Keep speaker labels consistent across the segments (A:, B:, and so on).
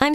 A: I'm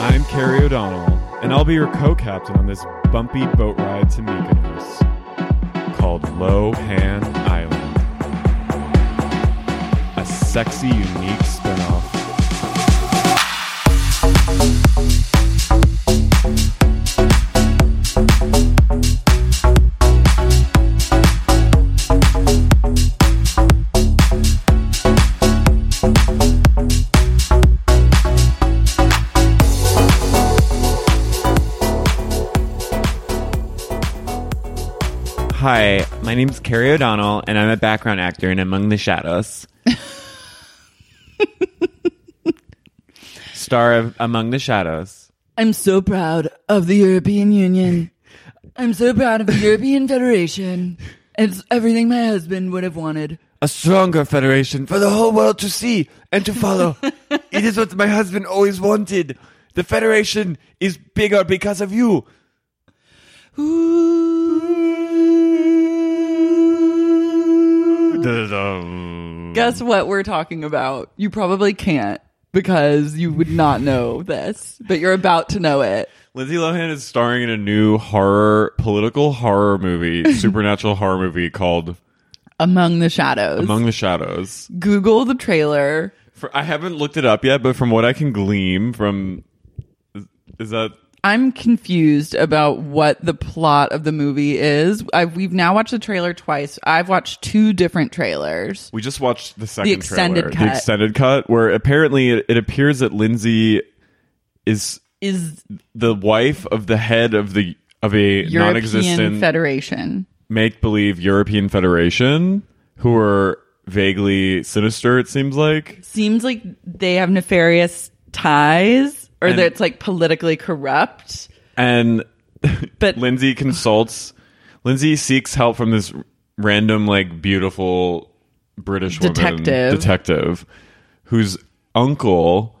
B: I'm Carrie O'Donnell, and I'll be your co captain on this bumpy boat ride to Mykonos called Lohan Island. A sexy, unique spinoff. Hi, my name's Carrie O'Donnell, and I'm a background actor in Among the Shadows. Star of Among the Shadows.
C: I'm so proud of the European Union. I'm so proud of the European Federation. It's everything my husband would have wanted.
B: a stronger federation for the whole world to see and to follow. it is what my husband always wanted. The federation is bigger because of you.
C: Guess what we're talking about? You probably can't because you would not know this, but you're about to know it.
B: Lindsay Lohan is starring in a new horror, political horror movie, supernatural horror movie called
C: Among the Shadows.
B: Among the Shadows.
C: Google the trailer.
B: For, I haven't looked it up yet, but from what I can glean from, is that
C: I'm confused about what the plot of the movie is. I've, we've now watched the trailer twice. I've watched two different trailers.
B: We just watched the second
C: extended
B: trailer, the
C: cut.
B: extended cut, where apparently it, it appears that Lindsay is
C: Is
B: the wife of the head of the of a
C: European
B: non-existent
C: Federation?
B: make-believe European Federation, who are vaguely sinister. It seems like
C: seems like they have nefarious ties or
B: And-
C: that it's like politically corrupt.
B: and
C: But
B: Lindsay consults. Lindsay seeks help from this random, like, beautiful British woman-
C: Detective.
B: detective whose uncle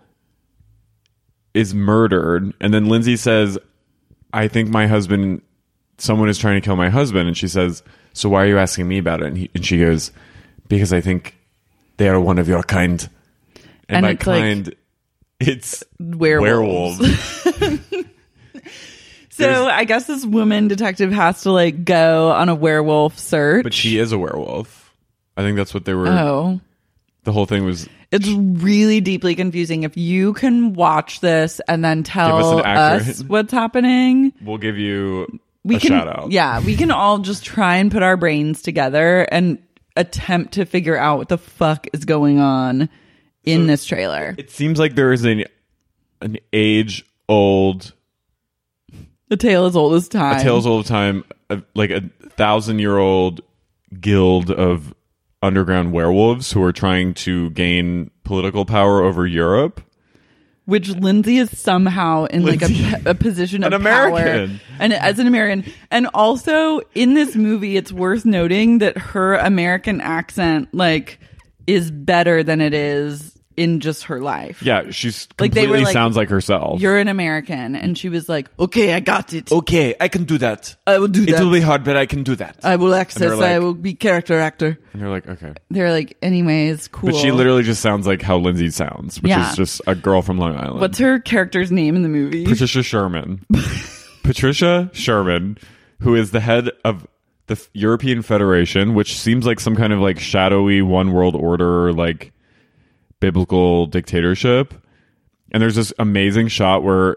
B: is murdered, and then Lindsay says, "I think my husband, someone is trying to kill my husband," and she says, "So why are you asking me about it?" And, he, and she goes, "Because I think they are one of your kind." And,
C: And
B: by
C: it's like-
B: kind, it's
C: werewolves.
B: werewolves.
C: so I guess this woman detective has to like go on a werewolf search.
B: But she is a werewolf. I think that's what they were.
D: Oh.
B: The whole thing was
D: It's really deeply confusing. If you can watch this and then tell
B: an accurate-
D: us what's happening,
B: we'll give you
D: we
B: a
D: can
B: shout out.
D: yeah we can all just try and put our brains together and attempt to figure out what the fuck is going on in this trailer
B: It seems like there is an an age old
D: the tale is old as time
B: a tales all the time uh, like a thousand year old guild of underground werewolves who are trying to gain political power over Europe.
D: which lindsay is somehow in like a, a position of
B: An American.
D: power and as an american and also in this movie it's worth noting that her american accent like is better than it is in just her life
B: Yeah, she's
D: Like, they
B: completely
D: were like,
B: sounds like herself. Oh."
D: you're an american and she was like okay i got it
B: okay, I can do that.
D: I will do that.
B: hard, but I can do that.
D: I will
B: And
D: access.
B: they're like-
D: I will be character actor.
B: And you're like, okay.
D: They're like, anyways, cool.
B: But she literally just sounds like how Lindsay sounds, which
D: Yeah.
B: is just a girl from Long Island.
D: What's her character's name in the movie?
B: Patricia Sherman. Patricia Sherman, who is the head of the F- European Federation, which seems like some kind of like shadowy one world order, like biblical dictatorship. And there's this amazing shot where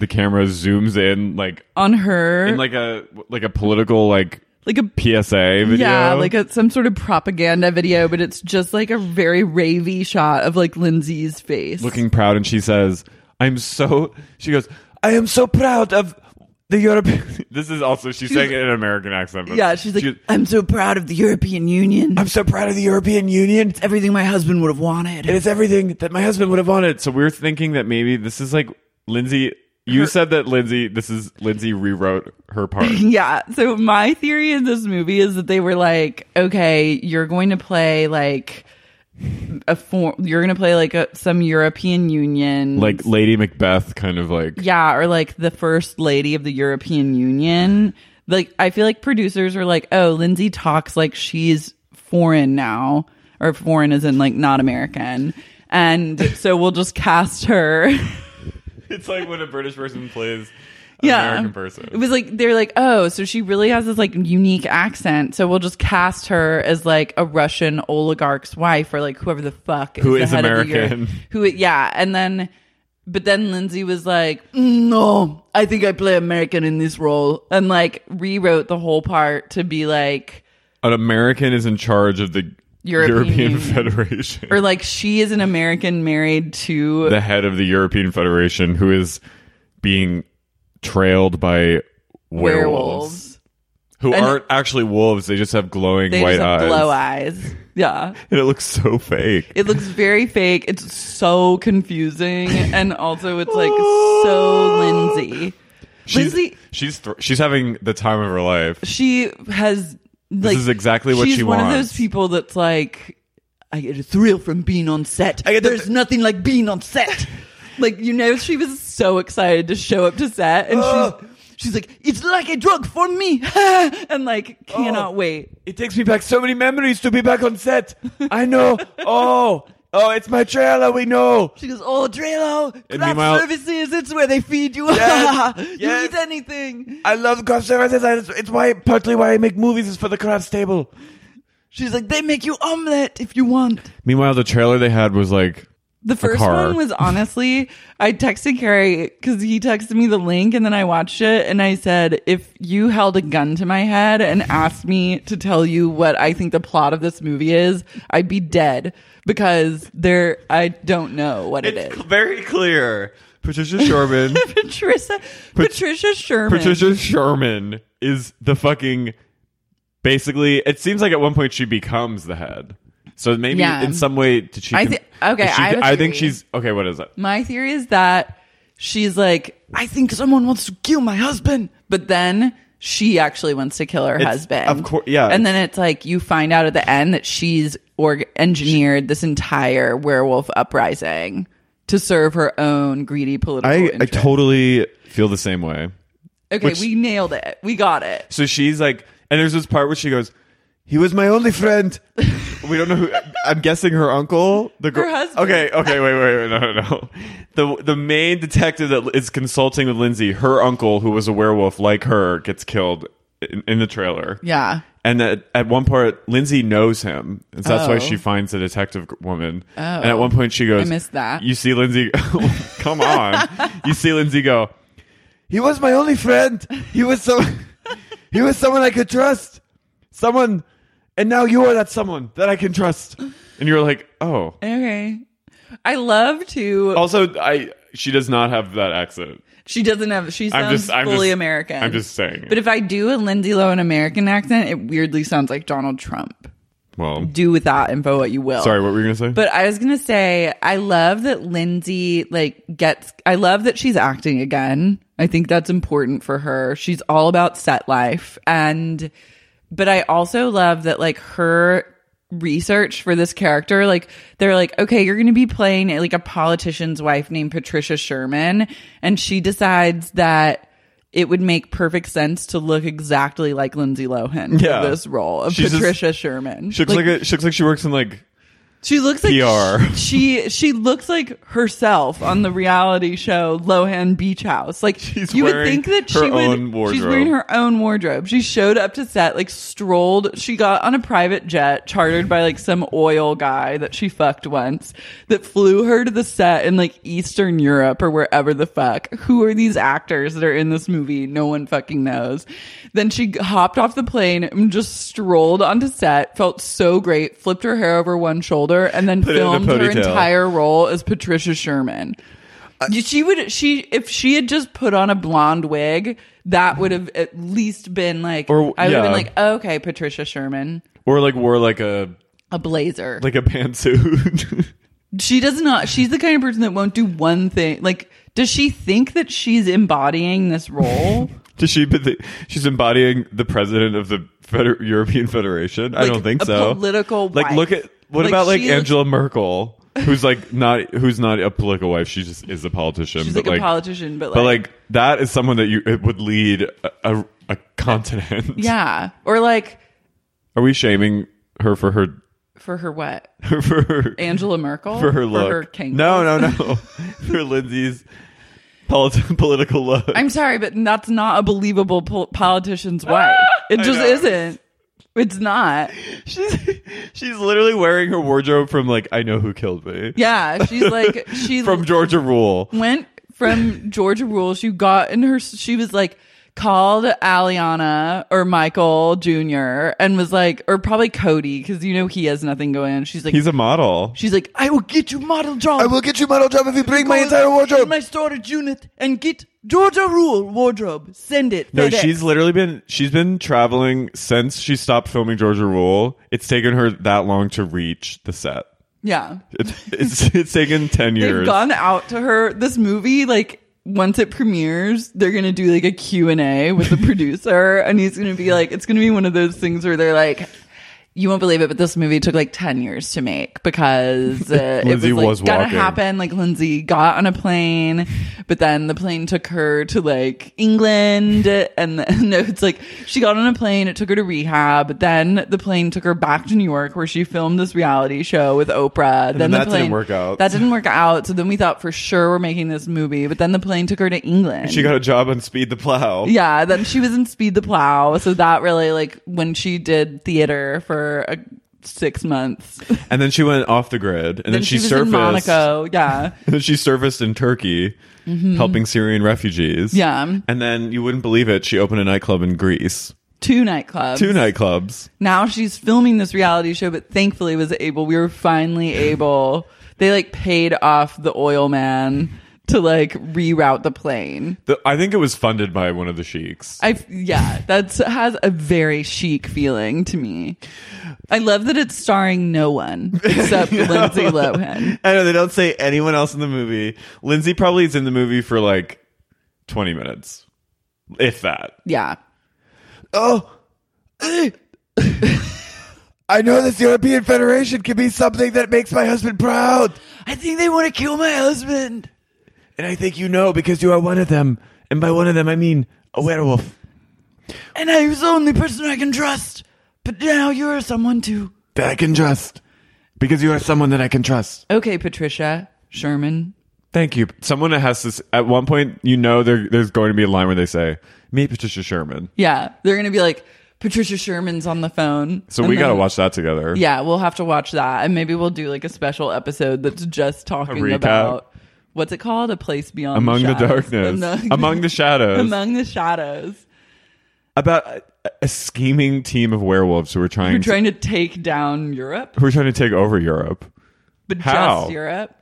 B: the camera zooms in like
D: On her,
B: in like a like a political like
D: like a
B: PSA video.
D: yeah, like a, some sort of propaganda video, but it's just like a very ravey shot of like Lindsay's face.
B: looking proud and she says i'm so she goes i am so proud of the european this is also she's, saying it in an american accent but
D: yeah, she's like,
B: she-
D: I'm so proud of the European Union.
B: i'm so proud of the european union and
D: Everything my husband would have wanted.
B: it's everything that my husband would have wanted so we're thinking that maybe this is like lindsay you said that lindsay this is lindsay rewrote her part
D: Yeah. So my theory in this movie is that they were like, okay, you're going to play like a form. You're going to play like a some European Union,
B: like lady macbeth kind of like
D: yeah, or like the first lady of the European Union. Like I feel like producers were like, oh, Lindsay talks like she's foreign now, or foreign is in like not American. And so we'll just cast her.
B: it's like when a british person plays an
D: yeah.
B: american person
D: It was like they're like, oh, so she really has this like unique accent. So we'll just cast her as like a Russian oligarch's wife or like whoever the fuck
B: Who
D: the
B: is
D: head of the
B: American.
D: Euro- who, yeah. And then, but then Lindsay was like, no, I think I play American in this role, and like rewrote the whole part to be like,
B: an american is in charge of the
D: European
B: european
D: Union.
B: federation
D: or like she is an American married to
B: the head of the European Federation who is being trailed by werewolves,
D: werewolves.
B: who
D: And-
B: aren't actually wolves. They just have glowing
D: They
B: white
D: just have
B: eyes.
D: glow eyes. Yeah.
B: And it looks so fake.
D: It looks very fake. It's so confusing, and also it's like
B: Ah.
D: so Lindsay.
B: she's
D: Lindsay-
B: she's thr- she's having the time of her life.
D: She has like
B: is exactly what
D: she's
B: she
D: one of
B: wants.
D: those people that's like, I get a thrill from being on set. I get There's nothing like being on set. like you know, she was so excited to show up to set, and
B: Ah.
D: she's she's like, it's like a drug for me, and like
B: Ah.
D: cannot wait.
B: It takes me back so many memories to be back on set. I know. Oh, oh, it's my trailer. We know.
D: She goes, oh, Drelo,
B: And
D: craft
B: meanwhile-
D: services, it's where they feed you.
B: Yes,
D: you
B: yes.
D: eat anything.
B: I love craft services. It's why partly why I make movies is for the craft table.
D: She's like, they make you omelet if you want.
B: Meanwhile, the trailer they had was like
D: The first
B: car.
D: one was honestly, I texted Carrie because he texted me the link and then I watched it and I said, if you held a gun to my head and asked me to tell you what I think the plot of this movie is, I'd be dead because there, I don't know what it
B: It's
D: is.
B: very clear. Patricia Sherman.
D: Patricia, Patricia Sherman.
B: Patricia Sherman is the fucking. Basically, it seems like at one point she becomes the head. So maybe
D: Yeah.
B: in some way did she?
D: I thi- okay,
B: she-
D: I have a
B: think
D: theory.
B: she's okay. What is it?
D: My theory is that she's like, I think someone wants to kill my husband, but then she actually wants to kill her husband.
B: of cour- yeah,
D: And
B: it's-
D: then it's like you find out at the end that she's org- engineered this entire werewolf uprising to serve her own greedy political.
B: I I
D: interest.
B: totally feel the same way.
D: Okay,
B: which-
D: we nailed it. We got it.
B: So she's like, and there's this part where she goes, "He was my only friend." we don't know who. I'm guessing her uncle, the girl.
D: Her husband.
B: Okay, okay, wait, wait, wait, no, no, no. The the main detective that is consulting with Lindsay, her uncle, who was a werewolf like her, gets killed in, in the trailer.
D: Yeah.
B: And at, at one part, Lindsay knows him. And so that's why
D: Oh.
B: she finds the detective woman. Oh. And at one point, she goes,
D: I missed that.
B: You see Lindsay, come on. you see Lindsay go, He was my only friend. He was so. He was someone I could trust. Someone. And now you are that someone that I can trust. And you're like, oh.
D: Okay. I love to.
B: Also, I she does not have that accent.
D: She doesn't have. She sounds
B: just- I'm
D: fully
B: just-
D: American.
B: I'm just saying.
D: But if I do a Lindsay Lohan American accent, it weirdly sounds like Donald Trump.
B: Well,
D: Do with that info what you will.
B: sorry, what were you going to say?
D: But I was gonna say, I love that Lindsay like gets. I love that she's acting again. I think that's important for her. She's all about set life, and but I also love that like her research for this character. Like they're like, okay, you're gonna be playing like a politician's wife named Patricia Sherman, and she decides that. It would make perfect sense to look exactly like Lindsay Lohan
B: Yeah.
D: for this role of
B: She's just-
D: Patricia Sherman.
B: she looks like, a, she looks like she works in like
D: She looks like
B: PR.
D: sh- She she looks like herself on the reality show Lohan Beach House. Like
B: She's
D: you would
B: wearing
D: think that she
B: her
D: would.
B: own
D: She's
B: wardrobe.
D: wearing her own wardrobe. She showed up to set like strolled. She got on a private jet chartered by like some oil guy that she fucked once that flew her to the set in like Eastern Europe or wherever the fuck. Who are these actors that are in this movie? No one fucking knows. Then she g- hopped off the plane and just strolled onto set. Felt so great. Flipped her hair over one shoulder and then
B: Put it in a
D: filmed her
B: ponytail.
D: entire role as Patricia Sherman.
B: Uh,
D: You- she would she if she had just put on a blonde wig, that would have at least been like
B: Or-
D: I would have
B: yeah.
D: been like, oh, okay, Patricia Sherman,
B: or like wore like a
D: a blazer.
B: like a pantsuit.
D: she does not. She's the kind of person that won't do one thing. Like, does she think that she's embodying this role?
B: Does she? be the- She's embodying the president of the Feder- European Federation. I
D: Like,
B: don't think
D: a
B: so.
D: political
B: Like,
D: wife.
B: look at what
D: Like,
B: about like
D: she-
B: Angela Merkel, who's like not who's not a political wife. She just is a politician.
D: She's
B: but,
D: like a politician, but,
B: but
D: like-
B: like that is someone that you it would lead a, a, a continent.
D: yeah, or like
B: Are we shaming her for her
D: for her what?
B: for her
D: Angela Merkel
B: for her look?
D: For her king.
B: no, no, no. for Lindsay's polit- political look.
D: I'm sorry, but that's not a believable pol- politician's wife. It just
B: know.
D: isn't. It's not.
B: she's she's literally wearing her wardrobe from like I know who killed me.
D: Yeah, she's like she
B: from Georgia Rule.
D: went from Georgia Rule. She got in her. She was like called Aliana or Michael Jr. and was like, or probably Cody because you know he has nothing going. on. She's like,
B: He's a model.
D: she's like, I will get you model job.
E: I will get you model job if you bring my
D: Go
E: entire
D: in
E: wardrobe.
D: my storage unit, and get Georgia Rule wardrobe. Send it.
B: No,
D: FedEx.
B: she's literally been she's been traveling since she stopped filming Georgia Rule. It's taken her that long to reach the set.
D: yeah.
B: It's it's, it's taken ten
D: They've
B: years.
D: gone out to her. This movie, like once it premieres, they're gonna do like a Q and A with the producer, and he's gonna be like, it's gonna be one of those things where they're like. You won't believe it, but this movie took like ten years to make because uh, it was
B: Lindsay
D: like
B: was
D: gonna
B: walking.
D: happen. Like Lindsay got on a plane, but then the plane took her to like England, and then, no, it's like she got on a plane. It took her to rehab. but Then the plane took her back to New York, where she filmed this reality show with Oprah.
B: then
D: the
B: that didn't work out.
D: That didn't work out. So then we thought for sure we're making this movie, but then the plane took her to England.
B: She got a job on Speed the Plow.
D: yeah, then she was in Speed the Plow. So that really like when she did theater for a, six months. And
B: And then she went off the grid. And then, she,
D: she, was
B: surfaced
D: in Monaco. Yeah.
B: And then she surfaced in Turkey helping Syrian refugees.
D: Yeah.
B: And then you wouldn't believe it, she opened a nightclub in Greece.
D: Two nightclubs.
B: Two nightclubs.
D: now she's filming this reality show, but thankfully was able. We were finally able. They like paid off the oil man to like reroute the plane.
B: The, I think it was funded by one of the sheiks.
D: I yeah, that's has a very chic feeling to me. I love that it's starring no one except Lindsay Lohan.
B: I know they don't say anyone else in the movie. Lindsay probably is in the movie for like 20 minutes, if that.
D: Yeah.
E: Oh, I know this European Federation can be something that makes my husband proud.
D: I think they want to kill my husband.
B: And I think you know because you are one of them. And by one of them, I mean a werewolf.
D: And I was the only person I can trust. But now you're someone too.
B: That I can trust. Because you are someone that I can trust.
D: Okay, Patricia Sherman.
B: Thank you. Someone that has this. At one point, you know there, there's going to be a line where they say, meet Patricia Sherman.
D: Yeah, they're gonna be like Patricia Sherman's on the phone.
B: So
D: And
B: we
D: then-
B: got to watch that together.
D: Yeah, we'll have to watch that, and maybe we'll do like a special episode that's just talking
B: recap.
D: about what's it called? A place beyond
B: Among the,
D: shadows.
B: darkness,
D: Among-
B: among the shadows,
D: among the shadows.
B: about a, a scheming team of werewolves who are trying,
D: You're trying to take down Europe,
B: to, who are trying to take over Europe.
D: but
B: How?
D: just Europe.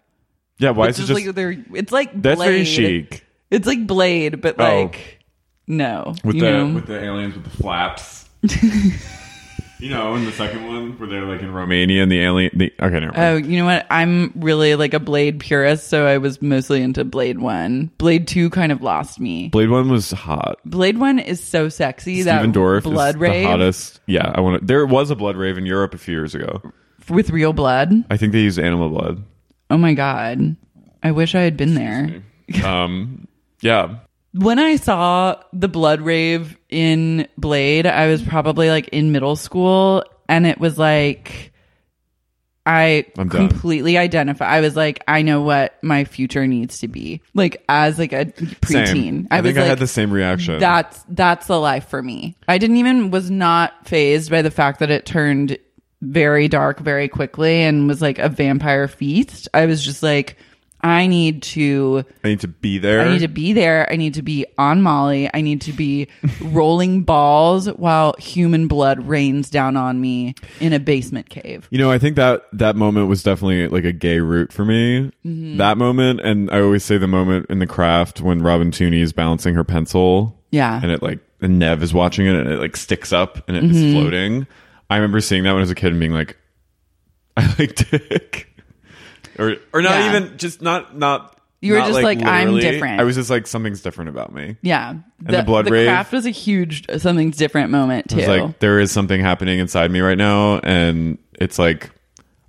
B: Yeah, why
D: It's
B: is it
D: just,
B: just
D: like they're. It's like
B: that's
D: Blade.
B: very chic
D: It's like Blade, but
B: Oh.
D: like no,
B: with
D: you
B: the
D: know?
B: with the aliens with the flaps. you know, in the second one where they're like in Romania and the alien. The, okay, never mind.
D: Oh, you know what? I'm really like a Blade purist, so I was mostly into Blade 1. Blade 2 kind of lost me.
B: Blade One was hot.
D: Blade 1 is so sexy.
B: Stephen
D: that
B: Dorff
D: blood
B: is
D: rave
B: the hottest. Yeah, I want to. There was a blood rave in Europe a few years ago.
D: with real blood.
B: I think they used animal blood.
D: Oh my God. I wish I had been there.
B: Um, yeah,
D: When I saw the blood rave in Blade, I was probably like in middle school, and it was like. I
B: I'm done.
D: completely identify. I was like, I know what my future needs to be. Like as like a preteen,
B: Same. I,
D: was
B: think I had
D: like,
B: the same reaction.
D: That's that's the life for me. I didn't even was not phased by the fact that it turned very dark very quickly and was like a vampire feast. I was just like, I need to
B: I need to be there.
D: I need to be there. I need to be on Molly. I need to be rolling balls while human blood rains down on me in a basement cave.
B: You know, I think that that moment was definitely like a gay root for me.
D: Mm-hmm.
B: That moment, and I always say the moment in the craft when Robin Tooney is balancing her pencil.
D: Yeah.
B: and it like and Nev is watching it, and it like sticks up and it's
D: Mm-hmm.
B: floating. I remember seeing that when I was a kid and being like, I like dick, or or not
D: Yeah.
B: even just not not.
D: You were
B: not,
D: just like, I'm
B: literally.
D: different.
B: I was just like something's different about me.
D: Yeah.
B: the blood rave?
D: craft was a huge something's different moment too.
B: It's like there is something happening inside me right now, and it's like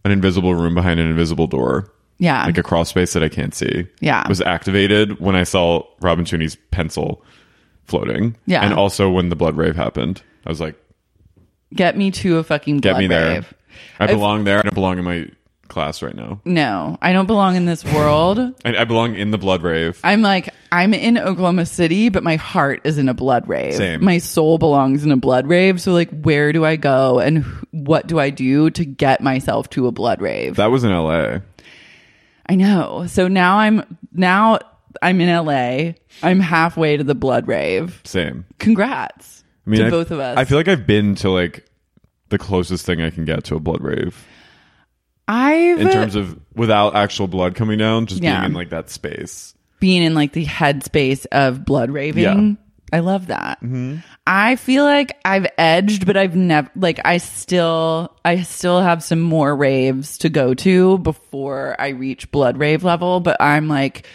B: an invisible room behind an invisible door,
D: yeah.
B: like a crawl space that I can't see.
D: Yeah.
B: was activated when I saw Robin Tooney's pencil floating.
D: Yeah.
B: and also when the blood rave happened, I was like,
D: Get me to a fucking
B: "Get
D: blood
B: me there!
D: rave.
B: I belong there. I don't belong in my class right now.
D: no, I don't belong in this world.
B: I, I belong in the blood rave."
D: I'm like, I'm in Oklahoma City, but my heart is in a blood rave.
B: Same.
D: My soul belongs in a blood rave. So, like, where do I go and wh- what do I do to get myself to a blood rave?
B: that was in L.A.
D: I know. So now I'm, now I'm in LA. I'm halfway to the blood rave.
B: Same.
D: Congrats
B: I mean,
D: to
B: I-
D: both of us.
B: I feel like I've been to like the closest thing I can get to a blood rave.
D: I've
B: in terms of without actual blood coming down, just
D: Yeah.
B: being in like that space.
D: being in like the headspace of blood raving. I love that. I feel like I've edged, but I've never like I still I still have some more raves to go to before I reach blood rave level, but I'm like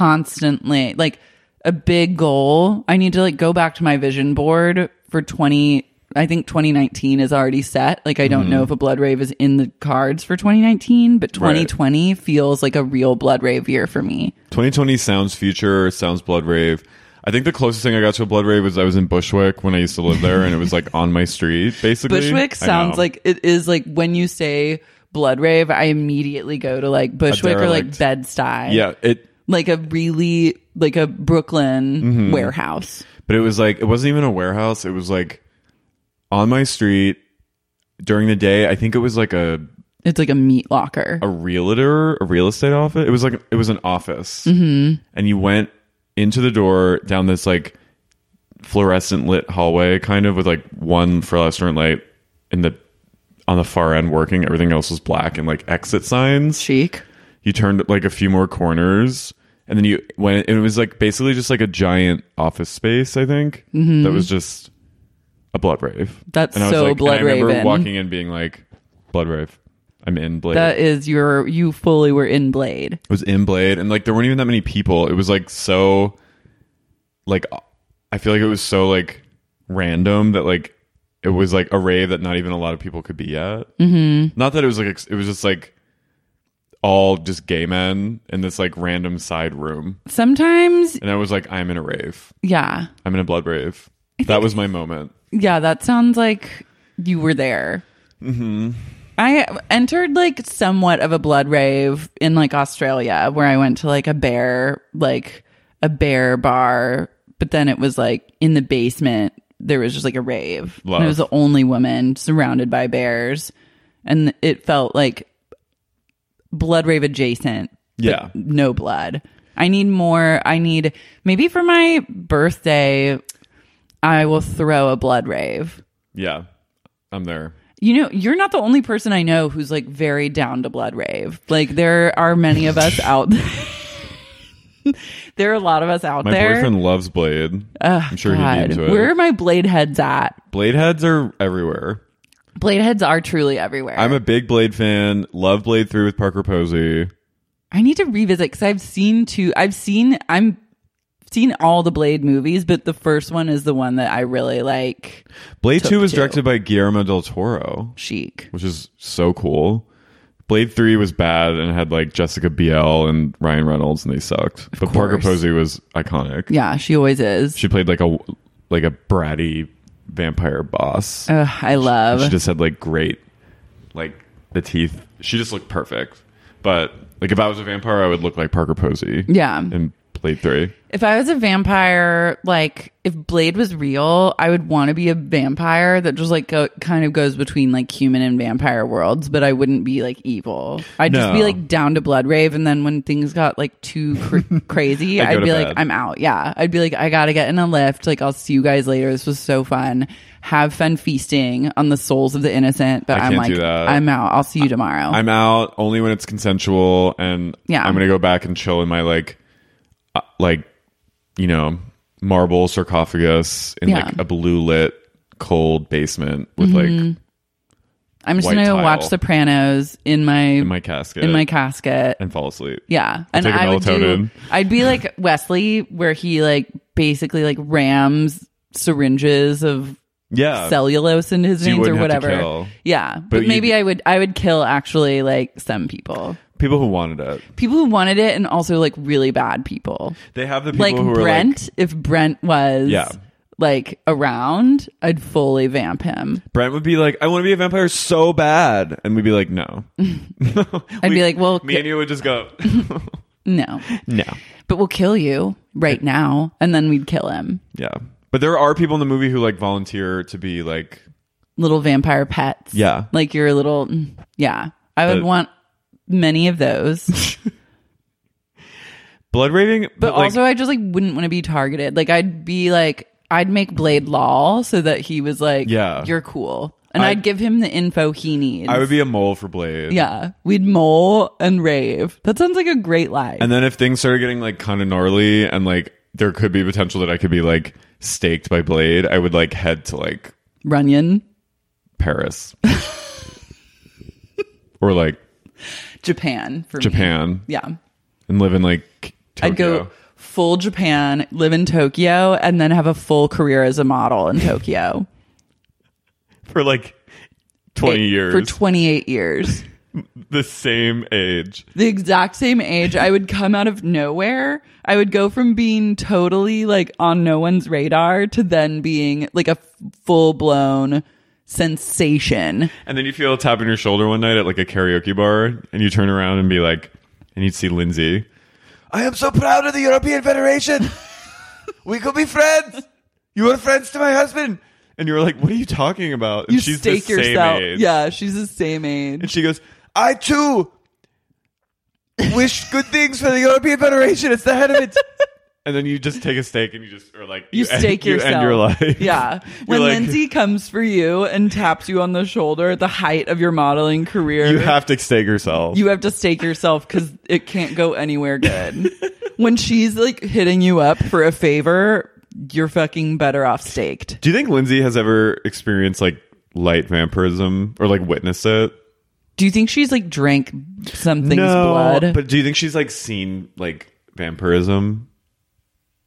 D: constantly like a big goal. I need to like go back to my vision board for 20 I think 2019 is already set. Like I don't know if a blood rave is in the cards for 2019, but 2020 feels like a real blood rave year for me.
B: 2020 sounds future, sounds blood rave. I think the closest thing I got to a blood rave was I was in Bushwick when I used to live there, and it was like on my street, basically.
D: Bushwick
B: I
D: sounds
B: know.
D: like it is like when you say blood rave, I immediately go to like Bushwick or like Bed
B: derelict.
D: Stuy.
B: yeah, it.
D: Like a really like a Brooklyn
B: Mm-hmm.
D: warehouse.
B: But it was like it wasn't even a warehouse. It was like on my street during the day. I think it was like a
D: It's like a meat locker.
B: a realtor, a real estate office. It was like it was an office, mm-hmm. and you went into the door down this like fluorescent lit hallway, kind of with like one fluorescent light in the on the far end working. Everything else was black and like exit signs.
D: Chic.
B: You turned like a few more corners, and then you went. And it was like basically just like a giant office space. I think that was just a blood rave.
D: Mm-hmm. That's
B: and I was
D: so
B: like, and
D: blood
B: I remember
D: raven.
B: walking in, being like, "Blood rave." I'm in Blade.
D: That is your you fully were in Blade.
B: It was in Blade, and like there weren't even that many people. It was like so, like I feel like it was so like random that like it was like a rave that not even a lot of people could be at. Mm-hmm. Not that it was like ex- it was just like all just gay men in this like random side room,
D: Sometimes
B: and I was like, I'm in a rave.
D: yeah.
B: I'm in a blood rave. That was my moment.
D: Yeah, that sounds like you were there. Mm-hmm. I entered like somewhat of a blood rave in like Australia, where I went to like a bear, like a bear bar But then it was like in the basement, there was just like a rave. And
B: Love.
D: I was the only woman surrounded by bears. And it felt like blood rave adjacent. but
B: Yeah.
D: No blood. I need more. I need maybe for my birthday, I will throw a blood rave.
B: Yeah. I'm there.
D: You know, you're not the only person I know who's like very down to blood rave. Like there are many of us out there. there are a lot of us out
B: My
D: there.
B: boyfriend loves Blade. I'm sure he'd
D: God,
B: be into it.
D: where are my blade heads at?
B: Blade heads are everywhere.
D: Blade heads are truly everywhere.
B: I'm a big Blade fan. Love Blade 3 with Parker Posey.
D: I need to revisit because I've seen two. I've seen I'm seen all the Blade movies, but the first one is the one that I really like.
B: Blade 2 was
D: two.
B: directed by Guillermo del Toro,
D: Chic.
B: which is so cool. Blade 3 was bad and had like Jessica Biel and Ryan Reynolds and they sucked. but Parker
D: course.
B: Posey was iconic.
D: Yeah, she always is.
B: She played like a like a bratty vampire boss.
D: Ugh, I love.
B: She just had like great, like the teeth. She just looked perfect. But like if I was a vampire, I would look like Parker Posey.
D: Yeah.
B: In Blade Three,
D: If I was a vampire, like if Blade was real, I would want to be a vampire that just like go, kind of goes between like human and vampire worlds, but I wouldn't be like evil. I'd just
B: No.
D: be like down to blood rave, and then when things got like too cr- crazy,
B: I'd go
D: I'd
B: to
D: be like,
B: bed.
D: I'm out. Yeah, I'd be like, I gotta get in a lift. Like I'll see you guys later. This was so fun. Have fun feasting on the souls of the innocent. But
B: I
D: I'm
B: can't
D: like,
B: do that.
D: I'm out. I'll see you tomorrow.
B: I'm out only when it's consensual, and
D: Oh. Yeah.
B: I'm gonna go back and chill in my like, uh, like, you know, marble sarcophagus in
D: Yeah.
B: like a blue lit cold basement with like
D: Mm-hmm. I'm just
B: white
D: gonna
B: tile.
D: watch Sopranos in my
B: in my casket
D: in my casket.
B: and fall asleep.
D: Yeah,
B: I'll take a
D: do.
B: melatonin.
D: I'd be like Wesley, where he like basically like rams syringes of
B: Yeah.
D: cellulose into his
B: So you
D: veins or
B: wouldn't have to
D: whatever.
B: kill.
D: Yeah, but,
B: you'd-
D: maybe I would. I would kill actually like some people,
B: People who wanted it.
D: people who wanted it, and also like really bad people,
B: They have the people
D: like
B: who are like
D: Brent. if Brent was
B: Yeah.
D: like around, I'd fully vamp him.
B: Brent would be like, I want to be a vampire so bad. And we'd be like, no. I'd
D: be like, well,
B: me and you would just go,
D: No,
B: no.
D: but we'll kill you right now, and then we'd kill him.
B: Yeah. But there are people in the movie who like volunteer to be like,
D: little vampire pets.
B: Yeah.
D: Like your little, mm, yeah. I would
B: But-
D: want many of those.
B: blood raving. But,
D: But
B: like,
D: also, I just like wouldn't want to be targeted. Like, I'd be like, I'd make Blade Law so that he was like,
B: Yeah.
D: you're cool. And
B: I-
D: I'd give him the info he needs.
B: I would be a mole for Blade.
D: yeah. We'd mole and rave. That sounds like a great life.
B: And then if things started getting like kind of gnarly and like there could be potential that I could be like staked by Blade, I would like head to like
D: Runyon,
B: Paris or like
D: Japan for me.
B: Japan
D: Yeah.
B: and live in like Tokyo.
D: I'd go full Japan, live in Tokyo, and then have a full career as a model in Tokyo.
B: for like 20 years.
D: For 28 years.
B: the same age.
D: the exact same age, I would come out of nowhere. I would go from being totally like on no one's radar to then being like a full blown sensation.
B: And then you feel a tap on your shoulder one night at like a karaoke bar, and you turn around and be like, and you'd see Lindsay. I am so proud of the European Federation. we could be friends. You are friends to my husband. And you're like, what are you talking about? And
D: You
B: she's the
D: stake
B: same
D: yourself.
B: age.
D: Yeah, she's the same
B: And
D: age.
B: she goes, I too wish good things for the European Federation. It's the head of it. and then you just take a stake and you just, or like,
D: You stake
B: end,
D: yourself.
B: You end your life.
D: Yeah.
B: You're
D: When
B: like,
D: Lindsay comes for you and taps you on the shoulder at the height of your modeling career,
B: You have to stake yourself.
D: you have to stake yourself because it can't go anywhere good. when she's like hitting you up for a favor, you're fucking better off staked.
B: Do you think Lindsay has ever experienced like light vampirism or like witnessed it?
D: Do you think she's like drank something's blood?
B: But do you think she's like seen like vampirism?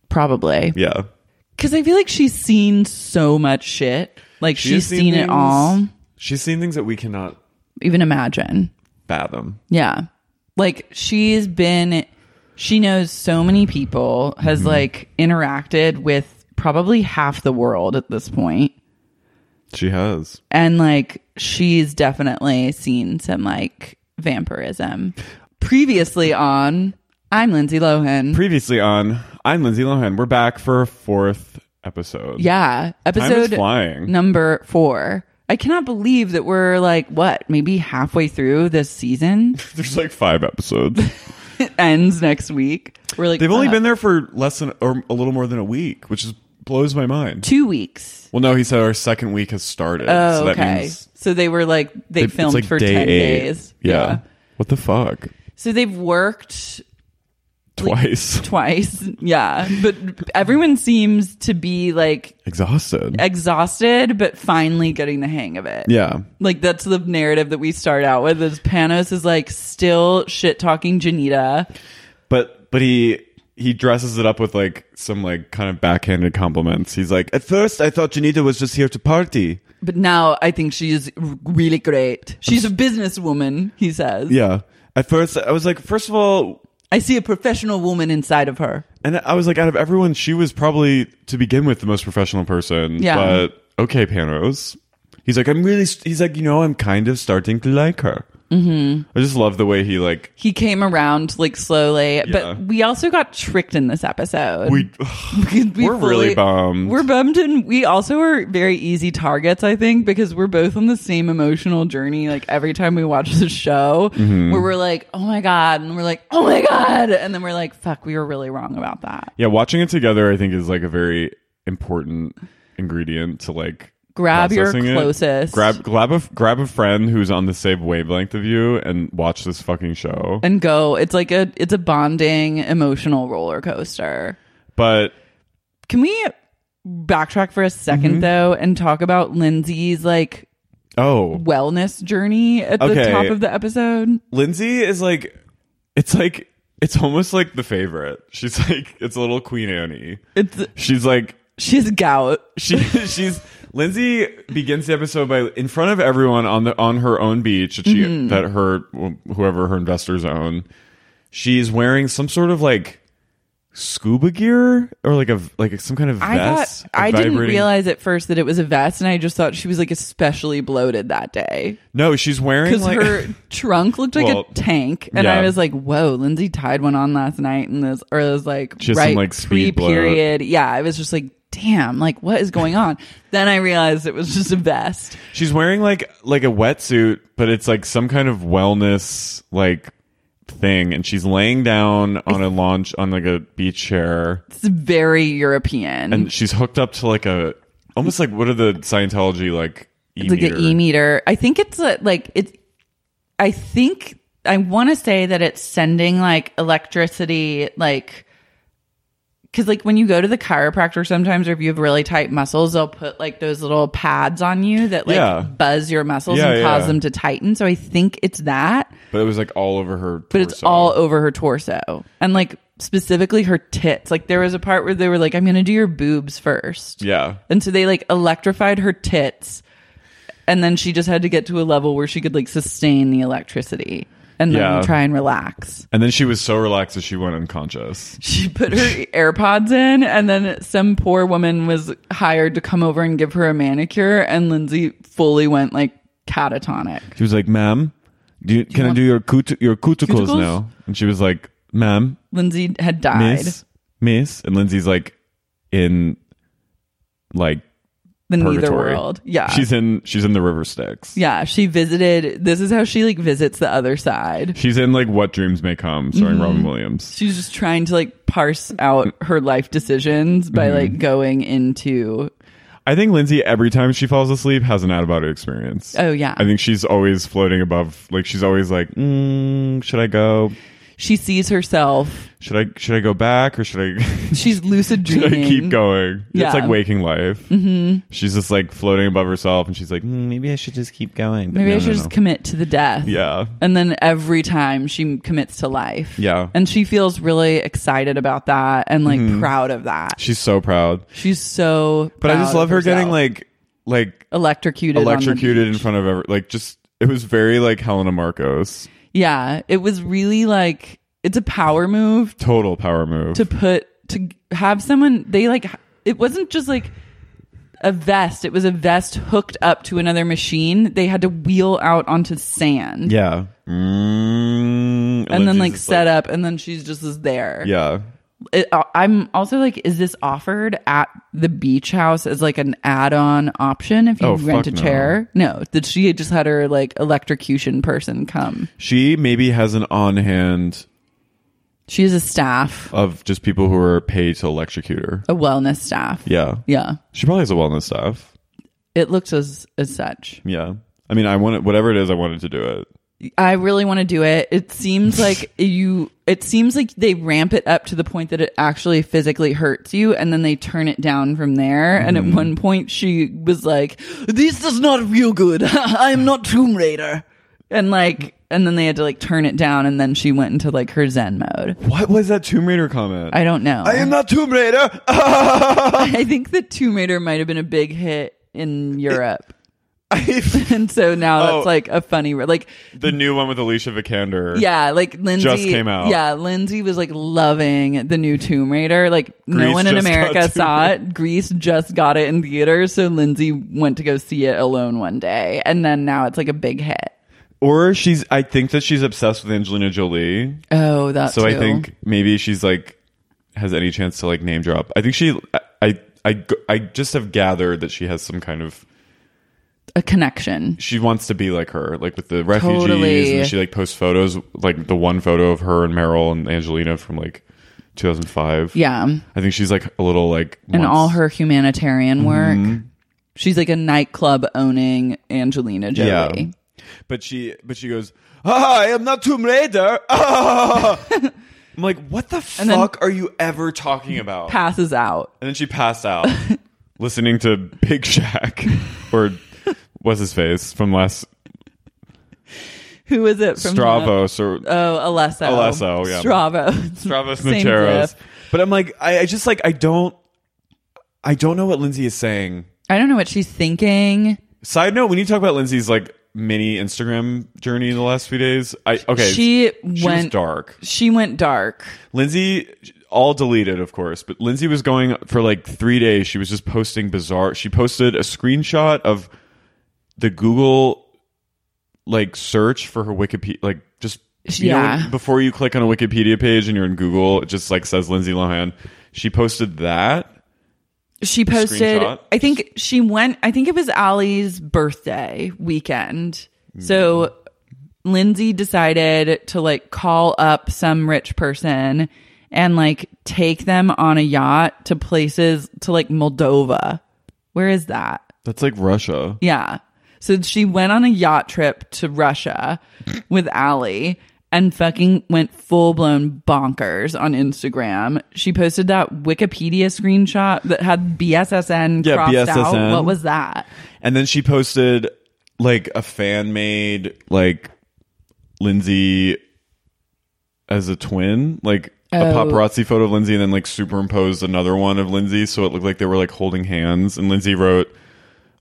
D: Probably.
B: Yeah.
D: Because I feel like she's seen so much shit. Like she's seen, it
B: things-
D: all,
B: She's seen things that we cannot
D: even imagine.
B: fathom.
D: Yeah. Like she's been, she knows so many people, has
B: Mm-hmm.
D: like interacted with probably half the world at this point.
B: She has.
D: And like she's definitely seen some like vampirism. Previously on, I'm Lindsay Lohan.
B: Previously on I'm Lindsay Lohan. We're back for a fourth episode.
D: Yeah.
B: is
D: Episode
B: flying.
D: number four. I cannot believe that we're like, what, maybe halfway through this season?
B: There's like five episodes.
D: it ends next week. We're like, uh,
B: They've only
D: "Fuck."
B: been there for less than or a little more than a week, which is blows my mind.
D: two weeks.
B: Well, no, he said our second week has started.
D: Oh,
B: so that
D: okay.
B: means
D: so they were like, they
B: it's
D: filmed
B: like
D: for
B: day
D: 10
B: eight.
D: days.
B: Yeah. What the fuck?
D: So they've worked
B: Twice.
D: twice. Yeah. But everyone seems to be like
B: Exhausted.
D: exhausted, but finally getting the hang of it.
B: yeah.
D: Like that's the narrative that we start out with is Panos is like still shit talking Janita.
B: But but he he dresses it up with like some like kind of backhanded compliments. He's like, At first I thought Janita was just here to party.
D: But now I think she's r- really great. She's a businesswoman, he says.
B: Yeah. At first I was like, first of all,
D: I see a professional woman inside of her.
B: and I was like, out of everyone, she was probably to begin with the most professional person.
D: Yeah.
B: But okay, Panos. He's like, I'm really. st- He's like, you know, I'm kind of starting to like her. Mm-hmm. I just love the way he like.
D: He came around like slowly,
B: Yeah.
D: but we also got tricked in this episode.
B: We,
D: Because we
B: We're really bummed.
D: We're bummed, and we also are very easy targets, I think, because we're both on the same emotional journey. Like every time we watch the show,
B: Mm-hmm.
D: where we're like, "Oh my god," and we're like, "Oh my god," and then we're like, "Fuck, we were really wrong about that."
B: yeah, watching it together, I think is like a very important ingredient to like
D: Grab your
B: processing it.
D: closest.
B: Grab grab a grab a friend who's on the same wavelength of you and watch this fucking show.
D: And go. It's like a it's a bonding emotional roller coaster.
B: but
D: Can we backtrack for a 2nd
B: Mm-hmm.
D: though and talk about Lindsay's like
B: oh,
D: wellness journey at the
B: Okay.
D: top of the episode?
B: Lindsay is like, it's like, it's almost like the favorite. She's like, it's a little Queen Annie.
D: It's
B: She's like,
D: she's gout.
B: she, she's Lindsay begins the episode by in front of everyone on the on her own beach that she
D: Mm-hmm.
B: that her whoever her investors own. She's wearing some sort of like scuba gear or like a like some kind of
D: I
B: vest.
D: thought
B: a
D: I didn't
B: vibrating-
D: realize at first that it was a vest, and I just thought she was like especially bloated that day
B: No, she's wearing
D: because
B: like
D: her trunk looked like
B: Well,
D: a tank, and
B: yeah.
D: I was like, "Whoa, Lindsay tied one on last night," and this or it was like
B: She has some,
D: right
B: like, speed bloat.
D: pre-period. Yeah, I was just like, "Damn, like what is going on?" then I realized it was just a vest.
B: She's wearing like like a wetsuit, but it's like some kind of wellness like thing, and she's laying down on a launch on like a beach chair,
D: It's very European.
B: and she's hooked up to like a almost like what are the Scientology like e
D: It's like the e meter. I think it's a, like it's. I think I want to say that it's sending like electricity, like because like when you go to the chiropractor sometimes, or if you have really tight muscles, they'll put like those little pads on you that like
B: Yeah.
D: buzz your muscles
B: Yeah,
D: and cause
B: yeah.
D: them to tighten. So I think it's that,
B: But it was like all over her. Torso.
D: but it's all over her torso and like specifically her tits. Like there was a part where they were like, "I'm gonna do your boobs first.
B: yeah.
D: And so they like electrified her tits. And then she just had to get to a level where she could like sustain the electricity and then
B: Yeah.
D: try and relax.
B: And then she was so relaxed that she went unconscious.
D: She put her AirPods in, and then some poor woman was hired to come over and give her a manicure. And Lindsay fully went like catatonic.
B: She was like, "Ma'am, do you, can I do your cut- your cuticles,
D: Cuticles?
B: now?" And she was like, "Ma'am,
D: Lindsay had died.
B: miss, miss." And Lindsay's like, in like
D: the neither
B: purgatory.
D: world. Yeah.
B: she's in she's in the river Styx.
D: yeah. She visited. This is how she like visits the other side.
B: she's in like What Dreams May Come, starring
D: Mm-hmm.
B: Robin Williams.
D: She's just trying to like parse out her life decisions by
B: Mm-hmm.
D: like going into
B: I think Lindsay every time she falls asleep has an out of body experience.
D: Oh, yeah.
B: I think she's always floating above. Like she's always like, mm, should I go?
D: she sees herself.
B: Should I should I go back or should I?
D: She's lucid
B: should
D: dreaming.
B: I keep going?
D: Yeah.
B: It's like waking life. Mm-hmm. She's just like floating above herself, and she's like, "Mm, maybe I should just keep going. But
D: Maybe
B: no,
D: I should
B: no,
D: just
B: no.
D: commit to the death.
B: yeah.
D: And then every time she commits to life.
B: Yeah.
D: And she feels really excited about that and like proud of that.
B: She's so proud,
D: She's so.
B: but I
D: proud
B: just
D: of
B: love her
D: herself.
B: getting like like
D: electrocuted. on the
B: electrocuted in
D: beach.
B: front of every like just it was very like Helena Marcos
D: Yeah. It was really like it's a power move
B: total power move
D: to put to have someone they like it wasn't just like a vest it was a vest hooked up to another machine they had to wheel out onto sand
B: yeah mm,
D: and then like
B: Lindsay's just
D: set up and then she's just is there
B: Mm, yeah
D: it, uh, I'm also like, is this offered at the beach house as like an add-on option if you
B: Oh,
D: rent a
B: fuck no.
D: chair? No, that she had just had her like electrocution person come.
B: She maybe has an on hand
D: She has a staff,
B: of just people who are paid to electrocute her.
D: a wellness staff.
B: Yeah.
D: Yeah,
B: She probably has a wellness staff.
D: it looks as as such.
B: Yeah. I mean, I wanted whatever it is, I wanted to do it.
D: I really want to do it. It seems like you it seems like they ramp it up to the point that it actually physically hurts you and then they turn it down from there. And
B: Mm-hmm.
D: at one point she was like, "This does not feel good. I am not Tomb Raider." And like and then they had to like turn it down and then she went into like her zen mode.
B: What was that Tomb Raider comment?
D: I don't know.
B: I am not Tomb Raider.
D: I think that Tomb Raider might have been a big hit in Europe. and so now
B: Oh.
D: that's like a funny re- like
B: the new one with Alicia Vikander.
D: Yeah, like Lindsay
B: came out.
D: Yeah, Lindsay was like loving the new Tomb Raider. Like no
B: Grease
D: one in
B: just got
D: America
B: Tomb
D: saw it. Greece just got it in theaters, so Lindsay went to go see it alone one day, and then now it's like a big hit.
B: Or she's. I think that she's obsessed with Angelina Jolie.
D: Oh, that's
B: so I think maybe she's like has any chance to like name drop. I think she. I. I. I, g- I just have gathered that she has some kind of.
D: a connection.
B: She wants to be like her, like with the refugees,
D: Totally.
B: and she like posts photos, like the one photo of her and Meryl and Angelina from like 2005.
D: Yeah,
B: I think she's like a little like
D: and
B: wants-
D: all her humanitarian work.
B: Mm-hmm.
D: She's like a nightclub owning Angelina Jolie.
B: Yeah. But she but she goes, ah, I am not Tomb Raider. Ah. I'm like, what the
D: then-
B: fuck are you ever talking about?
D: Passes out.
B: and then she passed out listening to Big Shack or what's his face from last
D: Who is it from the-
B: Stravos or
D: Oh, Alesso.
B: Alesso, yeah.
D: Stravo.
B: Stravos
D: Same
B: Materos.
D: riff.
B: But I'm like, I, I just like I don't I don't know what Lindsay is saying.
D: I don't know what she's thinking.
B: Side note, when you talk about Lindsay's like mini Instagram journey in the last few days, I okay
D: She
B: she was
D: went-
B: dark.
D: She went dark.
B: Lindsay all deleted, of course, but Lindsay was going for like three days. She was just posting bizarre. She posted a screenshot of the Google like search for her Wikipedia, like just you know,
D: Yeah.
B: when- before you click on a Wikipedia page and you're in Google, it just like says Lindsay Lohan. She posted that.
D: She posted.
B: Screenshot.
D: I think she went. I think it was Allie's birthday weekend. So Lindsay decided to like call up some rich person and like take them on a yacht to places to like Moldova. Where is that?
B: That's like Russia.
D: Yeah. So she went on a yacht trip to Russia with Ali and fucking went full blown bonkers on Instagram. She posted that Wikipedia screenshot that had BSSN
B: Yeah,
D: crossed
B: BSSN.
D: out. What was that?
B: And then she posted like a fan made like Lindsay as a twin, like
D: Oh.
B: a paparazzi photo of Lindsay, and then like superimposed another one of Lindsay, so it looked like they were like holding hands. And Lindsay wrote,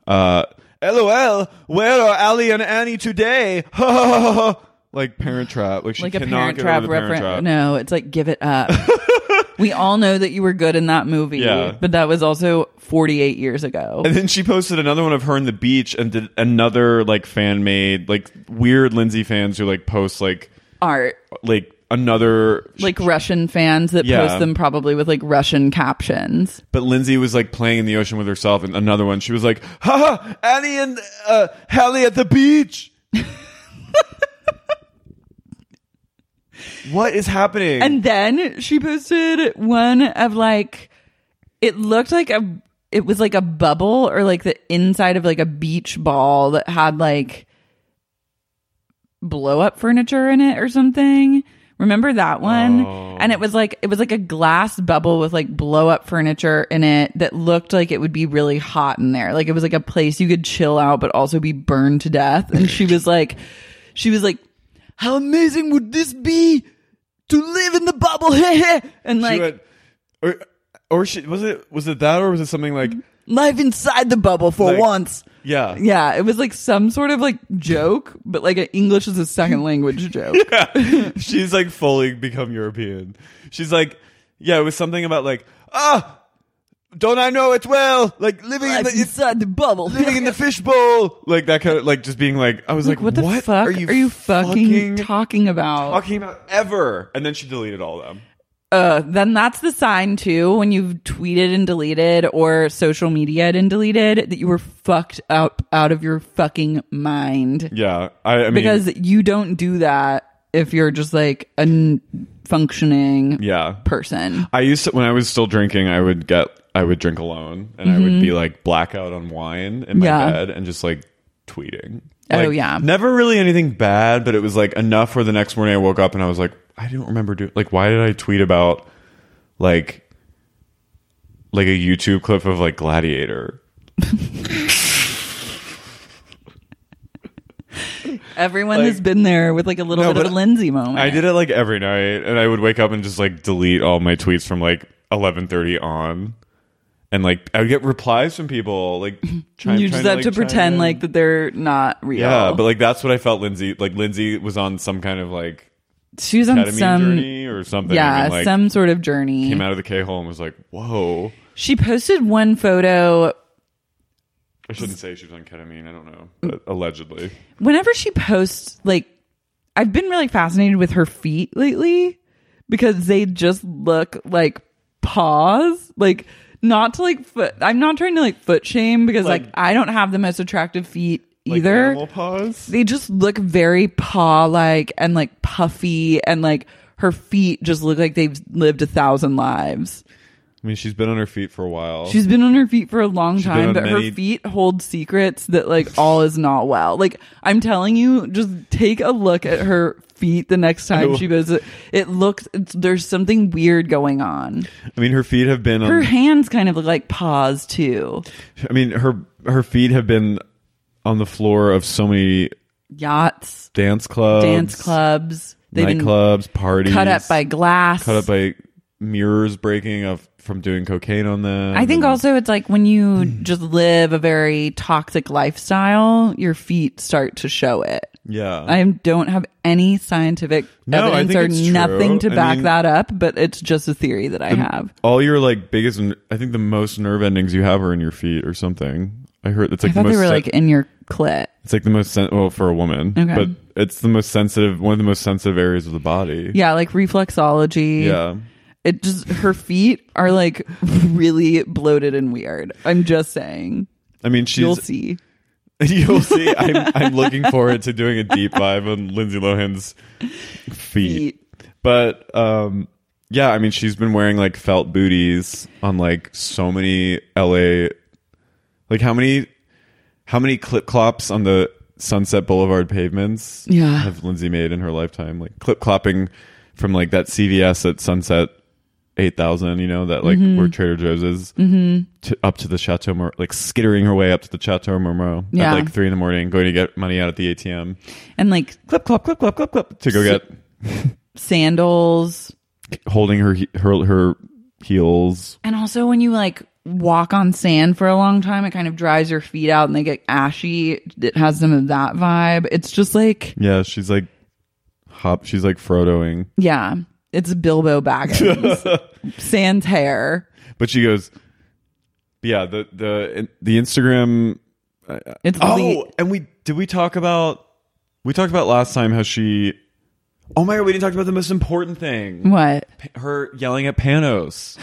B: uh, "LOL, where are Ali and Annie today?" like Parent Trap, like she
D: Like a
B: cannot
D: parent
B: get over
D: trap
B: the Parent Trap.
D: reference. No, it's like give it up. we all know that you were good in that movie,
B: Yeah.
D: but that was also 48 years ago.
B: And then she posted another one of her on the beach and did another like fan made like weird Lindsay fans who like post like
D: Art.
B: like another
D: Like Russian fans that
B: Yeah.
D: post them probably with like Russian captions.
B: but lindsay was like playing in the ocean with herself and another one she was like ha ha annie and uh hallie at the beach what is happening
D: And then she posted one of like it looked like a it was like a bubble or like the inside of like a beach ball that had like blow up furniture in it or something. Remember that one?
B: Oh.
D: And it was like it was like a glass bubble with like blow up furniture in it that looked like it would be really hot in there. Like it was like a place you could chill out but also be burned to death. And she was like she was like how amazing would this be to live in the bubble? and
B: she
D: like
B: went, or, or she was it was it that or was it something like
D: life inside the bubble for
B: Like-
D: once.
B: yeah
D: Mm-hmm. Yeah, it was like some sort of like joke, but like an English as a second language joke.
B: she's like fully become european she's like yeah it was something about like ah don't i know it well like living in
D: Life
B: the it's-
D: inside the bubble.
B: living in the fishbowl, like that kind of like just being like, I was like,
D: like, what the fuck
B: Are you fucking,
D: talking about?
B: talking about ever? And then she deleted all of them.
D: Uh, then that's the sign too when you've tweeted and deleted or social media and deleted that you were fucked up out of your fucking mind
B: Yeah, I, I mean,
D: because you don't do that if you're just like a n- functioning
B: yeah,
D: person.
B: I used to when I was still drinking, I would get I would drink alone and I would be like blackout on wine in my
D: Mm-hmm. Yeah.
B: bed and just like tweeting.
D: Oh,
B: Like,
D: yeah.
B: Never really anything bad, but it was like enough where the next morning I woke up and I was like, I don't remember doing like why did I tweet about like like a YouTube clip of like Gladiator?
D: Everyone
B: Like-
D: has been there with like a little
B: No,
D: bit
B: but
D: of a Lindsay moment.
B: I did it like every night, and I would wake up and just like delete all my tweets from like eleven thirty on, and like I would get replies from people like trying,
D: you just have to pretend like that they're not real.
B: yeah, but like that's what I felt. Lindsay like Lindsay was on some kind of like
D: she was on
B: ketamine
D: some
B: journey or something.
D: yeah
B: and, like,
D: some sort of journey.
B: came out of the K hole and was like, "Whoa."
D: She posted one photo
B: I shouldn't say she was on ketamine. I don't know, but allegedly.
D: whenever she posts like I've been really fascinated with her feet lately because they just look like paws like not to like foot I'm not trying to like foot shame because like,
B: Like-
D: I don't have the most attractive feet
B: Like,
D: either
B: animal paws.
D: they just look very paw like and like puffy and like her feet just look like they've lived a thousand lives
B: I mean, she's been on her feet for a while.
D: She's been on her feet for a long
B: She's been
D: time,
B: on
D: but
B: many-
D: her feet hold secrets that like all is not well. Like I'm telling you, just take a look at her feet the next time
B: will.
D: she goes. It looks it's, there's something weird going on.
B: I mean, her feet have been on
D: Her hands kind of look like paws too.
B: I mean, her her feet have been on the floor of so many
D: Yachts,
B: dance clubs,
D: dance clubs, they've been
B: nightclubs, parties,
D: cut up by glass.
B: cut up by mirrors breaking of from doing cocaine on them.
D: I think
B: and-
D: also it's like when you just live a very toxic lifestyle, your feet start to show it.
B: yeah.
D: I don't have any scientific
B: No, I
D: evidence
B: think
D: or
B: it's
D: nothing
B: true.
D: to
B: I
D: back
B: mean-
D: that up, but it's just a theory that I have.
B: all your like biggest, I think the most nerve endings you have are in your feet or something. I heard that's
D: I
B: like
D: thought
B: the most
D: they were
B: sen-
D: like in your clit.
B: it's like the most sen- well for a woman,
D: Okay.
B: but it's the most sensitive one of the most sensitive areas of the body.
D: Yeah, like reflexology.
B: yeah.
D: It just her feet are like really bloated and weird. I'm just saying.
B: I mean, she's
D: You'll see.
B: You'll see. I'm, I'm looking forward to doing a deep dive on Lindsay Lohan's feet. But um, yeah, I mean, she's been wearing like felt booties on like so many LA. Like how many, how many clip clops on the Sunset Boulevard pavements?
D: Yeah.
B: have Lindsay made in her lifetime? Like clip clopping from like that CVS at Sunset eight thousand. You know that like
D: Mm-hmm.
B: where Trader Joe's is to, up to the Chateau, Mar- like skittering her way up to the Chateau Marmont
D: Yeah.
B: at like three in the morning, going to get money out at the ATM.
D: And like
B: Clip, clop, clip, clop, clip, clip to go get
D: sandals.
B: holding her he- her her heels.
D: And also when you like walk on sand for a long time, it kind of dries your feet out and they get ashy. It has some of that vibe. It's just like
B: Yeah, she's like hop. She's like Frodoing,
D: Yeah. It's Bilbo Baggins. Sans hair.
B: but she goes. Yeah, the the the Instagram.
D: It's
B: Oh,
D: le-
B: and we did we talk about we talked about last time how she. Oh my god, we didn't talk about the most important thing.
D: what?
B: her yelling at Panos.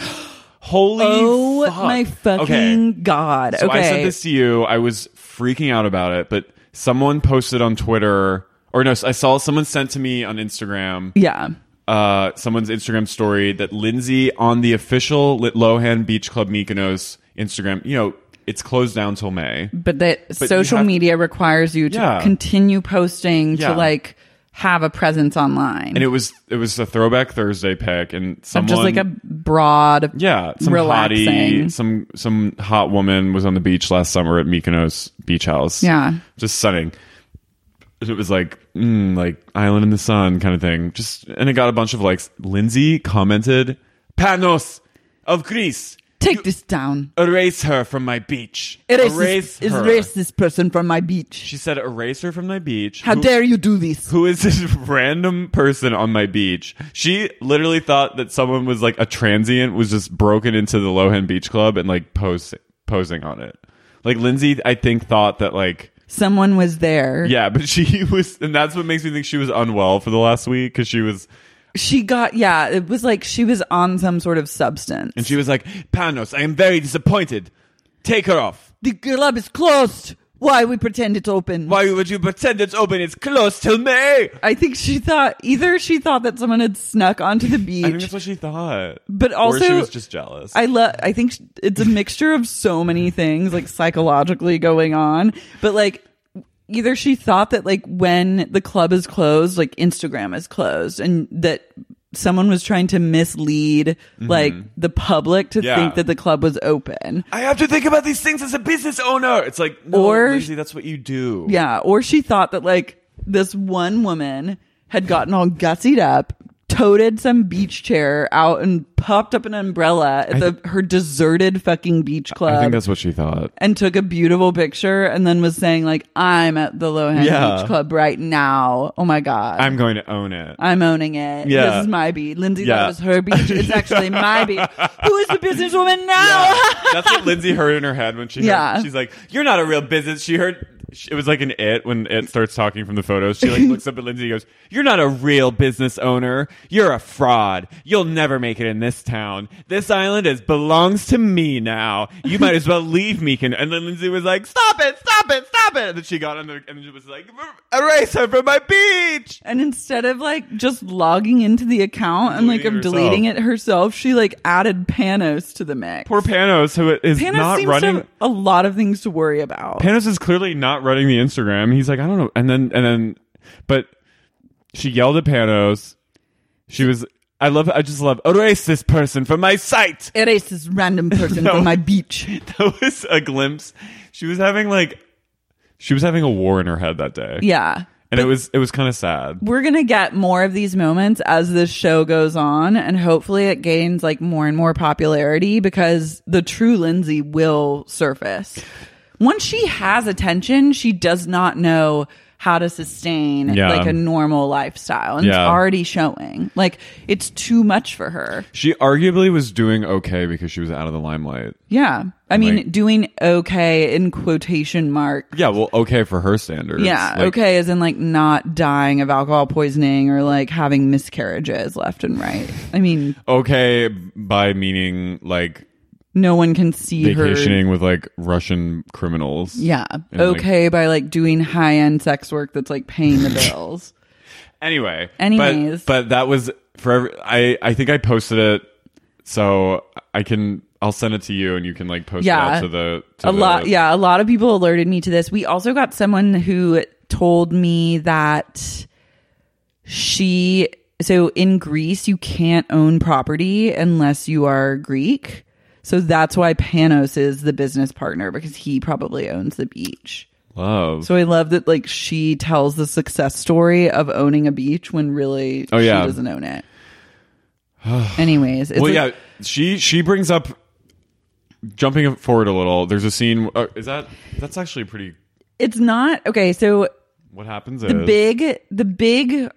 B: Holy
D: Oh
B: fuck.
D: my fucking god.
B: So
D: okay.
B: I sent this to you. I was freaking out about it, but someone posted on Twitter, or no, I saw someone sent to me on Instagram,
D: yeah.
B: uh, someone's Instagram story that Lindsay on the official Lit Lohan Beach Club Mykonos Instagram, you know, it's closed down till May.
D: But that
B: you
D: social
B: have-
D: media requires you to
B: Yeah.
D: continue posting
B: Yeah.
D: to like have a presence online.
B: And it was it was a throwback Thursday pick, and
D: of
B: someone
D: just like a broad
B: Yeah, some
D: relaxing.
B: hottie, some some hot woman was on the beach last summer at Mykonos Beach House.
D: Yeah.
B: just stunning. It was like mm, like island in the sun kind of thing. Just and it got a bunch of likes. Lindsay commented, "Panos of Greece,
D: Take this down.
B: erase her from my beach.
D: Erase, this,
B: her."
D: erase this person from my beach.
B: She said, "Erase her from my beach."
D: How
B: Who-
D: dare you do this?
B: who is this random person on my beach? She literally thought that someone was like a transient was just broken into the Lohan Beach Club and like pose, posing on it. Like Lindsay, I think thought that like
D: Someone was there.
B: yeah, but she was, and that's what makes me think she was unwell for the last week because she was.
D: She got yeah, it was like she was on some sort of substance.
B: And she was like, Panos, I am very disappointed. Take her off.
D: the club is closed. Why we pretend it's open?
B: Why would you pretend it's open? It's closed till May.
D: I think she thought either she thought that someone had snuck onto the beach.
B: I think that's what she thought.
D: But
B: or she
D: also-
B: was just jealous.
D: I love. I think sh- it's a mixture of so many things, like psychologically going on. But like, either she thought that like when the club is closed, like Instagram is closed, and that someone was trying to mislead like the public to
B: Mm-hmm. Yeah.
D: think that the club was open.
B: I have to think about these things as a business owner. It's like, no,
D: Or-
B: Lindsay, that's what you do.
D: Yeah, or she thought that like this one woman had gotten all gussied up, toted some beach chair out, and popped up an umbrella at the her deserted fucking beach club.
B: I think that's what she thought.
D: and took a beautiful picture and then was saying like I'm at the Lohan
B: Yeah.
D: Beach Club right now. Oh my god.
B: I'm going to own it.
D: I'm owning it.
B: Yeah.
D: This is my beach. Lindsay
B: Yeah.
D: thought it was her beach. It's actually my beach. Who is the businesswoman now?
B: That's what Lindsay heard in her head when she heard,
D: Yeah.
B: she's like, "You're not a real business." She heard it was like an it when it starts talking from the photos. She like looks up at Lindsay and goes, "You're not a real business owner. You're a fraud. You'll never make it in this town. This island is belongs to me now. You might as well leave me." Can-. And then Lindsay was like, "Stop it! Stop it! Stop it!" And then she got on the and she was like, "Erase her from my beach."
D: And instead of like just logging into the account and like
B: Deleting
D: of
B: it
D: deleting
B: herself.
D: it herself, she like added Panos to the mix.
B: Poor Panos, who is
D: Panos
B: not
D: seems
B: running.
D: to have a lot of things to worry about.
B: Panos is clearly not running the Instagram. He's like, I don't know. And then, and then, but she yelled at Panos. She was, I love, I just love, erase this person from my site.
D: Erase this random person
B: No.
D: from my beach.
B: That was a glimpse. She was having like, she was having a war in her head that day.
D: Yeah.
B: And it was, it was kind of sad.
D: we're gonna get more of these moments as this show goes on and hopefully it gains like more and more popularity because the true lindsay will surface once she has attention she does not know how to sustain
B: Yeah.
D: like a normal lifestyle and
B: Yeah.
D: it's already showing like it's too much for her
B: She arguably was doing okay because she was out of the limelight.
D: yeah i mean
B: Like-
D: doing okay in quotation marks
B: Yeah, well, okay for her standards.
D: yeah
B: Like,
D: okay as in like not dying of alcohol poisoning or like having miscarriages left and right i mean
B: Okay by meaning like
D: no one can see her.
B: vacationing with like Russian criminals.
D: Yeah.
B: And, like-
D: okay, by like doing high end sex work that's like paying the bills.
B: Anyway,
D: Anyways.
B: but, but that was for every, I. I think I posted it, so I can. I'll send it to you, and you can like post it
D: Yeah.
B: out to the to
D: a
B: the-
D: lot yeah, a lot of people alerted me to this. We also got someone who told me that she so in Greece you can't own property unless you are Greek. So that's why Panos is the business partner because he probably owns the beach.
B: love.
D: So I love that like she tells the success story of owning a beach when really
B: Oh, yeah.
D: she doesn't own it. Anyways, it's
B: well,
D: like-
B: yeah, she she brings up jumping forward a little. There's a scene. Uh, is that that's actually pretty.
D: it's not okay. So
B: What happens is
D: the big, the big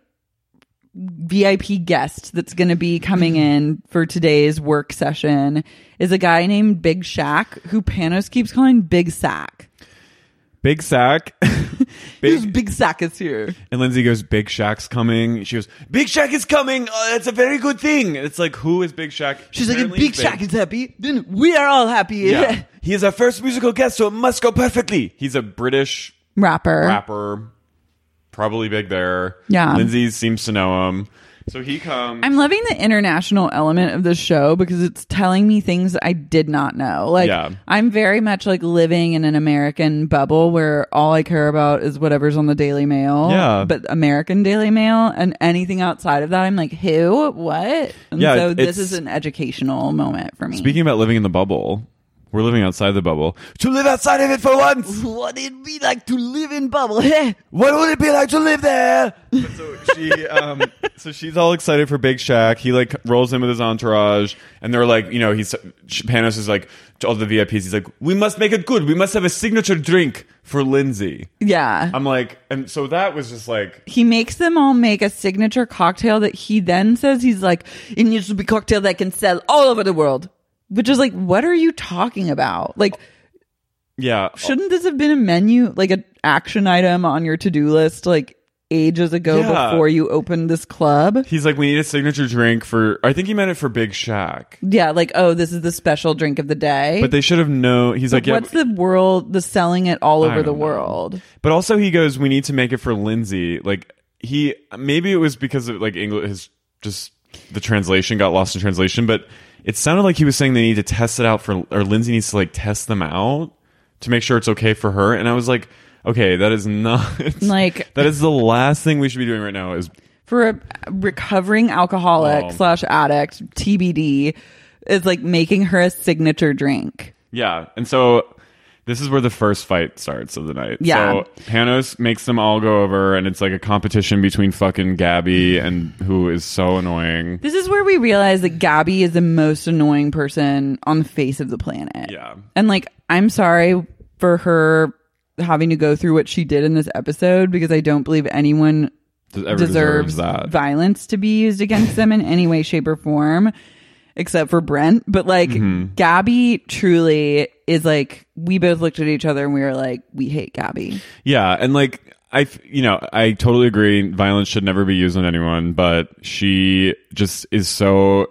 D: VIP guest that's going to be coming in for today's work session is a guy named Big Shack, who Panos keeps calling Big Sack.
B: big sack.
D: Who's
B: big,
D: Big Sack is here.
B: and Lindsay goes, "Big Shack's coming." She goes, "Big Shack is coming. Uh, that's a very good thing." It's like, who is Big Shack?
D: She's like, if
B: Apparently
D: Big Shack is happy, then we are all happy.
B: Yeah. he is our first musical guest, so it must go perfectly. He's a British
D: Rapper.
B: rapper, probably big there.
D: Yeah.
B: Lindsay seems to know him. So he comes.
D: I'm loving the international element of the show because it's telling me things that I did not know. Like
B: Yeah.
D: I'm very much like living in an American bubble where all I care about is whatever's on the Daily Mail.
B: Yeah.
D: But American Daily Mail and anything outside of that, I'm like, who? What? And
B: Yeah,
D: so
B: it's-
D: this is an educational moment for me.
B: Speaking about living in the bubble, we're living outside the bubble. To live outside of it for once.
D: what it'd be like to live in bubble. eh? Heh.
B: What would it be like to live there? so she, um, so she's all excited for Big Shack. He like rolls in with his entourage, and they're like, you know, he's Panos is like to all the VIPs. He's like, we must make it good. We must have a signature drink for Lindsay.
D: yeah.
B: I'm like, and so that was just like,
D: he makes them all make a signature cocktail that he then says he's like it needs to be a cocktail that can sell all over the world which is like what are you talking about like
B: yeah,
D: shouldn't this have been a menu like an action item on your to-do list like ages ago
B: Yeah.
D: before you opened this club.
B: He's like, we need a signature drink for. I think he meant it for Big Shack,
D: Yeah, like, oh, this is the special drink of the day.
B: but they should have known. He's like, yeah.
D: what's the world, the selling it all
B: I
D: over the
B: don't know.
D: world?
B: But also, he goes, "We need to make it for Lindsay." Like he, maybe it was because of like English, his just the translation got lost in translation. But it sounded like he was saying they need to test it out for, or Lindsay needs to like test them out to make sure it's okay for her. And I was like, okay, that is not
D: Like-
B: that is the last thing we should be doing right now. Is
D: for a recovering alcoholic
B: Oh.
D: slash addict TBD is like making her a signature drink.
B: yeah, and so. This is where the first fight starts of the night.
D: Yeah.
B: So Panos makes them all go over, and it's like a competition between fucking Gabby and who is so annoying.
D: This is where we realize that Gabby is the most annoying person on the face of the planet.
B: Yeah.
D: And like, I'm sorry for her having to go through what she did in this episode because I don't believe anyone
B: Ever
D: deserves violence to be used against them in any way, shape, or form, except for Brent. But like
B: Mm-hmm.
D: Gabby truly is like we both looked at each other and we were like, we hate Gabby.
B: Yeah, and like I, you know, I totally agree. Violence should never be used on anyone, but she just is so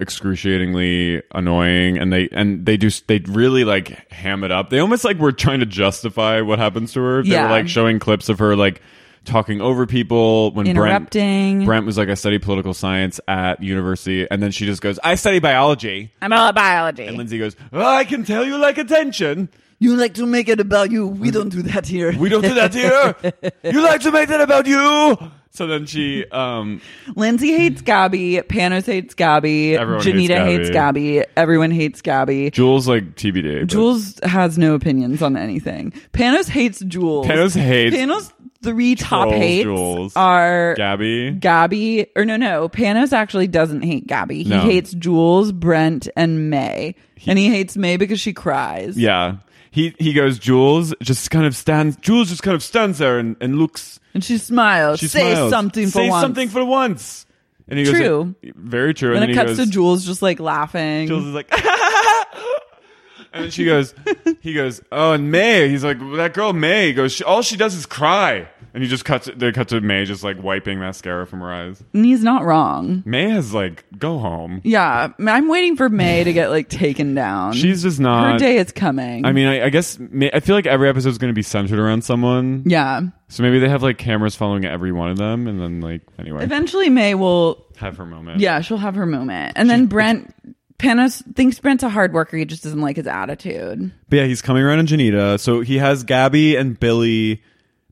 B: excruciatingly annoying, and they and they do they really like ham it up. They almost like were trying to justify what happens to her. They
D: Yeah.
B: were like showing clips of her like talking over people when
D: Interrupting.
B: Brent, Brent was like, I study political science at university, and then she just goes, I study biology,
D: I'm all biology.
B: and Lindsay goes, oh, I can tell you like attention.
C: You like to make it about you. We don't do that here.
B: We don't do that here. you like to make that about you. So then she, um,
D: Lindsay hates Gabby. Panos hates Gabby.
B: Everyone hates
D: Janita
B: Gabby.
D: hates Gabby. Everyone hates Gabby.
B: Jules like TBD. but-
D: Jules has no opinions on anything. Panos hates Jules.
B: Panos hates-
D: Panos. Three top
B: Trolls
D: hates
B: Jules.
D: are
B: Gabby.
D: Gabby, or no, no, Panos actually doesn't hate Gabby. He
B: No.
D: hates Jules, Brent, and May. and he hates May because she cries.
B: yeah, he he goes. Jules just kind of stands. Jules just kind of stands there and, and looks.
D: And she smiles.
B: She
D: Say
B: smiles.
D: something for
B: Say
D: once.
B: something for once. And he goes,
D: True.
B: very true.
D: Then
B: and
D: it
B: then
D: cuts
B: he
D: to
B: goes,
D: Jules just like laughing.
B: Jules is like, and then she goes, he goes, oh, and May. He's like, well, that girl May He goes. She, all she does is cry. And he just cuts. They cut to May just like wiping mascara from her eyes.
D: and he's not wrong.
B: May has like go home.
D: Yeah. I'm waiting for May to get like taken down.
B: She's just
D: Her
B: not.
D: day is coming.
B: I mean, I, I guess May, I feel like every episode is going to be centered around someone.
D: yeah.
B: So maybe they have like cameras following every one of them, and then like anyway,
D: Eventually, May will,
B: have her moment.
D: yeah, she'll have her moment. And then Brent, Panos thinks Brent's a hard worker. He just doesn't like his attitude.
B: but yeah, he's coming around in Janita. So he has Gabby and Billy.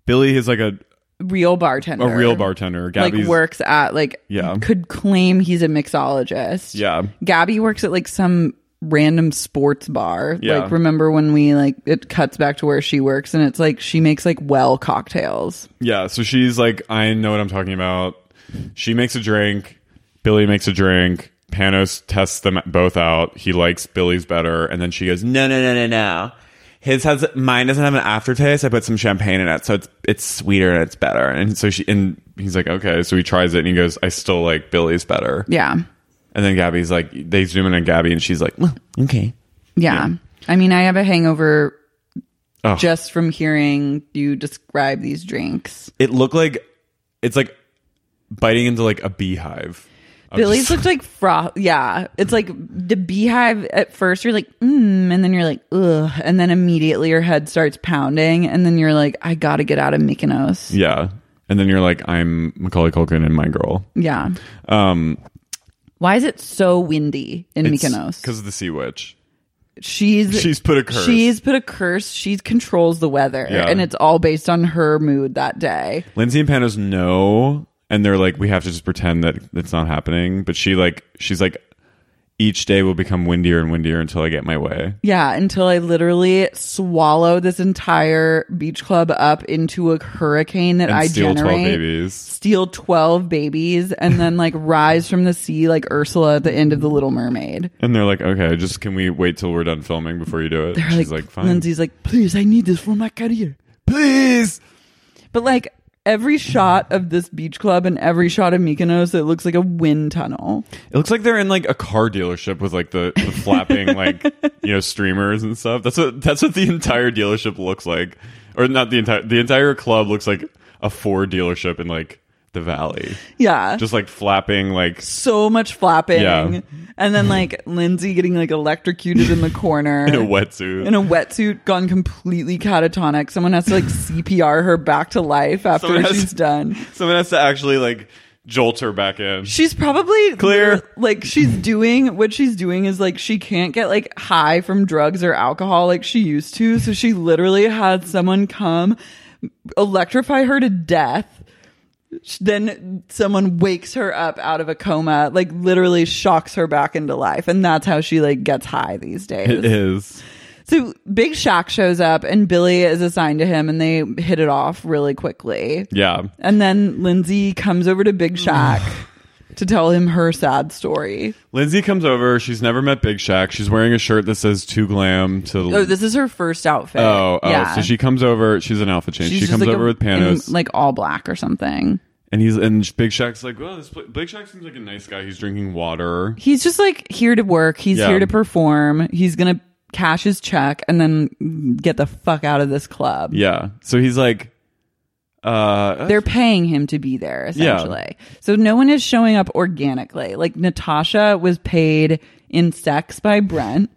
B: Billy is like a
D: Real bartender.
B: a real bartender. Gabby's
D: like works at like
B: Yeah.
D: could claim he's a mixologist.
B: Yeah.
D: Gabby works at like some random sports bar.
B: Yeah.
D: Like remember when we like it cuts back to where she works and it's like she makes like well cocktails.
B: Yeah, so she's like, I know what I'm talking about. She makes a drink. Billy makes a drink. Panos tests them both out. He likes Billy's better, and then she goes, No, no, no, no, no. His has mine doesn't have an aftertaste. I put some champagne in it, so it's it's sweeter and it's better. And so she and he's like, okay. So he tries it, and he goes, I still like Billy's better.
D: Yeah.
B: And then Gabby's like, they zoom in on Gabby, and she's like, well, okay.
D: Yeah. I mean, I have a hangover
B: Oh.
D: just from hearing you describe these drinks.
B: It looked like it's like biting into like a beehive. I'm
D: Billy's
B: just-
D: looked like froth. Yeah. It's like the beehive at first, you're like, mm, and then you're like, ugh. And then immediately your head starts pounding. And then you're like, I got to get out of Mykonos.
B: Yeah. And then you're like, I'm Macaulay Culkin and my girl.
D: Yeah.
B: Um,
D: Why is it so windy in Mykonos?
B: Because of the Sea Witch.
D: she's
B: she's put a curse.
D: She's put a curse. She controls the weather,
B: Yeah.
D: and it's all based on her mood that day.
B: Lindsay and Panos know, and they're like, we have to just pretend that it's not happening. But she like, she's like, each day will become windier and windier until I get my way.
D: Yeah, until I literally swallow this entire beach club up into a hurricane that
B: And
D: I
B: steal 12
D: generate.
B: babies.
D: Steal twelve babies, and then like rise from the sea like Ursula at the end of the Little Mermaid.
B: And they're like, okay, just can we wait till we're done filming before you do it?
D: They're
B: she's like, fine.
D: Lindsay's like, please, I need this for my career.
B: please.
D: But like every shot of this beach club and every shot of Mykonos, it looks like a wind tunnel.
B: It looks like they're in like a car dealership with like the, the flapping like you know streamers and stuff. That's what that's what the entire dealership looks like, or not the entire the entire club looks like a Ford dealership in like the valley.
D: Yeah.
B: Just like flapping, like
D: so much flapping.
B: Yeah.
D: And then like Lindsay getting like electrocuted in the corner.
B: in a wetsuit.
D: In a wetsuit, gone completely catatonic. Someone has to like CPR her back to life after
B: Someone has-
D: she's done.
B: Someone has to actually like jolt her back in.
D: She's probably
B: Clear.
D: Like she's doing what she's doing is like she can't get like high from drugs or alcohol like she used to. So she literally had someone come electrify her to death. Sh- Then someone wakes her up out of a coma, like literally shocks her back into life, and that's how she like gets high these
B: It
D: days.
B: is.
D: So Big Shock shows up, and Billy is assigned to him, and they hit it off really quickly.
B: Yeah.
D: And then Lindsay comes over to Big Shack to tell him her sad story.
B: Lindsay comes over. She's never met Big Shack. She's wearing a shirt that says "Too Glam." To
D: Oh, this is her first outfit.
B: oh, oh. So she comes over. She's an alpha chain. she
D: just
B: comes
D: like
B: over
D: a-
B: with Panos,
D: in, like all black or something.
B: and he's and Big Shack's like, "Well, this pla- Big Shack seems like a nice guy. He's drinking water."
D: He's just like here to work. He's
B: Yeah.
D: here to perform. He's gonna cash his check and then get the fuck out of this club.
B: Yeah. So he's like, uh,
D: They're paying him to be there essentially. So no one is showing up organically. Like Natasha was paid in sex by Brent.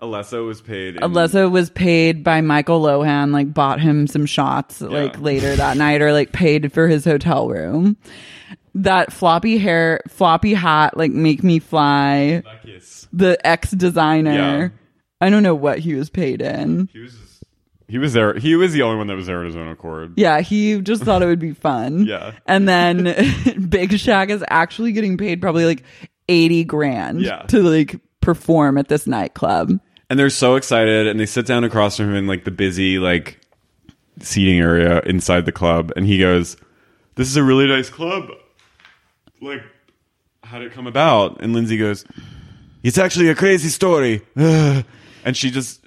B: Alessa was paid. in-
D: Alessa was paid by Michael Lohan, like bought him some shots like later that night or like paid for his hotel room. That floppy hair, floppy hat, like make me fly.
B: Yes.
D: The ex designer. I don't know what he was paid in.
B: He was. Just, he was there. He was the only one that was there at his own accord.
D: Yeah, he just thought it would be fun.
B: Yeah.
D: And then Big Shag is actually getting paid probably like 80 grand
B: Yeah.
D: to like perform at this nightclub.
B: and they're so excited and they sit down across from him in like the busy like seating area inside the club and he goes this is a really nice club like how'd it come about and lindsay goes it's actually a crazy story Ugh." and she just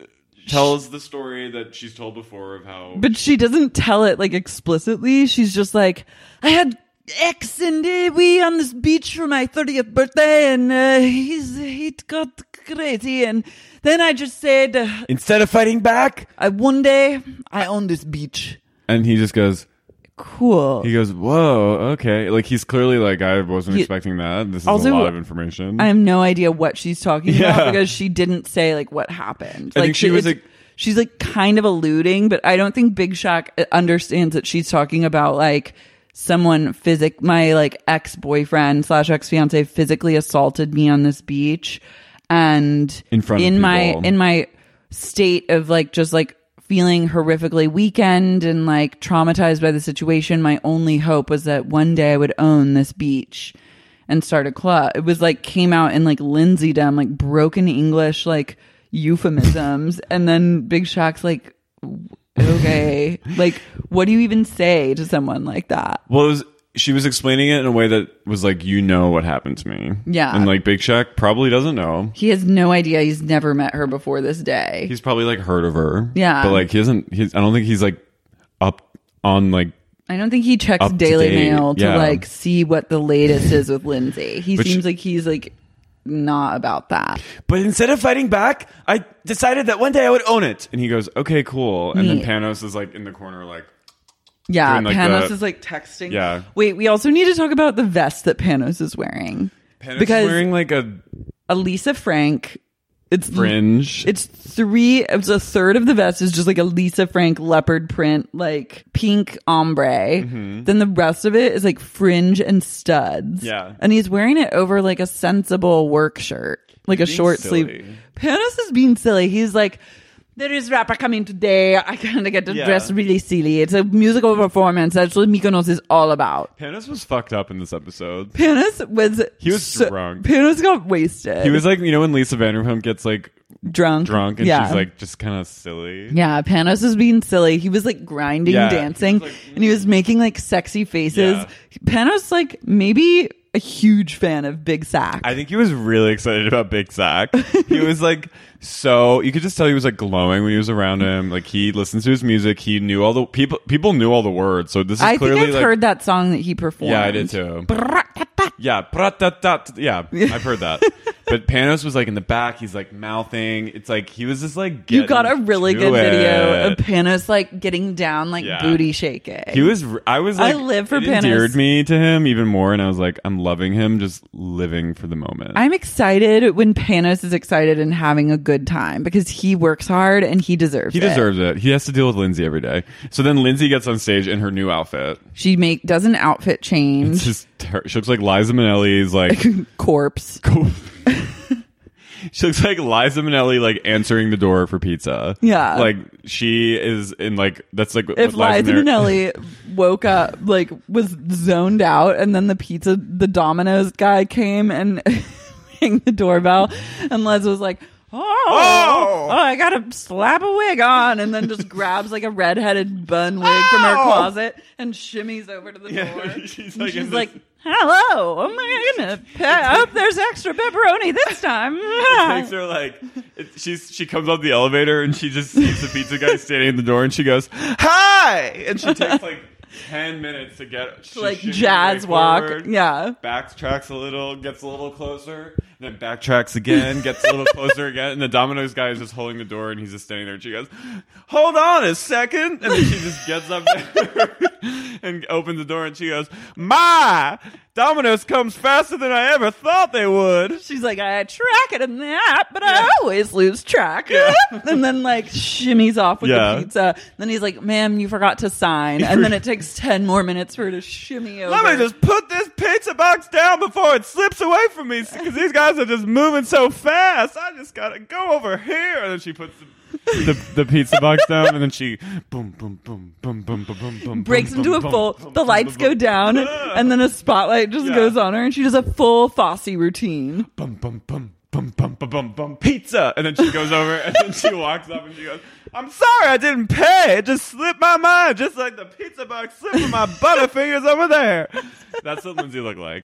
B: tells the story that she's told before of how
D: But she doesn't tell it like explicitly. She's just like, I had X and uh, we on this beach for my 30th birthday, and uh, he's he got crazy, and then I just said, uh,
B: instead of fighting back
D: I one day I own this beach.
B: and he just goes
D: Cool.
B: he goes whoa okay like he's clearly like i wasn't
D: He-
B: expecting that this is a
D: Also,
B: lot of information
D: I have no idea what she's talking
B: Yeah.
D: about because she didn't say like what happened.
B: I
D: like
B: think she was,
D: it's-
B: like-
D: she's like kind of alluding, but I don't think Big Shock uh, understands that she's talking about like someone physic my like ex boyfriend slash ex fiance physically assaulted me on this beach, and
B: In front of
D: in my
B: people.
D: in my state of like just like feeling horrifically weakened and like traumatized by the situation my only hope was that one day i would own this beach and start a club it was like came out in like lindsay dumb like broken english like euphemisms and then big shock's like okay like what do you even say to someone like that
B: Well, it was, she was explaining it in a way that was like, you know what happened to me.
D: Yeah.
B: And like Big Shack probably doesn't know.
D: he has no idea he's never met her before this day
B: He's probably like heard of her.
D: Yeah.
B: But like he doesn't, he's, I don't think he's like up on like,
D: I don't think he checks
B: Up to
D: Daily
B: date,
D: Mail to
B: yeah.
D: like see what the latest is with Lindsay. He
B: But
D: seems
B: she-
D: like he's like not about that.
B: but instead of fighting back, I decided that one day I would own it. And he goes, okay, cool. And
D: Neat.
B: then Panos is like in the corner, like,
D: Yeah,
B: Doing, like,
D: Panos
B: the-
D: is like texting.
B: Yeah.
D: Wait, we also need to talk about the vest that Panos is wearing
B: Panos
D: because
B: is wearing like a
D: Elisa Frank. It's
B: fringe.
D: It's three. It's a third of the vest is just like a Lisa Frank leopard print, like pink ombre.
B: Mm-hmm.
D: Then the rest of it is like fringe and studs.
B: Yeah.
D: and he's wearing it over like a sensible work shirt, like a
B: being
D: short
B: silly.
D: sleeve. Panos is being silly. He's like. There is rapper coming today. I kind of get to
B: Yeah.
D: dress really silly. It's a musical performance. That's what Mykonos is all about.
B: Panos was fucked up in this episode.
D: Panos was
B: He was
D: so-
B: drunk.
D: Panos got wasted.
B: He was like, you know, when Lisa Vanderpump gets like
D: drunk.
B: drunk and
D: Yeah.
B: she's like just kind of silly.
D: Yeah, Panos was being silly. He was like grinding,
B: Yeah.
D: dancing,
B: He was, like,
D: and he was making like sexy faces.
B: Yeah.
D: Panos like maybe a huge fan of Big Sack.
B: I think he was really excited about Big Zach. He was like so you could just tell he was like glowing when he was around him. Like he listens to his music. He knew all the people people knew all the words. So this is
D: I think
B: clearly
D: I've
B: like
D: heard that song that he performed.
B: Yeah, I did too. yeah, pra-ta-ta-ta- yeah, I've heard that. But Panos was like in the back. He's like mouthing. It's like he was just like.
D: You got a
B: getting
D: really
B: to
D: good video
B: it.
D: of Panos like getting down, like
B: Yeah.
D: booty shaking.
B: He was. I was.
D: I
B: Like,
D: live for
B: it
D: Panos.
B: endeared me to him even more, and I was like, I'm loving him, just living for the moment.
D: I'm excited when Panos is excited and having a good time because he works hard and he deserves
B: he
D: it.
B: deserves it. He has to deal with Lindsay every day. So then Lindsay gets on stage in her new outfit.
D: She make does an outfit
B: It's
D: change.
B: just ter- she looks like Liza Minnelli's like
D: Corpse.
B: She looks like Liza Minnelli, like answering the door for pizza.
D: Yeah.
B: like she is in like that's like
D: If
B: what
D: Liza
B: Min-
D: Minnelli woke up, like was zoned out, and then the pizza, the Domino's guy came and rang the doorbell, and Les was like, "Oh, oh, I gotta slap a wig on," and then just grabs like a redheaded bun wig from her closet and shimmies over to the door.
B: Oh! she's
D: And
B: like in
D: she's
B: this-
D: like, "Hello, oh my goodness, I hope there's extra pepperoni this time."
B: takes her like it, she's she comes up the elevator and she just sees the pizza guy standing in the door and she goes hi, and she takes like. Ten minutes to get she
D: like
B: shimmies
D: jazz
B: way
D: walk,
B: forward,
D: yeah.
B: Backtracks a little, gets a little closer, then backtracks again, gets a little closer again, and the Domino's guy is just holding the door and he's just standing there. And she goes, "Hold on a second. and then she just gets up there and opens the door and she goes, "My Domino's comes faster than I ever thought they would."
D: She's like, I track it in the app, but I always lose track. and then like shimmies off with
B: Yeah.
D: the pizza. Then he's like, ma'am, you forgot to sign. And then it takes 10 more minutes for her to shimmy over.
B: Let me just put this pizza box down before it slips away from me because these guys are just moving so fast. I just gotta go over here. And then she puts the, the, the pizza box down and then she boom, boom, boom, boom, boom, boom, boom, boom.
D: breaks
B: boom,
D: into a
B: boom,
D: full,
B: boom,
D: the
B: boom,
D: lights
B: boom,
D: go
B: boom.
D: down and then a spotlight just
B: Yeah.
D: goes on her and she does a full Fosse routine.
B: Bum, bum, bum, bum, bum, bum, bum, bum, pizza. And then she goes over and then she walks up and she goes, I'm sorry I didn't pay. It just slipped my mind, just like the pizza box slipped my butterfingers over there. That's what Lindsay looked like.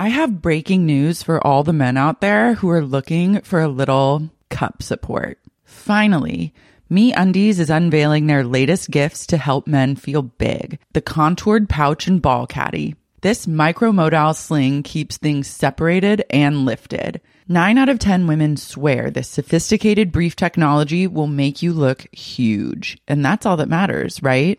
D: I have breaking news for all the men out there who are looking for a little cup support. Finally, Me Undies is unveiling their latest gifts to help men feel big the contoured pouch and ball caddy. This micromodal sling keeps things separated and lifted. Nine out of 10 women swear this sophisticated brief technology will make you look huge. And that's all that matters, right?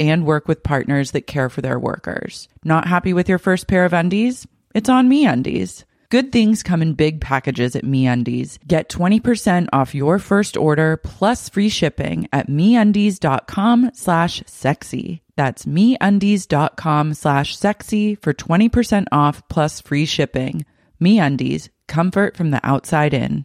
D: and work with partners that care for their workers. Not happy with your first pair of undies? It's on me undies. Good things come in big packages at MeUndies. Get 20% off your first order plus free shipping at MeUndies.com slash sexy. That's MeUndies.com slash sexy for 20% off plus free shipping. MeUndies, comfort from the outside in.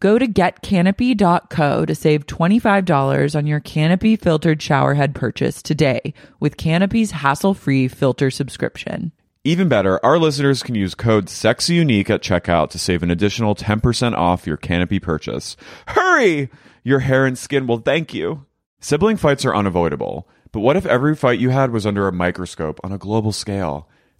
D: Go to getcanopy.co to save $25 on your Canopy filtered shower head purchase today with Canopy's hassle free filter subscription.
B: Even better, our listeners can use code SEXYUNIQUE at checkout to save an additional 10% off your Canopy purchase. Hurry! Your hair and skin will thank you. Sibling fights are unavoidable, but what if every fight you had was under a microscope on a global scale?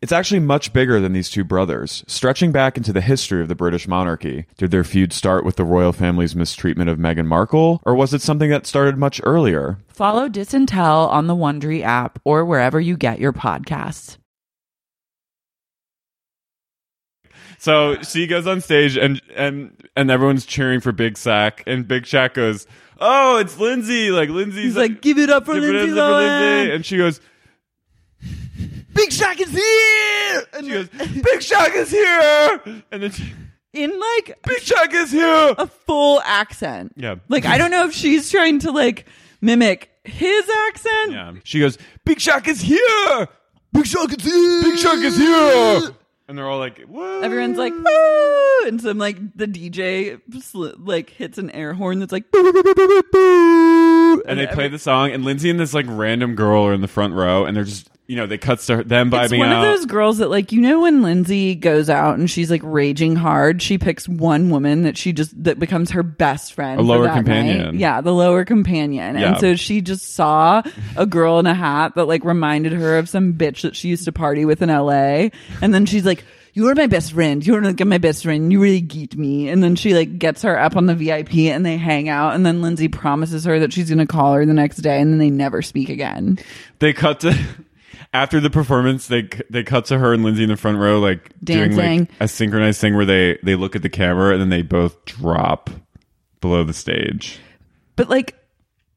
B: It's actually much bigger than these two brothers, stretching back into the history of the British monarchy. Did their feud start with the royal family's mistreatment of Meghan Markle, or was it something that started much earlier?
D: Follow Disintel on the Wondery app or wherever you get your podcasts.
B: So she goes on stage and and and everyone's cheering for Big Sack, and Big Sack goes, "Oh, it's Lindsay!" Like Lindsay's
D: He's like, "Give it up for
B: "Give it up
D: Lindsay
B: for
D: Lohan!"
B: Lindsay," and she goes,
D: Big Shock is here!
B: and she goes, "Big Shock is here!" And then she,
D: In like
B: Big Shock is here.
D: a full accent.
B: Yeah.
D: Like I don't know if she's trying to like mimic his accent.
B: Yeah. She goes, "Big Shock is here!
D: Big Shock is here.
B: Big Shock is here!" And they're all like, "What?"
D: Everyone's like, "Woo!" and so like the DJ sl- like hits an air horn that's like, "Boo, boo, boo, boo, boo, boo,"
B: and they play the song, and Lindsay and this like random girl are in the front row, and they're just you know they cuts to them vibing
D: It's one
B: out.
D: of those girls that like you know when Lindsay goes out and she's like raging hard, she picks one woman that she just that becomes her best friend,
B: A
D: for
B: lower
D: that
B: companion.
D: night. yeah, the lower companion,
B: Yeah.
D: and so she just saw a girl in a hat that like reminded her of some bitch that she used to party with in L.A., and then she's like. You're my best friend. You're like my best friend. You really geeked me. And then she like gets her up on the VIP and they hang out. And then Lindsay promises her that she's going to call her the next day. And then they never speak again.
B: they cut to after the performance they they cut to her and lindsay in the front row like doing
D: Dancing.
B: like a synchronized thing where they they look at the camera and then they both drop below the stage
D: But like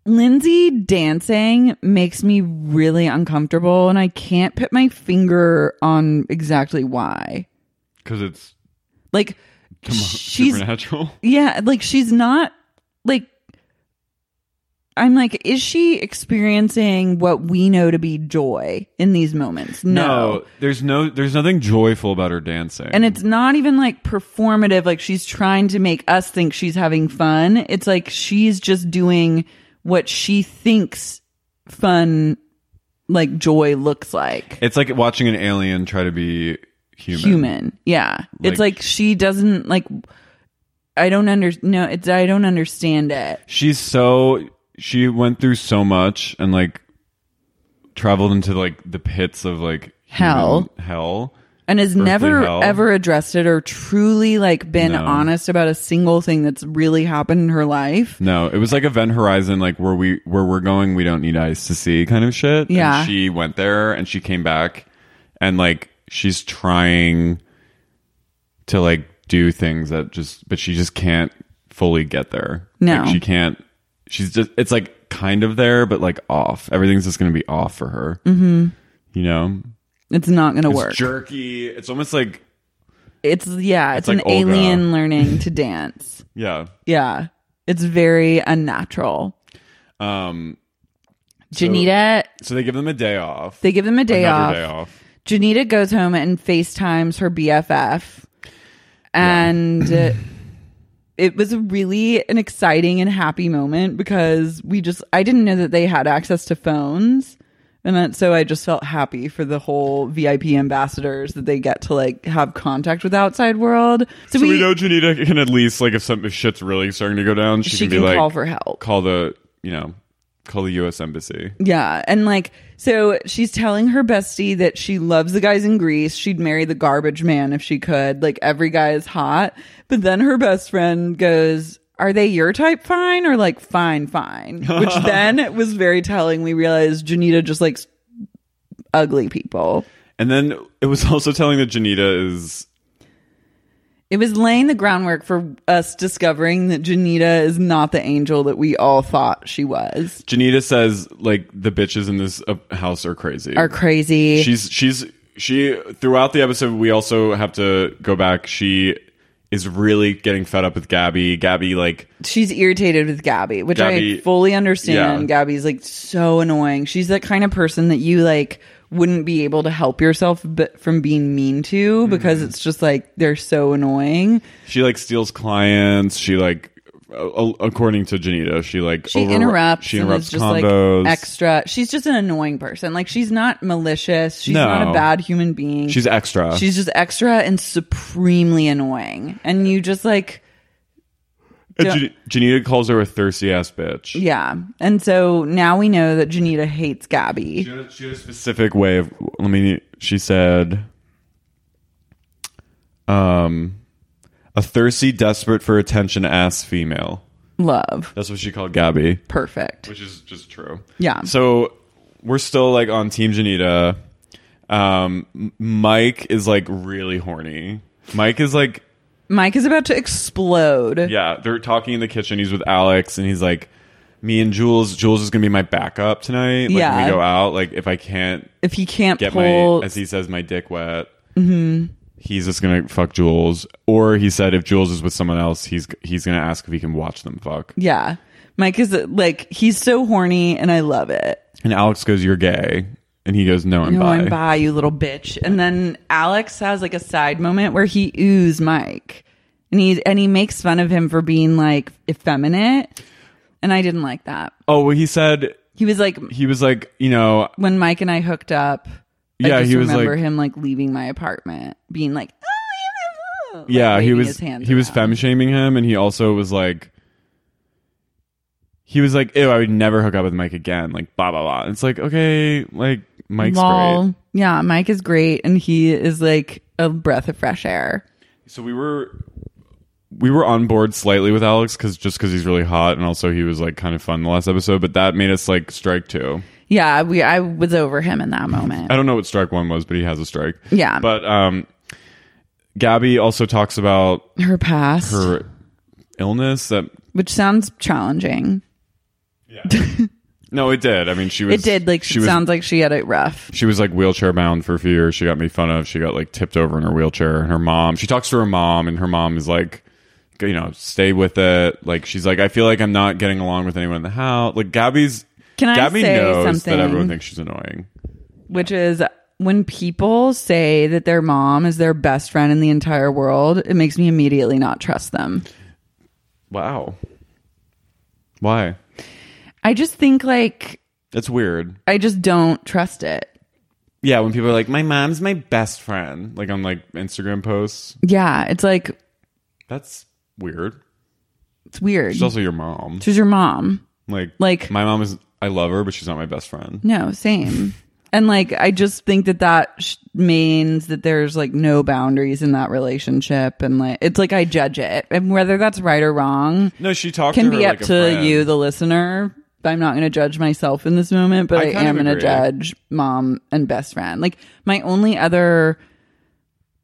D: Lindsay dancing makes me really uncomfortable and I can't put my finger on exactly why.
B: because it's
D: Like she's
B: supernatural
D: yeah, like she's not like I'm like is she experiencing what we know to be joy in these moments?
B: there's no there's nothing joyful about her dancing
D: And it's not even like performative, like she's trying to make us think she's having fun. It's like she's just doing what she thinks fun, like joy looks like.
B: it's like watching an alien try to be human
D: Yeah.
B: Like-
D: it's like she doesn't like, I don't under, no, it's, I don't understand it.
B: she's so she went through so much and like traveled into like the pits of like
D: Hell.
B: human hell
D: And has
B: Earthly
D: never
B: hell.
D: ever addressed it or truly like been
B: No.
D: honest about a single thing that's really happened in her life.
B: No, it was like Event Horizon, like where we where we're going, we don't need eyes to see kind of shit. And
D: Yeah.
B: she went there and she came back and like she's trying to like do things that just but she just can't fully get there.
D: No.
B: Like, she can't she's just it's like kind of there, but like off. Everything's just gonna be off for her. Mm-hmm. You know?
D: It's not going to
B: It's
D: work.
B: jerky. It's almost like
D: It's yeah, it's,
B: It's like
D: an
B: Olga.
D: alien learning to dance.
B: yeah.
D: Yeah. It's very unnatural.
B: Um
D: Janita
B: so they give them a day off.
D: they give them a day
B: Another
D: off.
B: day off.
D: Janita goes home and FaceTimes her BFF. And uh, it was really an exciting and happy moment because we just I didn't know that they had access to phones. And that, so I just felt happy for the whole VIP ambassadors that they get to like have contact with the outside world.
B: So, we, know Janita can at least like if some if shit's really starting to go down, she,
D: She
B: can, be
D: can
B: like
D: call for help.
B: Call the you know call the U.S. embassy.
D: Yeah. And like, so she's telling her bestie that she loves the guys in Greece. She'd marry the garbage man if she could. Like, every guy is hot. But then her best friend goes, Are they your type fine or like fine, fine? Which then was very telling. We realized Janita just likes ugly people.
B: And then it was also telling that Janita is
D: It was laying the groundwork for us discovering that Janita is not the angel that we all thought she was.
B: Janita says like the bitches in this uh, house are crazy.
D: Are crazy.
B: She's she's she throughout the episode. We also have to go back. She is really getting fed up with Gabby. Gabby like
D: she's irritated with Gabby, which
B: Gabby-
D: I fully understand.
B: yeah.
D: Gabby's like so annoying. She's that kind of person that you like wouldn't be able to help yourself but from being mean to
B: Mm-hmm.
D: because it's just like they're so annoying.
B: she like steals clients. She like a- a- according to Janita, she like
D: She
B: over-
D: interrupts.
B: She
D: and
B: interrupts
D: is just
B: convos.
D: like extra. She's just an annoying person. Like she's not malicious. She's not
B: No.
D: a bad human being.
B: She's extra.
D: She's just extra and supremely annoying. And you just like
B: And Jan- Janita calls her a thirsty ass bitch.
D: yeah. And so now we know that Janita hates Gabby.
B: She had, a- she had a specific way of. Let me. She said, "Um, a thirsty, desperate for attention ass female."
D: Love.
B: That's what she called Gabby,
D: Perfect.
B: which is just true.
D: Yeah.
B: So we're still like on Team Janita. Um, M- Mike is like really horny. Mike is like,
D: Mike is about to explode.
B: yeah, they're talking in the kitchen. He's with Alex, and he's like, "Me and Jules. Jules is gonna be my backup tonight. Like, when
D: Yeah.
B: we go out. Like, if I can't
D: If he can't
B: get
D: pull, Mm-hmm.
B: my as he says my dick wet he's just gonna fuck jules or he said if jules is with someone else he's he's gonna ask if he can watch them fuck
D: yeah, Mike is like he's so horny, and I love it.
B: and alex goes you're gay and he goes no i'm
D: No,
B: bi
D: I'm by you, little bitch. And then Alex has like a side moment where he oohs Mike, and he and he makes fun of him for being like effeminate, and I didn't like that.
B: oh well he said
D: He was like
B: he was like you know
D: when Mike and I hooked up.
B: Yeah,
D: I just
B: he was,
D: remember
B: like-
D: him like leaving my apartment, being like, "Oh, leave him alone," like,
B: yeah he
D: waving
B: was
D: his
B: he
D: hands
B: was
D: around.
B: femme shaming him and he also was like he was like ew i would never hook up with mike again like blah blah blah And it's like okay like mike's
D: Lol.
B: great
D: Yeah, Mike is great, and he is like a breath of fresh air.
B: So we were we were on board slightly with Alex because just because he's really hot and also he was like kind of fun the last episode, but that made us like strike two.
D: Yeah, we I was over him in that moment.
B: I don't know what strike one was, but he has a strike.
D: Yeah.
B: But um, Gabby also talks about
D: Her past,
B: her illness. That
D: which sounds challenging.
B: no, it did. I mean, she was.
D: It did like
B: she
D: she
B: was.
D: sounds like she had it rough.
B: she was like wheelchair bound for a few years. She got made fun of. She got like tipped over in her wheelchair. And her mom, she talks to her mom, and her mom is like, you know, stay with it. Like she's like, I feel like I'm not getting along with anyone in the house. Like Gabby's.
D: Can I
B: Gabby
D: say
B: knows
D: something?
B: that everyone thinks she's annoying.
D: Which is when people say that their mom is their best friend in the entire world, it makes me immediately not trust them.
B: Wow. Why?
D: I just think like
B: That's weird.
D: I just don't trust it.
B: Yeah, when people are like, my mom's my best friend, like on like Instagram posts,
D: Yeah, it's like
B: that's weird.
D: it's weird.
B: She's also your mom.
D: She's your mom.
B: Like,
D: Like-
B: my mom is. I love her, but she's not my best friend.
D: No, same. and like, I just think that that sh- means that there's like no boundaries in that relationship, and like, it's like I judge it, and whether that's right or wrong
B: No, she talked
D: can
B: to her
D: be up
B: like a
D: to
B: friend.
D: you, the listener. I'm not going to judge myself in this moment, but
B: I
D: I,
B: kind
D: am
B: of
D: going to
B: agree.
D: judge mom and best friend. Like, my only other.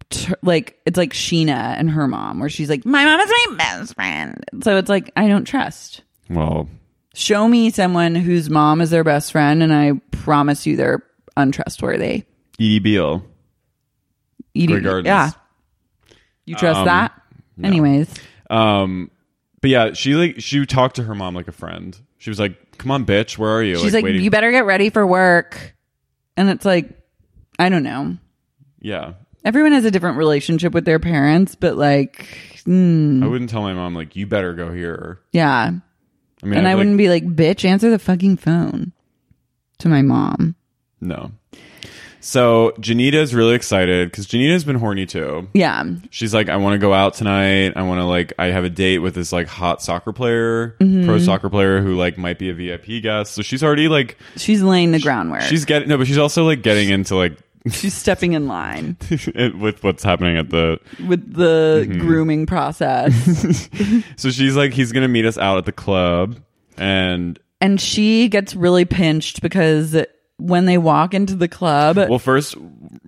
D: T- like it's like Sheena and her mom, where she's like, "My mom is my best friend," so it's like I don't trust
B: Well,
D: show me someone whose mom is their best friend and i promise you they're untrustworthy
B: Edie Beale.
D: you
B: Grey Gardens.
D: yeah you trust that anyways
B: Um, but yeah, she like she talked to her mom like a friend. She was like, "Come on, bitch, where are you?"
D: she's like,
B: waiting-
D: you better get ready for work and it's like i don't know
B: yeah."
D: everyone has a different relationship with their parents but like mm,
B: I wouldn't tell my mom like, "You better go here."
D: yeah
B: I mean, I'd
D: and
B: be
D: i
B: like,
D: wouldn't be like bitch answer the fucking phone to my mom
B: No. So Janita's really excited because Janita's been horny too.
D: Yeah.
B: She's like, I want to go out tonight. I want to like, I have a date with this like hot soccer player,
D: Mhm.
B: pro soccer player who like might be a VIP guest. So she's already like,
D: She's laying the groundwork.
B: she's getting no, but she's also like getting into like
D: she's stepping in line
B: with what's happening at the.
D: with the
B: Mhm.
D: grooming process.
B: So she's like, he's gonna meet us out at the club, and
D: and she gets really pinched because when they walk into the club,
B: well, first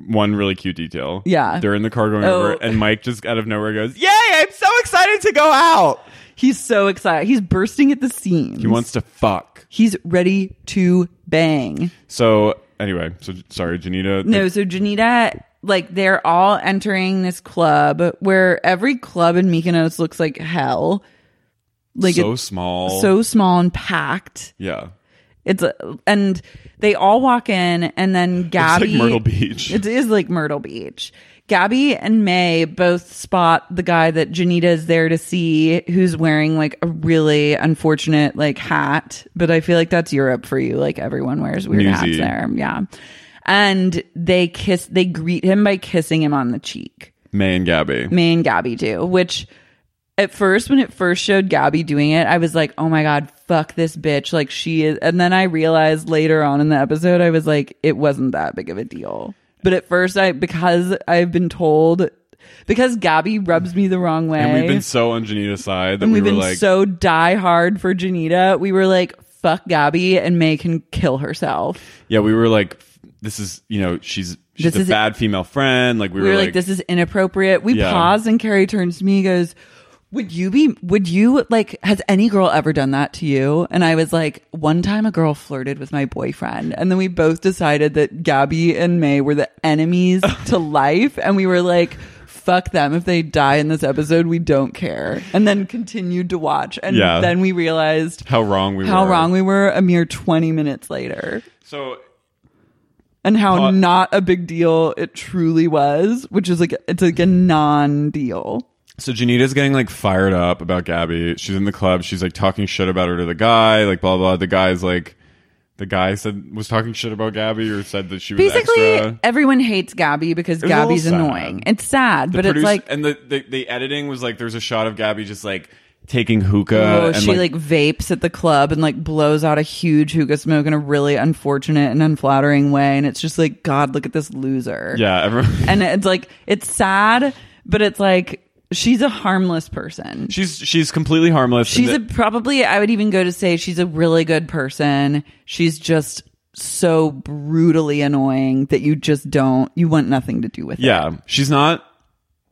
B: one really cute detail.
D: Yeah.
B: they're in the car going
D: Oh.
B: over, and Mike just out of nowhere goes,
D: Yay, I'm so excited to go out. He's so excited. He's bursting at the seams.
B: He wants to fuck.
D: He's ready to bang.
B: So anyway, so sorry, Janita.
D: No, so Janita, like they're all entering this club where every club in Mykonos looks like hell.
B: So
D: it's
B: small.
D: So small and packed.
B: yeah,
D: It's a, and they all walk in and then Gabby
B: Myrtle Beach.
D: It is like Myrtle Beach. Gabby and May both spot the guy that Janita is there to see who's wearing like a really unfortunate like hat, but I feel like that's Europe for you. Like everyone wears weird hats
B: Newsy.
D: there. Yeah. And they kiss they greet him by kissing him on the cheek.
B: May and Gabby.
D: May and Gabby do, which at first, when it first showed Gabby doing it, I was like, oh my God, fuck this bitch. Like she is. And then I realized later on in the episode, I was like, it wasn't that big of a deal. But at first, I, because I've been told, because Gabby rubs me the wrong way.
B: And we've been so on Janita's side that
D: and
B: we
D: we've
B: were
D: been
B: like,
D: so die hard for Janita. We were like, fuck Gabby and May can kill herself.
B: yeah, we were like, this is you know, she's she's
D: This
B: a
D: is-
B: bad female friend. Like we,
D: we were like, this is inappropriate. We
B: Yeah.
D: paused and Carrie turns to me and goes, would you be, would you like, has any girl ever done that to you? And I was like, one time a girl flirted with my boyfriend. And then we both decided that Gabby and May were the enemies to life. And we were like, fuck them. If they die in this episode, we don't care. And then continued to watch. And
B: Yeah.
D: then we realized
B: how wrong we
D: how
B: were.
D: wrong we were a mere 20 minutes later
B: So
D: and how
B: Pot-
D: not a big deal it truly was, which is like it's like a non deal.
B: So Janita's getting like fired up about Gabby. She's in the club. She's like talking shit about her to the guy. Like blah blah. The guy's like, the guy said was talking shit about Gabby or said that she was
D: Basically,
B: extra.
D: everyone hates Gabby because
B: It was a little
D: Gabby's
B: sad.
D: annoying. It's sad,
B: The
D: but
B: produce-
D: it's like
B: and the, the the editing was like there's a shot of Gabby just like taking hookah.
D: oh,
B: and,
D: she like, vapes at the club and like blows out a huge hookah smoke in a really unfortunate and unflattering way, and it's just like God, look at this loser.
B: yeah, everyone.
D: and it's like it's sad, but it's like she's a harmless person.
B: She's she's completely harmless.
D: She's a,
B: And
D: probably, I would even go to say she's a really good person. She's just so brutally annoying that you just don't, you want nothing to do with
B: the- yeah. She's not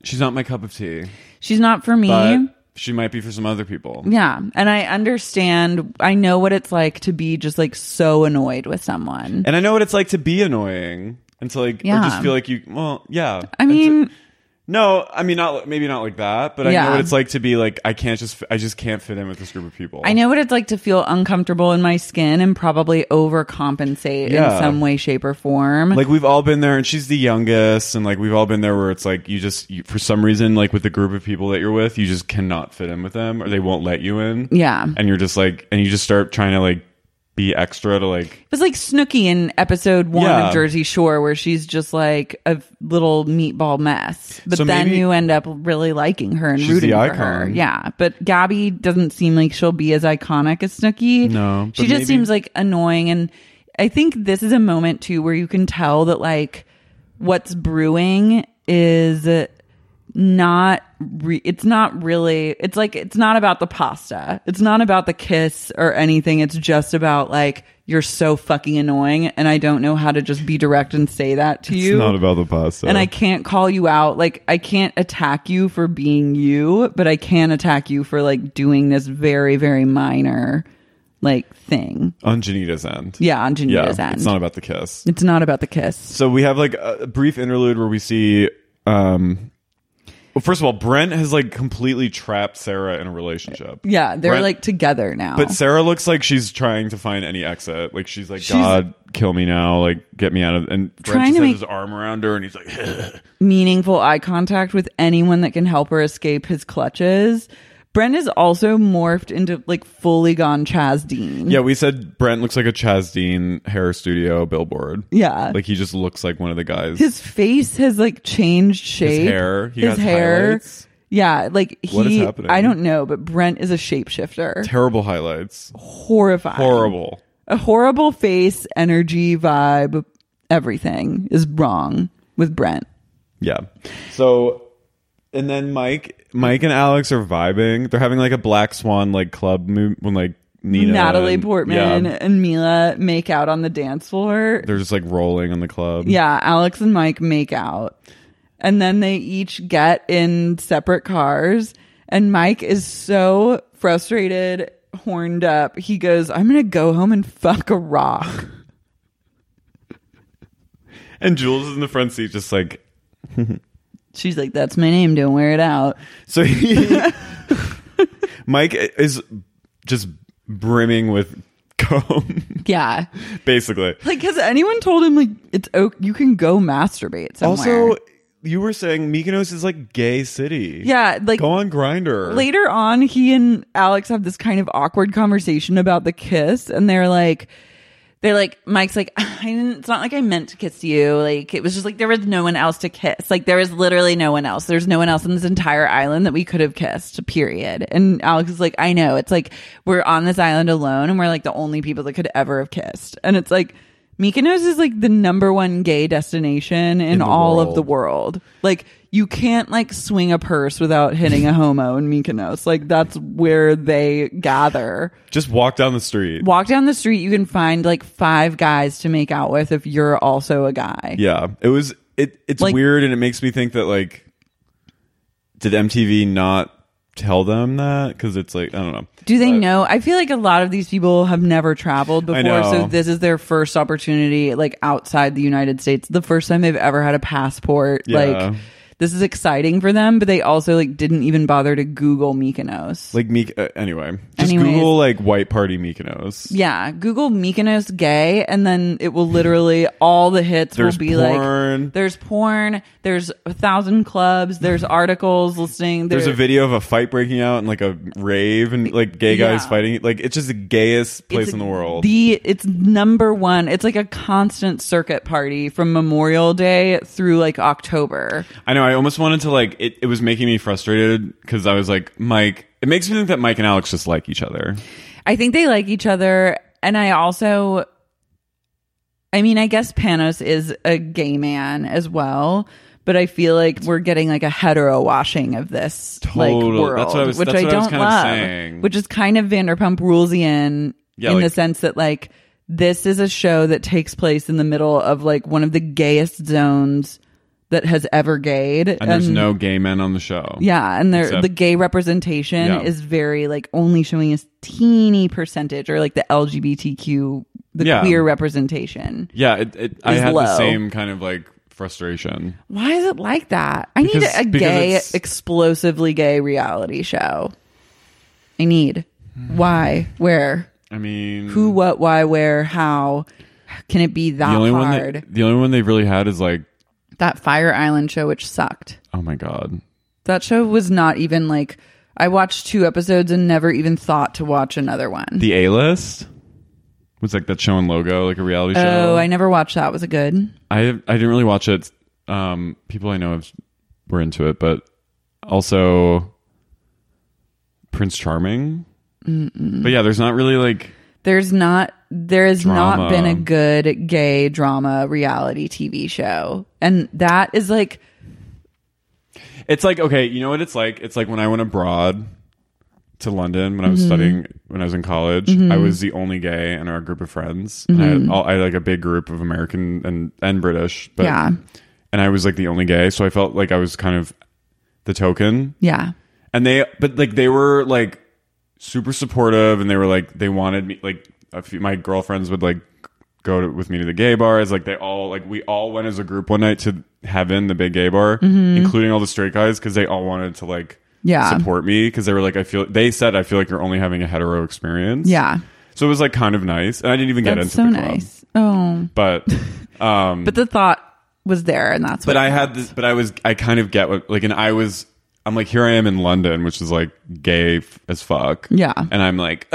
B: she's not my cup of tea,
D: it. She's not for me.
B: but she might be for some other people.
D: yeah. And I understand, I know what it's like to be just like so annoyed with someone.
B: And I know what it's like to be annoying and to like or
D: Yeah.
B: just feel like you well, yeah.
D: I
B: And to-
D: mean,
B: no, I mean not maybe not like that, but I know
D: Yeah.
B: what it's like to be like I can't just I just can't fit in with this group of people.
D: I know what it's like to feel uncomfortable in my skin and probably overcompensate
B: Yeah.
D: in some way, shape, or form.
B: Like we've all been there, and she's the youngest, and like we've all been there where it's like you just you, for some reason like with the group of people that you're with, you just cannot fit in with them, or they won't let you in.
D: Yeah.
B: and you're just like, and you just start trying to like be extra to like
D: It was like Snooki in episode one
B: Yeah.
D: of Jersey Shore, where she's just like a little meatball mess. But
B: So
D: then
B: maybe-
D: you end up really liking her and
B: She's
D: rooting
B: the
D: for
B: icon.
D: her. Yeah, but Gabby doesn't seem like she'll be as iconic as Snooki.
B: No,
D: she
B: but
D: just
B: maybe-
D: seems like annoying. And I think this is a moment too where you can tell that like what's brewing is not re- it's not really it's like it's not about the pasta it's not about the kiss or anything it's just about like you're so fucking annoying and i don't know how to just be direct and say that to you
B: about the pasta.
D: and i can't call you out like i can't attack you for being you but i can attack you for like doing this very very minor like thing
B: on Janita's end.
D: yeah on Janita's
B: yeah,
D: end
B: it's not about the kiss.
D: it's not about the kiss
B: So we have like a a brief interlude where we see. um well, first of all, Brent has like completely trapped Sarah in a relationship.
D: yeah they're
B: Brent-
D: like together now
B: But Sarah looks like she's trying to find any exit. Like she's like,
D: She's-
B: God, kill me now. Like get me out of. And Brent
D: Trying
B: just has
D: to make-
B: his arm around her, and he's like,
D: meaningful eye contact with anyone that can help her escape his clutches. Brent is also morphed into like fully gone Chaz Dean.
B: Yeah, we said Brent looks like a Chaz Dean hair studio billboard.
D: Yeah.
B: Like he just looks like one of the guys.
D: His face has like changed shape.
B: hair, he
D: his
B: got
D: hair.
B: highlights.
D: Yeah, like he.
B: What is happening?
D: I don't know, but Brent is a shapeshifter.
B: Terrible highlights.
D: Horrifying.
B: Horrible.
D: A horrible face, energy, vibe, everything is wrong with Brent.
B: Yeah. So, and then Mike, Mike and Alex are vibing. They're having like a Black Swan like club mo- when like Nina,
D: Natalie
B: and-
D: Portman
B: yeah.
D: and Mila make out on the dance floor.
B: they're just like rolling in the club.
D: Yeah, Alex and Mike make out. And then they each get in separate cars. And Mike is so frustrated, horned up. He goes, I'm going to go home and fuck a rock.
B: And Jules is in the front seat, just like
D: She's like, That's my name. Don't wear it out.
B: so. He, Mike is just brimming with comb,
D: Yeah.
B: basically.
D: Like, has anyone told him, like, it's okay, you can go masturbate somewhere?
B: Also, you were saying Mykonos is like gay city.
D: yeah, like,
B: go on grinder.
D: later on he and alex have this kind of awkward conversation about the kiss and they're like they're like mike's like i didn't it's not like i meant to kiss you like it was just like there was no one else to kiss like there was literally no one else there's no one else on this entire island that we could have kissed period and alex is like i know it's like we're on this island alone and we're like the only people that could ever have kissed and it's like Mykonos is like the number one gay destination in,
B: the
D: all of
B: world.
D: the world. Like you can't like swing a purse without hitting a homo in Mykonos. Like that's where they gather.
B: Just walk down the street.
D: Walk down the street, you can find like five guys to make out with if you're also a guy.
B: Yeah, it was. It it's
D: Like-
B: weird, and it makes me think that like, did MTV not tell them that? Because it's like I don't know.
D: Do they know? I feel like a lot of these people have never traveled
B: I
D: before, so
B: know.
D: this is their first opportunity like outside the United States. The first time they've ever had a passport.
B: Yeah.
D: Like this is exciting for them, but they also like didn't even bother to Google Mykonos.
B: Like me. Uh, anyway, just
D: Anyways.
B: Google like white party Mykonos.
D: Yeah, Google Mykonos gay, and then it will literally all the hits
B: There's
D: will be
B: porn.
D: like there's porn, there's a thousand clubs, there's articles listing.
B: There's a
D: there-
B: video of a fight breaking out and like a rave and like gay guys
D: Yeah.
B: fighting. Like it's just the gayest place
D: it's
B: in the world.
D: The it's number one. It's like a constant circuit party from Memorial Day through like October.
B: I know. I almost wanted to like. It, it was making me frustrated because I was like, Mike. It makes me think that Mike and Alex just like each other.
D: I think they like each other, and I also, I mean, I guess Panos is a gay man as well, but I feel like we're getting like a hetero washing of this like
B: Totally.
D: world,
B: That's what I was-
D: which
B: that's
D: I
B: what I
D: don't
B: was kind of
D: love,
B: saying.
D: which is kind of Vanderpump Rulesian
B: Yeah,
D: in the
B: like-
D: sense that like this is a show that takes place in the middle of like one of the gayest zones that has ever gayed,
B: And, there's no gay men on the show.
D: Um, yeah, and they're,
B: Except-
D: the gay representation
B: Yeah.
D: is very like only showing a teeny percentage, or like the LGBTQ, the
B: Yeah.
D: queer representation.
B: Yeah, it, it, I
D: is
B: had the
D: low.
B: same kind of like frustration.
D: Why is it like that? I need
B: Because-
D: a, a
B: because
D: gay,
B: it's-
D: explosively gay reality show. I need why, where,
B: I mean,
D: who, what, why, where, how. Can it be that
B: Hmm. the only
D: hard?
B: one they, the only one they've really had is like,
D: that Fire Island show, which sucked.
B: oh my god,
D: That show was not even like I watched two episodes and never even thought to watch another one.
B: the A list was like that show and logo, like a reality show.
D: Oh, I never watched that. Was it good?
B: I I didn't really watch it. Um, people I know have, were into it, but also Prince Charming. But yeah, there's not really like
D: There's not there has
B: Drama.
D: not been a good gay drama reality TV show. And that is like
B: It's like okay, you know what it's like? It's like when I went abroad to London when I was studying when I was in college. I was the only gay in our group of friends. And I, had all, I had like a big group of American and and British, but
D: Yeah.
B: and I was like the only gay, so I felt like I was kind of the token.
D: yeah.
B: And they but like they were like super supportive and they were like they wanted me like a few my girlfriends would like go to, with me to the gay bars like they all like we all went as a group one night to heaven the big gay bar including all the straight guys because they all wanted to like
D: Mm-hmm. Yeah.
B: support me because they were like i feel they said i feel like you're only having a hetero experience
D: Yeah.
B: so it was like kind of nice and i didn't even get
D: That's
B: into
D: so
B: the club
D: nice. Oh.
B: but um
D: But the thought was there and that's
B: but
D: what
B: I had this. But I was. I kind of get what like, and I was. I'm like, here I am in London, which is like gay f- as fuck.
D: Yeah.
B: And I'm like,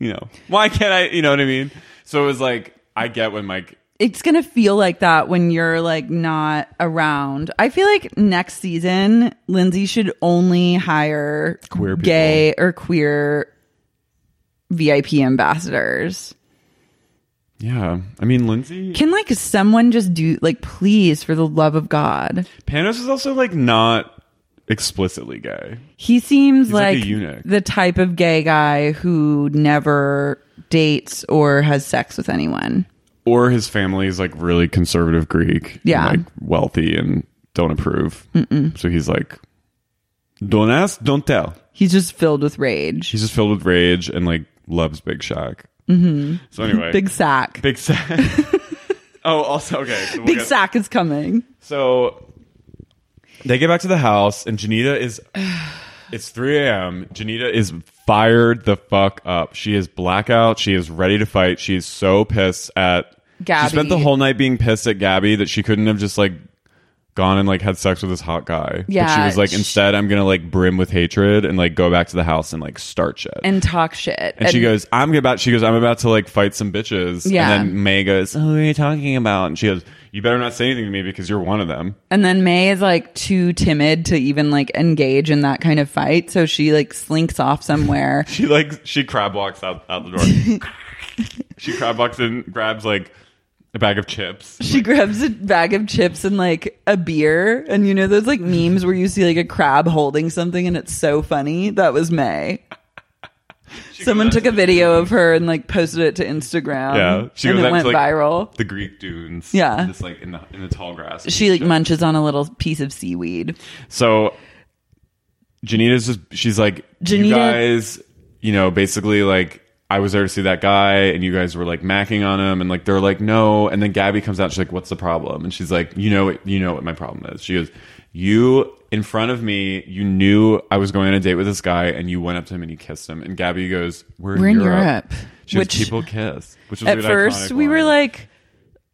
B: you know, why can't I? You know what I mean? So it was like, I get when Mike.
D: it's gonna feel like that when you're like not around. I feel like next season, Lindsay should only hire
B: Queer people.
D: gay or queer VIP ambassadors.
B: Yeah. I mean, Lindsay.
D: Can like someone just do like please for the love of God?
B: Panos is also like not explicitly gay.
D: He seems
B: He's like
D: like,
B: a eunuch.
D: the type of gay guy who never dates or has sex with anyone.
B: Or his family is like really conservative Greek. and,
D: Yeah.
B: like wealthy and don't approve. So he's like, don't ask, don't tell.
D: He's just filled with rage.
B: He's just filled with rage and like loves Big Shaq. Mm-hmm. So anyway,
D: Big sack. Big,
B: Big Sack. oh, also okay. So we'll get-
D: sack is coming.
B: So they get back to the house, and Janita is. It's 3 a.m. Janita is fired the fuck up. She is blackout. She is ready to fight. She is so pissed at.
D: Gabby.
B: She spent the whole night being pissed at Gabby that she couldn't have just like gone and like had sex with this hot guy. But she
D: Yeah,
B: was like,
D: sh-
B: instead, I'm gonna like brim with hatred and like go back to the house and like start shit.
D: and talk shit.
B: And, she goes, I'm about. She goes, I'm about to like fight some bitches.
D: Yeah.
B: And then May goes, Oh, what are you talking about? And she goes, You better not say anything to me because you're one of them.
D: And then May is like too timid to even like engage in that kind of fight, so she like slinks off somewhere.
B: She like she crab walks out out the door. she crab walks in, grabs like a bag of chips.
D: she grabs a bag of chips and like a beer, and you know those like memes where you see like a crab holding something and it's so funny. That was May. Someone took a video of her and like posted it to Instagram.
B: Yeah, she
D: and
B: goes
D: it
B: out
D: went
B: to, like,
D: viral.
B: The Greek dunes.
D: Yeah.
B: Just like in the in the tall grass.
D: She like munches on a little piece of seaweed.
B: So Janita's just she's like,
D: Janita-
B: you guys, you know, basically like I was there to see that guy, and you guys were like macking on him, and like they're like no, and then Gabby comes out, she's like, what's the problem? And she's like, you know, what, you know what my problem is. She goes, you in front of me, you knew I was going on a date with this guy, and you went up to him and you kissed him, and Gabby goes, we're in,
D: We're in
B: Europe.
D: Europe.
B: She goes,
D: Which-
B: people kiss, which was
D: at
B: an
D: first
B: iconic
D: we were
B: line.
D: like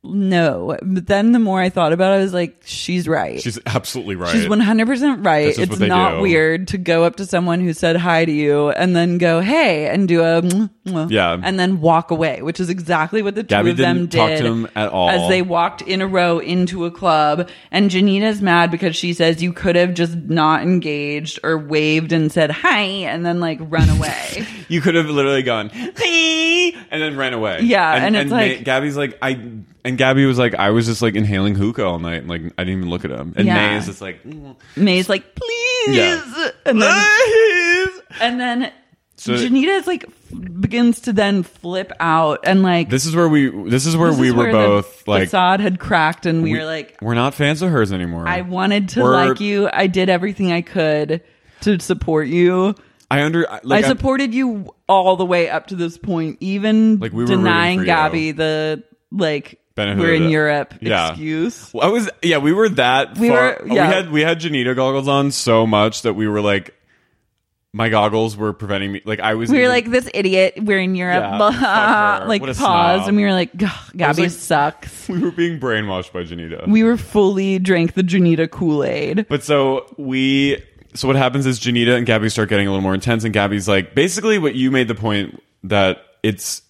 D: no but then the more i thought about it i was like she's right
B: she's absolutely right.
D: She's 100% right
B: This is
D: it's
B: what they
D: not
B: do.
D: weird to go up to someone who said hi to you and then go hey and do a mwah, mwah,
B: Yeah.
D: and then walk away which is exactly what the two
B: Gabby
D: of them
B: didn't talk
D: did
B: to him at all.
D: as they walked in a row into a club and janina's mad because she says you could have just not engaged or waved and said hi and then like run away
B: You could have literally gone, hey, and then ran away.
D: Yeah, and it's
B: Ma-
D: like-
B: Gabby's like, I, and Gabby was like, I was just like inhaling hookah all night, and like I didn't even look at him. And
D: Yeah.
B: May is just like, mm.
D: May's like, please.
B: Yeah.
D: And then, and then
B: So-
D: Janita is like, f- begins to then flip out and like,
B: this is where we, this is where
D: this
B: we
D: is
B: were
D: where the
B: both like,
D: facade had cracked and we, were like,
B: we're not fans of hers anymore.
D: I wanted to
B: We're-
D: like you. I did everything I could to support you.
B: I under, like,
D: I
B: I'm-
D: supported you all the way up to this point, even
B: Like, we were rooting for
D: denying
B: you.
D: Gabby the like,
B: Benefit
D: we're
B: of
D: in
B: the-
D: Europe
B: Yeah.
D: excuse.
B: Well, I was yeah, we were that
D: We
B: far-
D: were- yeah.
B: we had we had Janita goggles on so much that we were like my goggles were preventing me like I was
D: we were
B: even-
D: like this idiot. We're in Europe,
B: Yeah,
D: blah,
B: fuck her.
D: like
B: What a
D: paused,
B: snob.
D: and we were like, "Gah, Gabby
B: like-
D: sucks.
B: we were being brainwashed by Janita.
D: We were fully drank the Janita Kool Aid.
B: But so we so what happens is Janita and Gabby start getting a little more intense and Gabby's like basically what you made the point that it's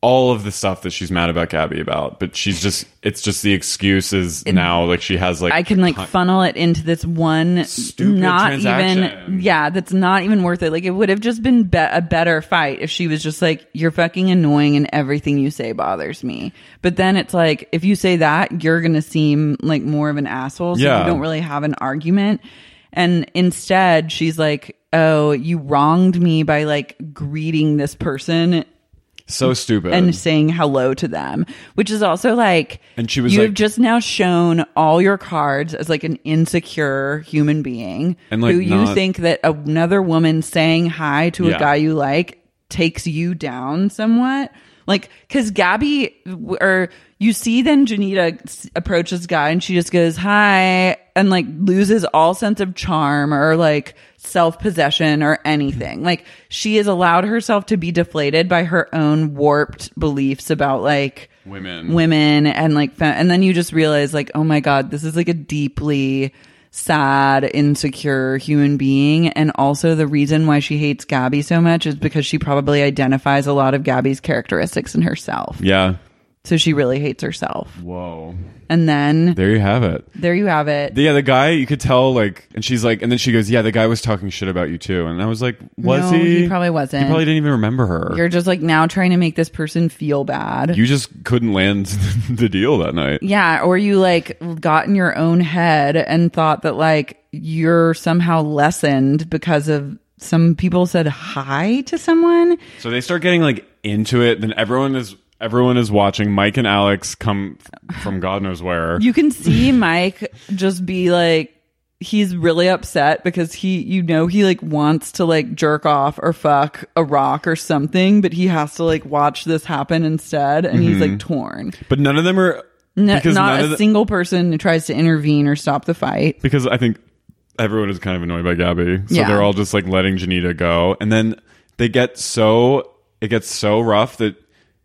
B: all of the stuff that she's mad about Gabby about, but she's just it's just the excuses now like she has like
D: I can like funnel it into this one
B: Stupid
D: not
B: transaction.
D: even yeah that's not even worth it. Like it would have just been be- a better fight if she was just like you're fucking annoying and everything you say bothers me. But then it's like if you say that you're gonna seem like more of an asshole. So
B: Yeah.
D: you don't really have an argument. And instead she's like, oh, you wronged me by like greeting this person
B: so stupid.
D: and saying hello to them, which is also like,
B: And she was
D: you
B: like-
D: have just now shown all your cards as like an insecure human being
B: And, like,
D: who you
B: not-
D: think that another woman saying hi to
B: Yeah.
D: a guy you like takes you down somewhat. Like, cause Gabby, or you see, then Janita s- approaches guy and she just goes, hi, and like loses all sense of charm or like self possession or anything. Like, she has allowed herself to be deflated by her own warped beliefs about like
B: Women.
D: women and like, fe- and then you just realize, like, oh my God, this is like a deeply sad, insecure human being. And also, the reason why she hates Gabby so much is because she probably identifies a lot of Gabby's characteristics in herself.
B: Yeah.
D: So she really hates herself.
B: Whoa.
D: And then
B: There you have it.
D: there you have it.
B: Yeah, the guy you could tell like, and she's like, and then she goes, "Yeah, the guy was talking shit about you too." And I was like, "Was
D: No,
B: he?
D: he probably wasn't.
B: He probably didn't even remember her.
D: You're just like now trying to make this person feel bad.
B: you just couldn't land the deal that night."
D: Yeah, or you like got in your own head and thought that like you're somehow lessened because of some people said hi to someone.
B: So they start getting like into it. Then everyone is everyone is watching. Mike and Alex come f- from God knows where.
D: You can see Mike just be like he's really upset because he you know he like wants to like jerk off or fuck a rock or something, but he has to like watch this happen instead and he's like torn.
B: but none of them are
D: No,
B: Mm-hmm. because
D: not
B: none
D: a
B: of the-
D: single person tries to intervene or stop the fight.
B: because I think everyone is kind of annoyed by Gabby. So
D: Yeah.
B: they're all just like letting Janita go. And then they get so it gets so rough that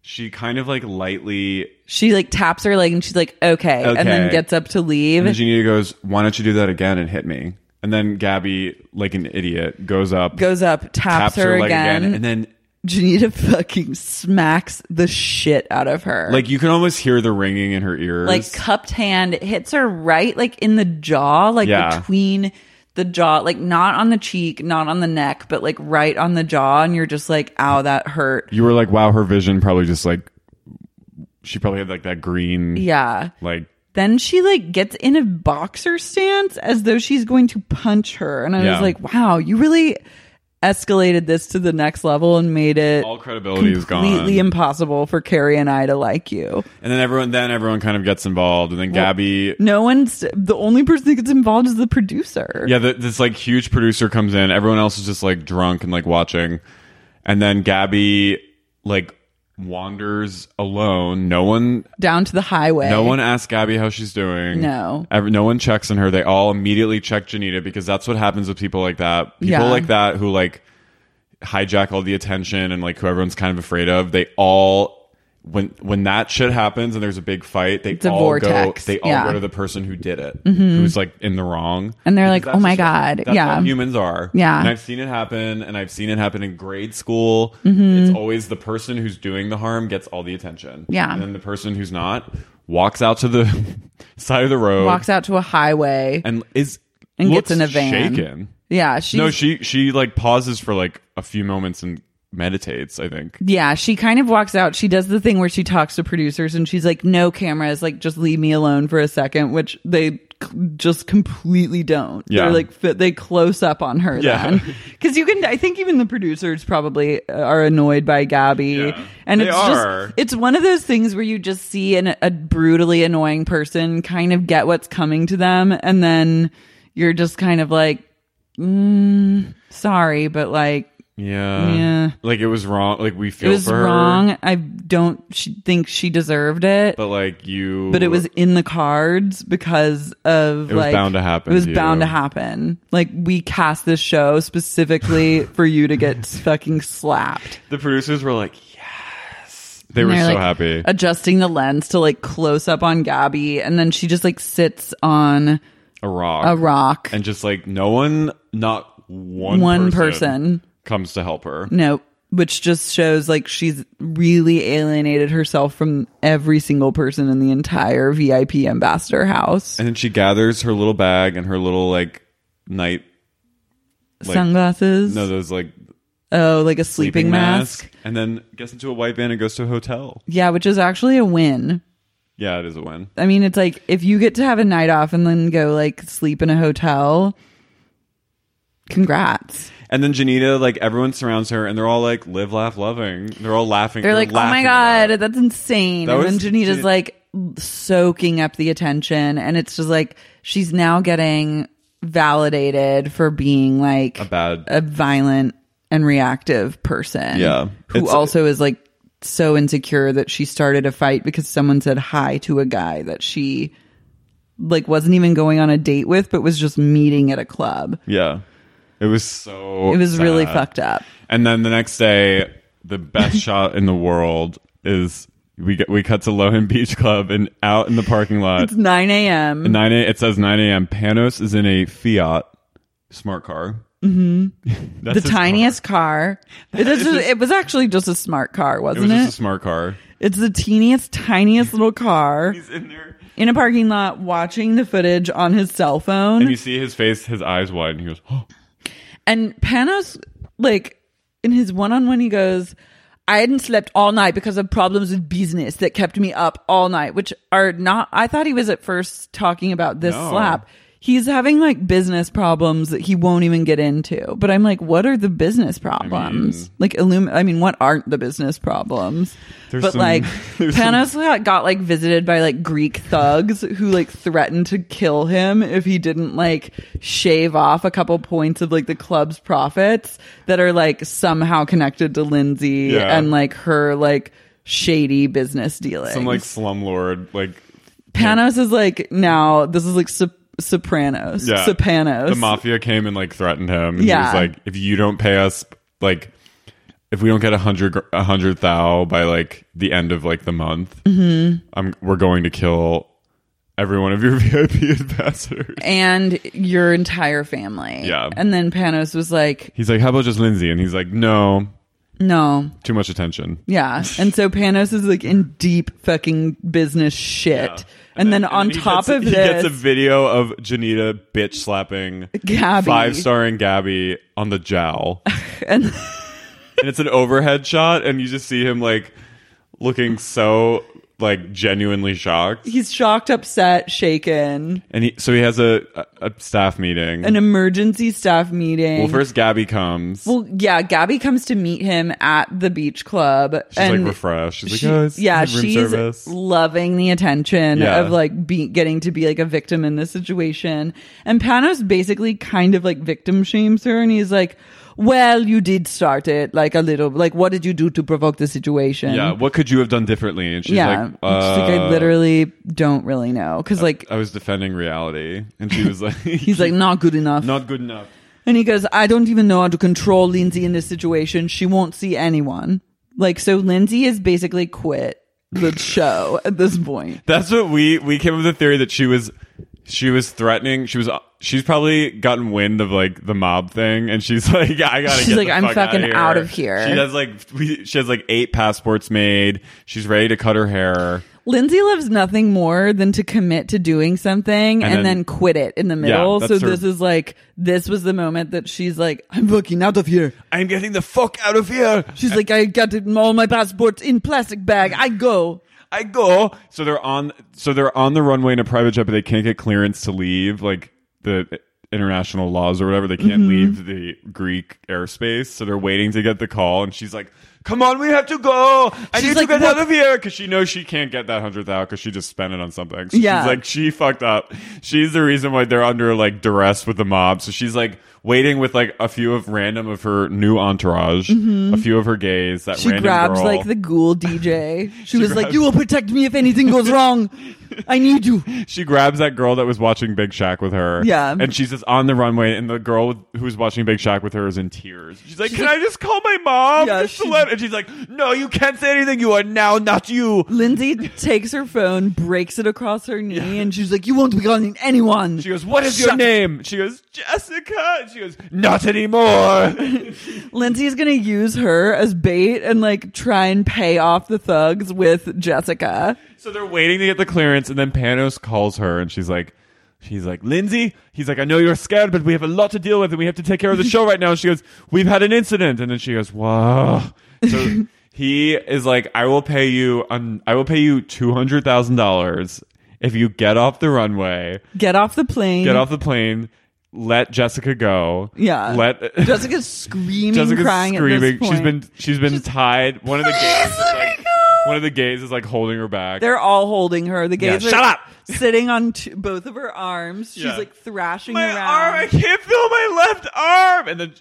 B: she kind of like lightly
D: She like taps her leg and she's like, okay, and then
B: Okay.
D: gets up to leave.
B: and then Janita goes, Why don't you do that again and hit me? And then Gabby, like an idiot, goes up
D: goes up, taps, her,
B: leg
D: again,
B: and then
D: Janita fucking smacks the shit out of her.
B: like you can almost hear the ringing in her ears.
D: like cupped hand it hits her right like in the jaw, like
B: Yeah.
D: between the jaw, like not on the cheek, not on the neck, but like right on the jaw, and you're just like, ow, that hurt.
B: you were like, wow, her vision probably just like she probably had like that green,
D: Yeah.
B: like
D: Then she like gets in a boxer stance as though she's going to punch her. And I
B: Yeah.
D: was like, wow, you really escalated this to the next level and made it
B: all credibility is gone.
D: completely impossible for Carrie and I to like you.
B: and then everyone, then everyone kind of gets involved, and then Gabby,
D: No one's the only person that gets involved is the producer.
B: yeah, th this like huge producer comes in. Everyone else is just like drunk and like watching, and then Gabby like wanders alone. No one,
D: Down to the highway.
B: no one asks Gabby how she's doing.
D: No.
B: Every, no one checks on her. They all immediately check Janita because that's what happens with people like that. People
D: Yeah.
B: like that who like hijack all the attention and like who everyone's kind of afraid of. They all when when that shit happens and there's a big fight, they
D: a
B: all
D: vortex.
B: go. They all
D: Yeah. Mm-hmm.
B: go to the person who did it, who's like in the wrong.
D: And they're like,
B: Because
D: "Oh my
B: that's just what-
D: God."
B: that's
D: Yeah.
B: what humans are.
D: Yeah.
B: and I've seen it happen, and I've seen it happen in grade school.
D: Mm-hmm.
B: It's always the person who's doing the harm gets all the attention.
D: Yeah.
B: and then the person who's not walks out to the side of the road
D: walks out to a highway.
B: and is
D: And
B: looks
D: gets in a van.
B: Shaken.
D: yeah, she
B: no, she she like pauses for like a few moments and meditates. I think.
D: yeah, she kind of walks out. She does the thing where she talks to producers and she's like, "No cameras, like just leave me alone for a second, which they c- just completely don't.
B: Yeah.
D: They're like fi- they close up on her
B: Yeah.
D: then. Cuz you can I think even the producers probably uh, are annoyed by Gabby and
B: They
D: it's
B: are.
D: just it's one of those things where you just see an, a brutally annoying person kind of get what's coming to them and then you're just kind of like mm, sorry but like
B: Yeah.
D: Yeah.
B: Like it was wrong. Like we
D: it
B: feel
D: was
B: for her.
D: wrong. I don't sh- think she deserved it, but,
B: But like you.
D: it was in the cards because of
B: It was
D: like
B: bound to happen
D: It was
B: to you.
D: bound to happen. Like we cast this show specifically for you to get fucking slapped.
B: The producers were like, yes. They
D: And
B: were
D: they're,
B: so
D: like,
B: happy.
D: Adjusting the lens to like close up on Gabby, and then she just like sits on
B: a rock.
D: a rock.
B: And just like no one, not one,
D: One person.
B: comes to help her.
D: no, which just shows like she's really alienated herself from every single person in the entire VIP ambassador house.
B: And then she gathers her little bag and her little like night. like-
D: Sunglasses.
B: No, those like
D: Oh, like a sleeping, mask.
B: And then gets into a white van and goes to a hotel.
D: Yeah, which is actually a win.
B: Yeah, it is a win.
D: I mean, it's like if you get to have a night off and then go like sleep in a hotel, congrats.
B: And then Janita, like everyone surrounds her, and they're all like live, laugh, loving. They're all laughing.
D: They're like, oh my
B: laughing about
D: God,
B: it.
D: that's insane.
B: That
D: and
B: was-
D: then Janita's like soaking up the attention. And it's just like she's now getting validated for being like
B: a bad.
D: a violent and reactive person.
B: Yeah.
D: Who
B: It's-
D: also is like so insecure that she started a fight because someone said hi to a guy that she like wasn't even going on a date with but was just meeting at a club.
B: yeah, it was so.
D: It was really
B: sad.
D: fucked up.
B: And then the next day, the best shot in the world is we get, we cut to Lohan Beach Club and out in the parking lot.
D: It's 9 a.m.
B: At nine a, it says nine a.m. Panos is in a Fiat smart car.
D: hmm
B: That's
D: the
B: his
D: tiniest car. It, is
B: It's
D: just- it was actually just a smart car,
B: It
D: wasn't
B: was
D: it?
B: just a smart car.
D: it's the teeniest, tiniest little car. He's in there. In a parking lot watching the footage on his cell phone.
B: And you see his face, his eyes wide, and he goes, oh.
D: And Panos, like, in his one on one, he goes, I hadn't slept all night because of problems with business that kept me up all night, which are not, I thought he was at first talking about this
B: No.
D: slap. He's having like business problems that he won't even get into. But I'm like, what are the business problems? like, illum- I mean, what aren't the business problems?
B: There's
D: But
B: some-
D: like,
B: there's some-
D: Panos got, got like visited by like Greek thugs who like threatened to kill him if he didn't like shave off a couple points of like the club's profits that are like somehow connected to Lindsay
B: Yeah.
D: and like her like shady business dealing.
B: some like slumlord, like
D: Panos is like now this is like Sop- Sopranos,
B: yeah,
D: Sopranos.
B: The mafia came and like threatened him. And
D: Yeah.
B: he was like, if you don't pay us, like, if we don't get a hundred gr- a hundred thou by like the end of like the month,
D: Mhm.
B: I'm we're going to kill every one of your VIP ambassadors.
D: and your entire family.
B: Yeah.
D: And then Panos was like,
B: He's like, how about just Lindsay? And he's like, no,
D: no.
B: too much attention.
D: Yeah. And so Panos is like in deep fucking business shit. And, then, on
B: He
D: top
B: gets-
D: of
B: he
D: this,
B: gets a video of Janita bitch slapping
D: Gabby.
B: five starring Gabby on the jowl,
D: And-
B: and it's an overhead shot, and you just see him like looking so like genuinely shocked,
D: he's shocked, upset, shaken.
B: and he so he has a a, a staff meeting.
D: An emergency staff meeting.
B: well, first Gabby comes.
D: Well, yeah, Gabby comes to meet him at the beach club.
B: She's like refreshed. She's like, oh, it's
D: yeah,
B: room
D: she's
B: service.
D: loving the attention
B: Yeah.
D: of like be- getting to be like a victim in this situation. And Panos basically kind of like victim shames her, and he's like, "Well, you did start it, like a little. Like, what did you do to provoke the situation?"
B: Yeah, what could you have done differently? And she's
D: yeah.
B: like,
D: She's like, I
B: uh,
D: literally don't really know because like
B: I was defending reality, and she was like,
D: he's like not good enough.
B: not good enough.
D: And he goes, I don't even know how to control Lindsay in this situation. She won't see anyone. Like, so Lindsay has basically quit the show at this point.
B: That's what we we came up with the theory that she was she was threatening. She was she's probably gotten wind of like the mob thing, and she's like, I gotta.
D: She's
B: get
D: like,
B: the
D: I'm
B: fuck
D: fucking
B: outta
D: out of here.
B: She has like we, she has like eight passports made. She's ready to cut her hair.
D: Lindsay loves nothing more than to commit to doing something and,
B: And
D: then,
B: then-
D: quit it in the middle. so
B: that's her-
D: this is like, this was the moment that she's like, I'm fucking out of here.
B: I'm getting the fuck out of here.
D: She's like, I got it- all my passports in plastic bag. I go.
B: I go. So they're on. So they're on the runway in a private jet, but they can't get clearance to leave. Like the international laws or whatever, they can't
D: Mhm.
B: leave the Greek airspace. So they're waiting to get the call, and she's like, "Come on, we have to go. I
D: She's
B: need
D: like,
B: to get
D: "What?"
B: out of here," because she knows she can't get that hundredth out because she just spent it on something. So
D: Yeah.
B: she's like, she fucked up. She's the reason why they're under like duress with the mob. So she's like. Waiting with like a few of random of her new entourage, a few of her gays. That
D: Mm-hmm. She
B: random
D: grabs
B: girl.
D: like the ghoul DJ. She, was like,
B: grabs-
D: You will protect me if anything goes wrong. I need you.
B: she grabs that girl that was watching Big Shack with her.
D: Yeah.
B: And she's just on the runway, and the girl who was watching Big Shack with her is in tears. She's like, Can I just call my mom?
D: Yeah,
B: just to
D: she-
B: let-" And she's like, No, you can't say anything. You are now not you.
D: Lindsay takes her phone, breaks it across her knee, and she's like, You won't be calling anyone.
B: She goes, What is your
D: Shut-
B: name? She goes, Jessica. And she goes, Not anymore.
D: Lindsay's gonna use her as bait and like try and pay off the thugs with Jessica.
B: so they're waiting to get the clearance, and then Panos calls her, and she's like, She's like, Lindsay, he's like, I know you're scared, but we have a lot to deal with and we have to take care of the show right now. And she goes, We've had an incident. And then she goes, Wow. So he is like, I will pay you on I will pay you two hundred thousand dollars if you get off the runway,
D: Get off the plane.
B: get off the plane, let Jessica go.
D: Mm-hmm. Yeah.
B: Let
D: Jessica's screaming, crying at this point.
B: She's been she's been tied. One of the gays is like, one of the gays is like holding her back.
D: They're all holding her. The
B: Yeah,
D: gays
B: shut
D: are
B: up.
D: sitting on two, both of her arms. She's
B: Yeah.
D: like thrashing
B: my
D: around.
B: arm. I can't feel my left arm. And then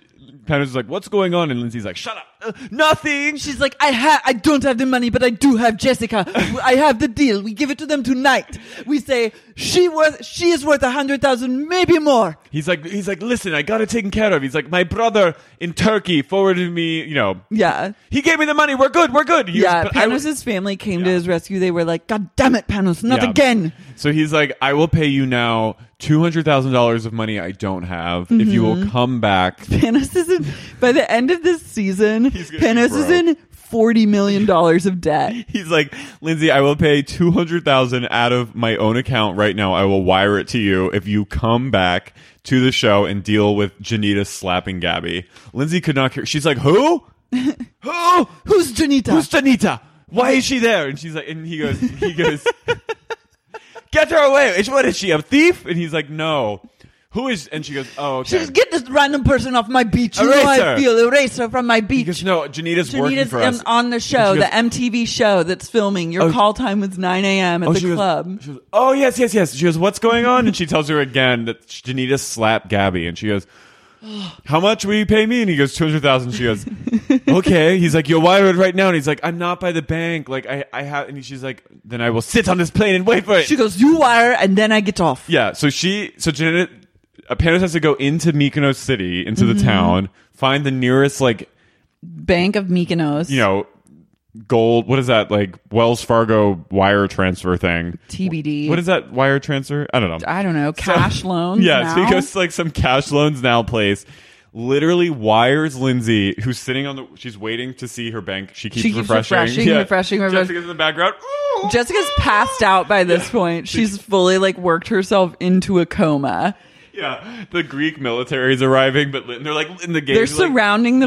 B: Penrose is like, "What's going on?" And Lindsay's like, "Shut up." Uh,
C: Nothing. She's like, I ha- I don't have the money, but I do have Jessica. I have the deal. We give it to them tonight. We say she worth, she is worth a hundred thousand, maybe more.
B: He's like, he's like, listen, I got it taken care of. He's like, my brother in Turkey forwarded me, you know,
C: Yeah.
B: he gave me the money. We're good. We're good. He was-
C: Yeah.
B: but I was-
C: Panos' family came to his rescue. They were like, God damn it, Panos, not
B: Yeah.
C: again.
B: So he's like, I will pay you now two hundred thousand dollars of money I don't have if you will come back.
C: Panos is in, by the end of this season,
B: gonna be
C: Panos is
B: broke.
C: in $40 million of debt.
B: He's like, Lindsay, I will pay two hundred thousand out of my own account right now. I will wire it to you if you come back to the show and deal with Janita slapping Gabby. Lindsay could not care. She's like, who? who?
C: Who's Janita?
B: Who's Janita? Why is she there? And she's like, and he goes, he goes, get her away. Is- What is she, a thief? And he's like, no. Who is? And she goes, oh, okay.
C: She just get this random person off my beach. You know
B: Erase
C: how I
B: her.
C: feel. Erase her from my
B: He
C: beach.
B: goes, no, Janita's working
C: Janita's
B: for us.
C: um, on the
B: And she
C: show,
B: goes,
C: the MTV show that's filming. Your
B: Oh.
C: call time was 9 a.m. at
B: oh,
C: the
B: she goes-
C: club.
B: she goes, oh, yes, yes, yes. She goes, what's going on? And she tells her again that Janita slapped Gabby. And she goes, how much will you pay me? And he goes, 200000 She goes, okay. He's like, you'll wire it right now. And he's like, I'm not by the bank. Like, I, I have. And she's like, then I will sit on this plane and wait for it.
C: She goes, You wire, and then I get off.
B: Yeah. So she, so Janet, uh, Panos has to go into Mykonos City, into
C: Mm-hmm.
B: the town, find the nearest like
D: Bank of Mykonos.
B: you know gold. What is that like Wells Fargo wire transfer thing?
D: TBD.
B: What is that wire transfer? I don't know.
D: I don't know. Cash loans.
B: Yeah. So
D: now?
B: he goes to like some cash loans now place. Literally wires Lindsay, who's sitting on the. She's waiting to see her bank. She keeps,
D: She keeps refreshing, refreshing, refreshing.
B: Jessica's in the background. Ooh.
D: Jessica's passed out by this point. She's fully like worked herself into a coma.
B: Yeah, the Greek military is arriving, but Lin- they're like in the gate.
D: They're
B: she's like-
D: surrounding the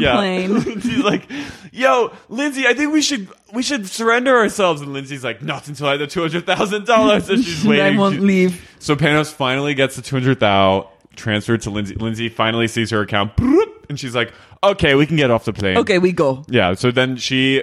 D: plane.
B: Lindsay's like, "Yo, Lindsay, I think we should we should surrender ourselves." And Lindsay's like, "Not until I have the two hundred thousand dollars." And she's
D: And I
B: waiting.
D: won't
B: She-
D: leave.
B: So Panos finally gets the two hundred thou transferred to Lindsay. Lindsay finally sees her account, Broop. and she's like, "Okay, we can get off the plane."
C: Okay, we go.
B: Yeah. So then she,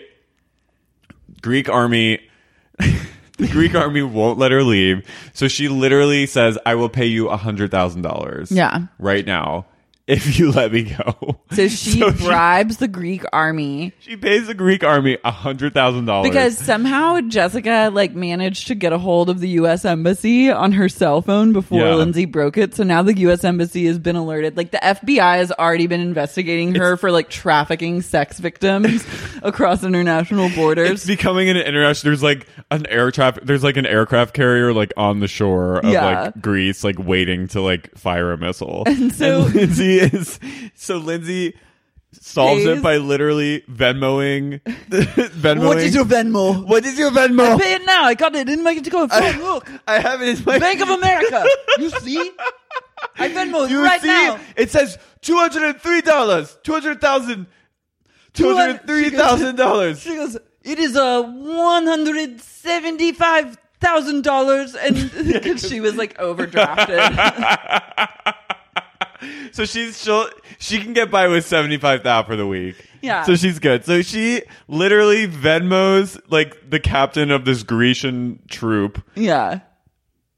B: Greek army, the Greek army won't let her leave. So she literally says, "I will pay you a hundred thousand dollars,
D: Yeah.
B: right now, if you let me go."
D: So she
B: So she-
D: bribes the Greek army
B: She pays the Greek army a hundred thousand dollars
D: because somehow Jessica like managed to get a hold of the U.S. embassy on her cell phone before
B: Yeah.
D: Lindsay broke it. So now the U.S. embassy has been alerted. Like the FBI has already been investigating her for like trafficking sex victims across international
B: It's
D: borders.
B: becoming an international. There's like an air traffic. There's like an aircraft carrier like on the shore of
D: Yeah.
B: like Greece, like waiting to like fire a missile. And
D: so-
B: Lindsay is so Lindsay solves
D: Pays-
B: it by literally Venmoing. Venmoing.
C: What is your Venmo?
B: What is your Venmo?
D: I pay it now. I got it in my Go. Oh, look,
B: I have it in my
D: Bank of America. You see, I Venmo
B: You
D: right
B: see?
D: now.
B: It says two hundred and three dollars. Two hundred thousand. Two hundred three thousand dollars.
C: She goes, It is a one hundred seventy-five thousand dollars, and
D: 'Cause she was like overdrafted.
B: So she's she'll she can get by with seventy five thou for the week.
D: Yeah.
B: So she's good. So she literally Venmos like the captain of this Grecian troop
D: yeah.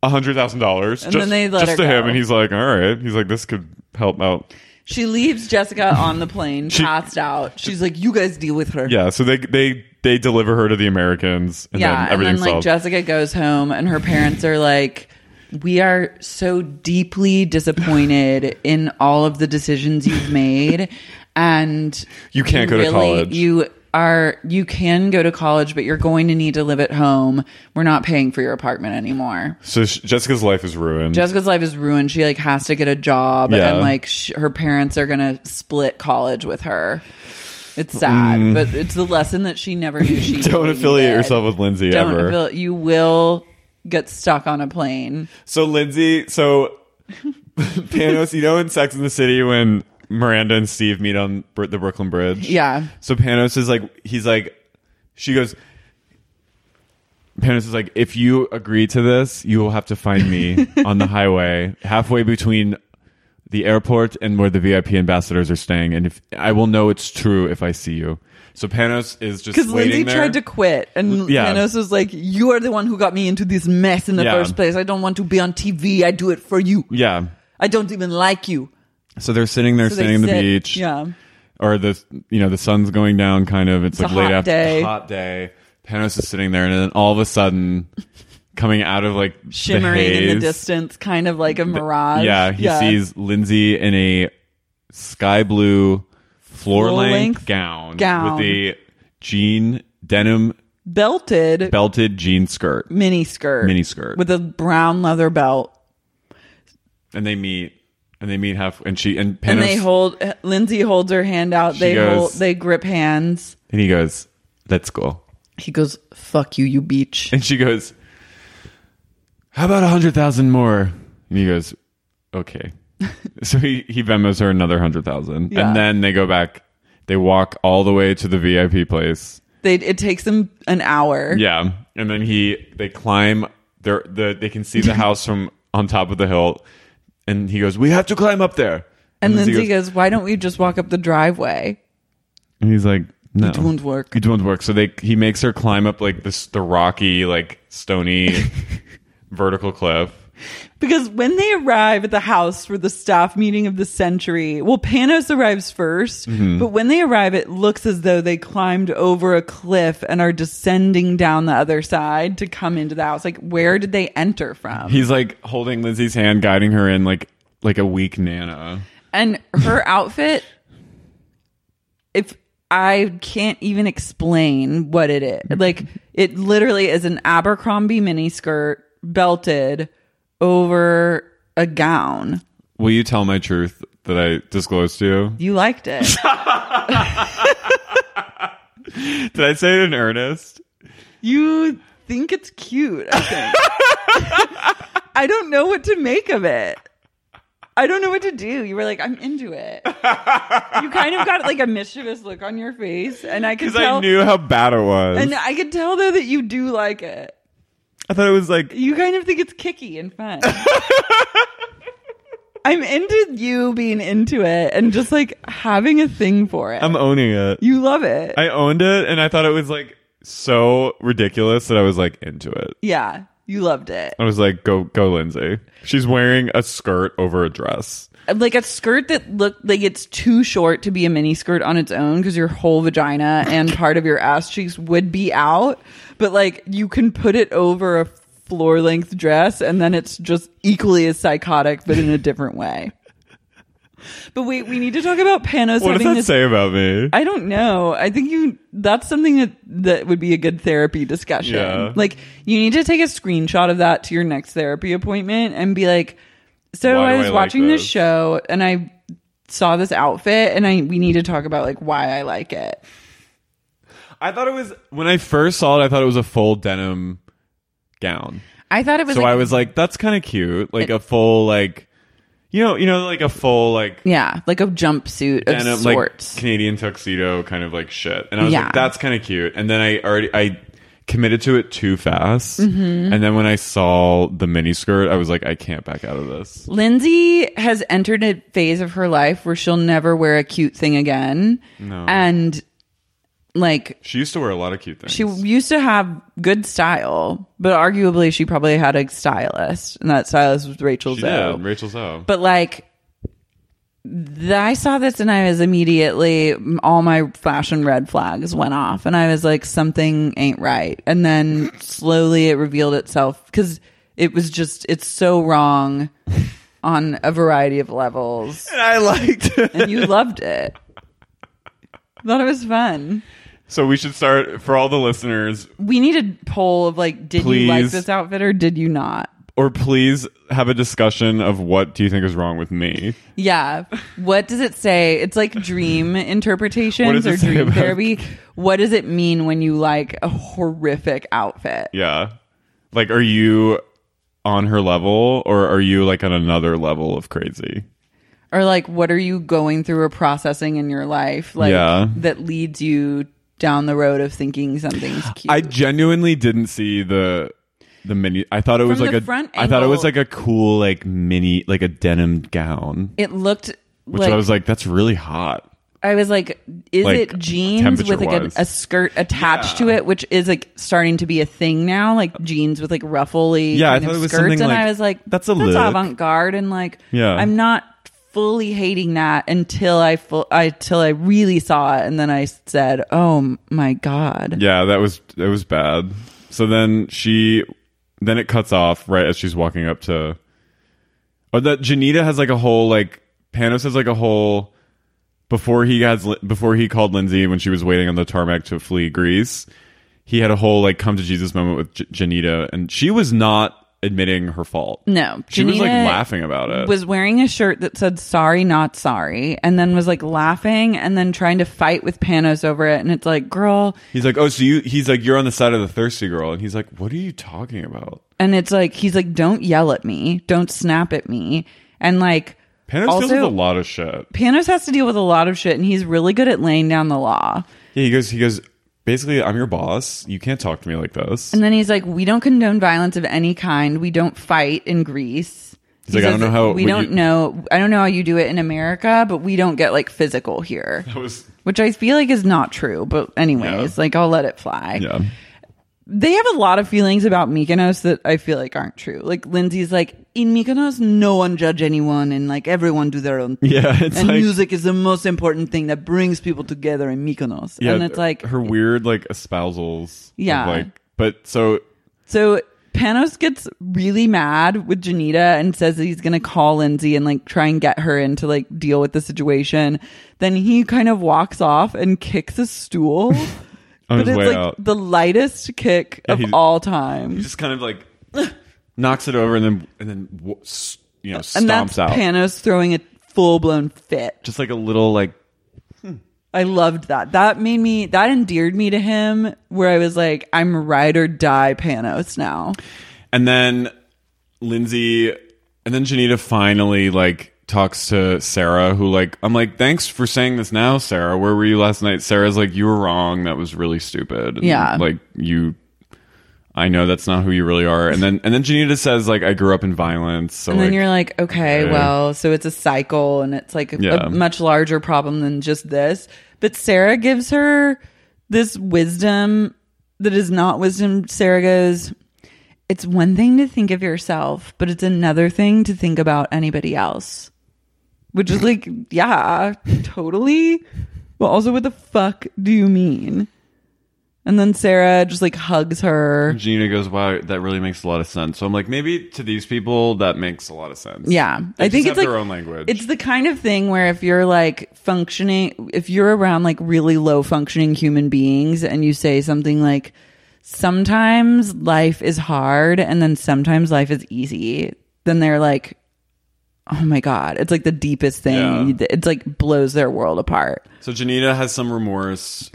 B: hundred thousand dollars.
D: And then they let
B: just
D: her
B: to him,
D: go.
B: and he's like, all right. He's like, this could help out.
D: She leaves Jessica on the plane, passed out. She's
C: she's like, You guys deal with her.
B: Yeah. So they they they deliver her to the Americans, and
D: yeah,
B: then everything's
D: and then like
B: solved.
D: Jessica goes home, and her parents are like, "We are so deeply disappointed in all of the decisions you've made, and
B: You can't go to college.
D: You are you can go to college, but you're going to need to live at home. We're not paying for your apartment anymore."
B: so sh- Jessica's life is ruined.
D: Jessica's life is ruined. She like has to get a job,
B: Yeah.
D: and like sh- her parents are gonna split college with her. It's sad, but it's the lesson that she never knew she.
B: Mm. Don't
D: needed.
B: affiliate yourself with Lindsay
D: Don't
B: ever.
D: affili- you will get stuck on a plane.
B: So Lindsay, so Panos, you know in Sex in the City when Miranda and Steve meet on Br- the Brooklyn Bridge?
D: Yeah.
B: So Panos is like, he's like, she goes, Panos is like, if you agree to this, you will have to find me on the highway halfway between the airport and where the VIP ambassadors are staying. And if I will know it's true if I see you. So Panos is just
D: Because
B: waiting
D: Lindsay
B: there.
D: tried to quit, and
B: Yeah.
D: Thanos was like, "You are the one who got me into this mess in the
B: Yeah.
D: first place. I don't want to be on TV. I do it for you.
B: Yeah.
D: I don't even like you.
B: So they're sitting there,
D: So they
B: sitting on the
D: sit-
B: beach.
D: Yeah.
B: Or the you know the sun's going down, kind of. It's,
D: It's
B: like
D: a
B: late
D: hot
B: after
D: day.
B: hot day. Panos is sitting there, and then all of a sudden, coming out of like the
D: Shimmering in the
B: haze,
D: distance, kind of like a mirage.
B: Yeah, he sees Lindsay in a sky blue floor length
D: Full-length
B: gown,
D: gown.
B: with a jean denim
D: belted
B: belted jean skirt,
D: mini skirt.
B: mini skirt,
D: with a brown leather belt.
B: and they meet. And they meet half, and she and Panos,
D: and they hold Lindsay holds her hand out.
B: She
D: They
B: goes-
D: hold they grip hands.
B: and he goes, "Let's go."
D: He goes, "Fuck you, you beach."
B: And she goes, How about a hundred thousand more? And he goes, Okay. so he, he Venmos her another hundred thousand.
D: Yeah.
B: And then they go back, they walk all the way to the VIP place.
D: They it takes them an hour.
B: Yeah. And then he they climb their the they can see the house from on top of the hill. And he goes, We have to climb up there.
D: And
B: Lindsay
D: Lindsay goes, "Why don't we just walk up the driveway?"
B: And he's like, No.
D: It won't work.
B: It won't work. So they he makes her climb up like this the rocky, like stony vertical cliff.
D: Because when they arrive at the house for the staff meeting of the century, well, Panos arrives 1st but when they arrive, it looks as though they climbed over a cliff and are descending down the other side to come into the house. Like, where did they enter from?
B: He's like holding Lindsay's hand, guiding her in like like a weak nana.
D: and her outfit, if I can't even explain what it is, like, it literally is an Abercrombie miniskirt belted over a gown.
B: Will you tell my truth that I disclosed to you?
D: You liked it.
B: Did I say it in earnest?
D: You think it's cute, I think. I don't know what to make of it. I don't know what to do. You were like, I'm into it. you kind of got like a mischievous look on your face, and I could
B: Because
D: tell.
B: I knew how bad it was.
D: and I could tell though that you do like it.
B: I thought it was like
D: You kind of think it's kicky and fun. I'm into you being into it and just like having a thing for it.
B: I'm owning it.
D: you love it.
B: I owned it, and I thought it was like so ridiculous that I was like into it.
D: yeah, you loved it.
B: I was like, go go, Lindsay. She's wearing a skirt over a dress.
D: like a skirt that looked like it's too short to be a mini skirt on its own because your whole vagina and part of your ass cheeks would be out but like you can put it over a floor length dress and then it's just equally as psychotic but in a different way but wait we need to talk about panos
B: What does
D: having
B: that
D: this
B: say about me?
D: I don't know. I think you that's something that that would be a good therapy discussion.
B: Yeah.
D: Like you need to take a screenshot of that to your next therapy appointment and be like,
B: Why
D: "So
B: do
D: I
B: I
D: was
B: like
D: watching this?
B: this?"
D: show and I saw this outfit and I we need to talk about like why I like it."
B: I thought it was when I first saw it. I thought it was a full denim gown.
D: I thought it was
B: so
D: like,
B: I was like, that's kind of cute, like a full like, you know, you know, like a full like
D: yeah, like a jumpsuit of
B: denim, like
D: sorts.
B: Canadian tuxedo kind of like shit, and I was
D: Yeah.
B: like, that's kind of cute. And then I already I committed to it too fast,
D: Mm-hmm.
B: and then when I saw the miniskirt, I was like, I can't back out of this.
D: Lindsay has entered a phase of her life where she'll never wear a cute thing again. And like
B: She used to wear a lot of cute things.
D: She used to have good style, but arguably she probably had a stylist, and that stylist was Rachel
B: she
D: Zoe.
B: did. Rachel Zoe.
D: But like, th- I saw this and I was immediately all my fashion red flags went off, and I was like, something ain't right. And then slowly it revealed itself because it was just it's so wrong on a variety of levels,
B: and I liked it.
D: and you loved it. Thought it was fun.
B: So we should start for all the listeners,
D: We need a poll of like, did you like
B: Please.
D: this outfit or did you not?
B: or please have a discussion of what do you think is wrong with me.
D: Yeah. What does it say? It's like dream
B: What
D: interpretations
B: does it
D: or
B: say
D: dream
B: about-
D: therapy. What does it mean when you like a horrific outfit?
B: Yeah. Like, are you on her level or are you like on another level of crazy?
D: Or like, what are you going through or processing in your life? Like,
B: Yeah.
D: that leads you down the road of thinking something's cute.
B: I genuinely didn't see the the mini. I thought it was
D: From
B: like
D: the
B: a.
D: front
B: I thought it was like
D: angle-
B: a cool like mini like a denim gown,
D: it looked
B: which
D: like,
B: I was like, that's really hot.
D: I was like, is
B: Like,
D: it jeans with like a,
B: temperature-wise.
D: a skirt attached to it, which is like starting to be a thing now, like jeans with like ruffly
B: Yeah, I
D: kind
B: thought
D: of
B: it was
D: skirts.
B: something
D: and I
B: like,
D: was like,
B: that's a look.
D: avant garde, and like,
B: Yeah.
D: I'm not fully hating that until I full I till I really saw it, and then I said, "Oh m- my god."
B: Yeah, that was that was bad. So then she then it cuts off right as she's walking up to Oh that Janita has like a whole like Panos has like a whole before he has before he called Lindsay when she was waiting on the tarmac to flee Greece, he had a whole like come to Jesus moment with J- Janita and she was not admitting her fault.
D: No,
B: She was like
D: Janita
B: laughing about it.
D: Was wearing a shirt that said "Sorry, not sorry," and then was like laughing, and then trying to fight with Panos over it. And it's like, girl,
B: He's like, "Oh, so you he's like you're on the side of the thirsty girl." And he's like, "What are you talking about?"
D: and it's like he's like, "Don't yell at me, don't snap at me," and like
B: Panos
D: also,
B: deals with a lot of shit.
D: Panos has to deal with a lot of shit, and he's really good at laying down the law.
B: Yeah, he goes. He goes. Basically, I'm your boss. You can't talk to me like this.
D: And then he's like, "We don't condone violence of any kind. We don't fight in Greece."
B: He's like, "I don't know how-
D: we
B: would
D: don't
B: you-"
D: know. I don't know how you do it in America, but we don't get like physical here."
B: That was
D: which I feel like is not true. But anyways, like I'll let it fly.
B: yeah.
D: They have a lot of feelings about Mykonos that I feel like aren't true. Like Lindsay's like in Mykonos, no one judge anyone, and like everyone do their own. thing.
B: Yeah, it's
D: and
B: like-
D: music is the most important thing that brings people together in Mykonos.
B: Yeah,
D: and it's like
B: her weird like espousals. of,
D: Yeah.
B: like but so
D: So Panos gets really mad with Janita and says that he's going to call Lindsay and like try and get her in to like deal with the situation. Then he kind of walks off and kicks a stool.
B: On his
D: it's
B: way
D: like
B: out.
D: the lightest kick
B: Yeah,
D: of
B: he's-
D: all
B: he
D: time.
B: just kind of like knocks it over and then and then wo- s- you know
D: And
B: stomps
D: that's
B: out
D: Panos throwing a full blown fit.
B: just like a little like
D: I loved that. That made me, that endeared me to him where I was like, I'm ride or die Panos now.
B: and then Lindsay and then Janita finally like talks to Sarah who like I'm like thanks for saying this now Sarah where were you last night Sarah's like you were wrong that was really stupid And,
D: Yeah.
B: like you I know that's not who you really are and then and then Janita says like I grew up in violence so
D: and then
B: like,
D: you're like, okay,
B: okay.
D: well, so it's a cycle and it's like a, a
B: Yeah.
D: much larger problem than just this. But Sarah gives her this wisdom that is not wisdom. Sarah goes, it's one thing to think of yourself, but it's another thing to think about anybody else. Which is like, yeah, totally. But also, what the fuck do you mean? And then Sarah just like hugs her.
B: Janita goes, "Wow, that really makes a lot of sense." So I'm like, maybe to these people that makes a lot of sense.
D: Yeah,
B: They
D: I
B: just
D: think
B: have
D: it's like
B: their own language.
D: It's the kind of thing where if you're like functioning, if you're around like really low functioning human beings, and you say something like, "Sometimes life is hard, and then sometimes life is easy," then they're like, "Oh my god!" It's like the deepest thing. It's like blows their world apart.
B: so Janita has some remorse,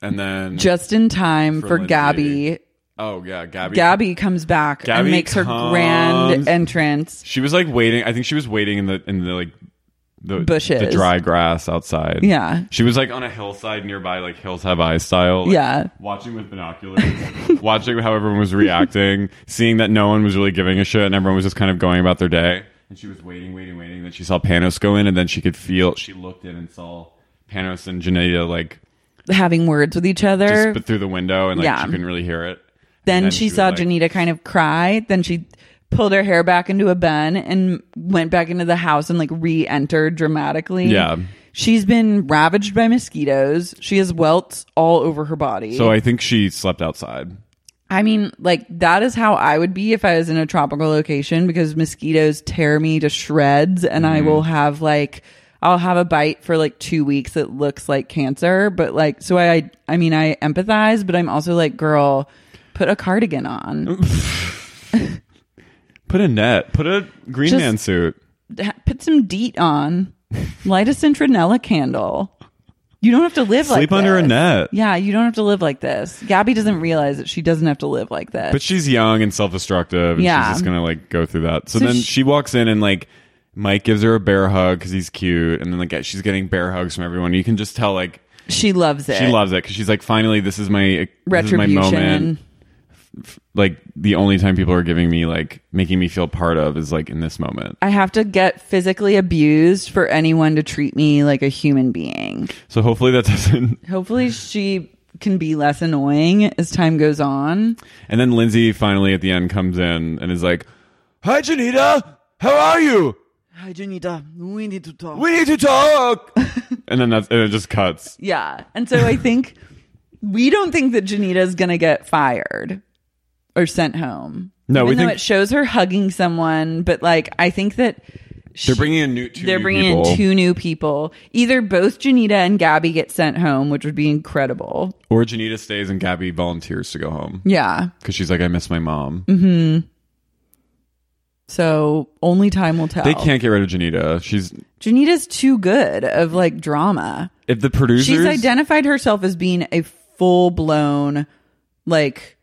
B: and then
D: Just in time for,
B: Lindsay.
D: Gabby.
B: oh yeah, Gabby.
D: Gabby comes back
B: Gabby
D: and makes her
B: comes-
D: grand entrance.
B: She was like waiting. I think she was waiting in the in the like the
D: Bushes.
B: the dry grass outside.
D: Yeah.
B: she was like on a hillside nearby, like hills have eyes style. like,
D: Yeah.
B: watching with binoculars, watching how everyone was reacting, seeing that no one was really giving a shit, and everyone was just kind of going about their day. And she was waiting, waiting, waiting. Then she saw Panos go in, and then she could feel. She looked in and saw Panos and Janita like
D: Having words with each other,
B: just but through the window, and like
D: Yeah.
B: she couldn't really hear it.
D: Then, she,
B: was
D: saw
B: like-
D: Janita kind of cry. Then she pulled her hair back into a bun and went back into the house and like re-entered dramatically.
B: Yeah.
D: She's been ravaged by mosquitoes. She has welts all over her body.
B: So I think she slept outside.
D: I mean, like that is how I would be if I was in a tropical location because mosquitoes tear me to shreds and I
B: Mm-hmm.
D: will have like I'll have a bite for like 2 weeks that looks like cancer, but like so I I mean I empathize, but I'm also like girl, put a cardigan on.
B: Put a net. Put a green
D: Just-
B: man suit.
D: Ha- put some DEET on. Light a citronella candle. You don't have to live like
B: Sleep under a
D: this.
B: net.
D: Yeah, you don't have to live like this. Gabby doesn't realize that she doesn't have to live like this.
B: But she's young and self-destructive, and
D: Yeah.
B: she's just gonna like go through that. So,
D: So
B: then she,
D: she-
B: walks in and like Mike gives her a bear hug because he's cute, and then like she's getting bear hugs from everyone. You can just tell like
D: she loves it.
B: she loves it because she's like, finally, this is my this is my
D: retribution.
B: moment. Like the only time people are giving me like making me feel part of is like in this moment.
D: I have to get physically abused for anyone to treat me like a human being.
B: So hopefully that doesn't.
D: Hopefully, she can be less annoying as time goes on.
B: And then Lindsay finally at the end comes in and is like, "Hi, Janita, how are you?"
C: Hi, Junita. We need to talk.
B: We need to talk. and then that's and it just cuts.
D: Yeah. And so I think we don't think that Janita's going to get fired or sent home.
B: No, we
D: Even though
B: think-
D: it shows her hugging someone, but like I think that
B: They're bringing in new. 2
D: they're
B: new
D: bringing
B: people,
D: in two new people. Either both Janita and Gabby get sent home, which would be incredible.
B: Or Janita stays and Gabby volunteers to go home
D: Yeah.
B: because she's like, I miss my mom.
D: Mm-hmm. So only time will tell.
B: They can't get rid of Janita. She's
D: Janita's too good of like drama.
B: if the producers.
D: She's identified herself as being a full blown, like,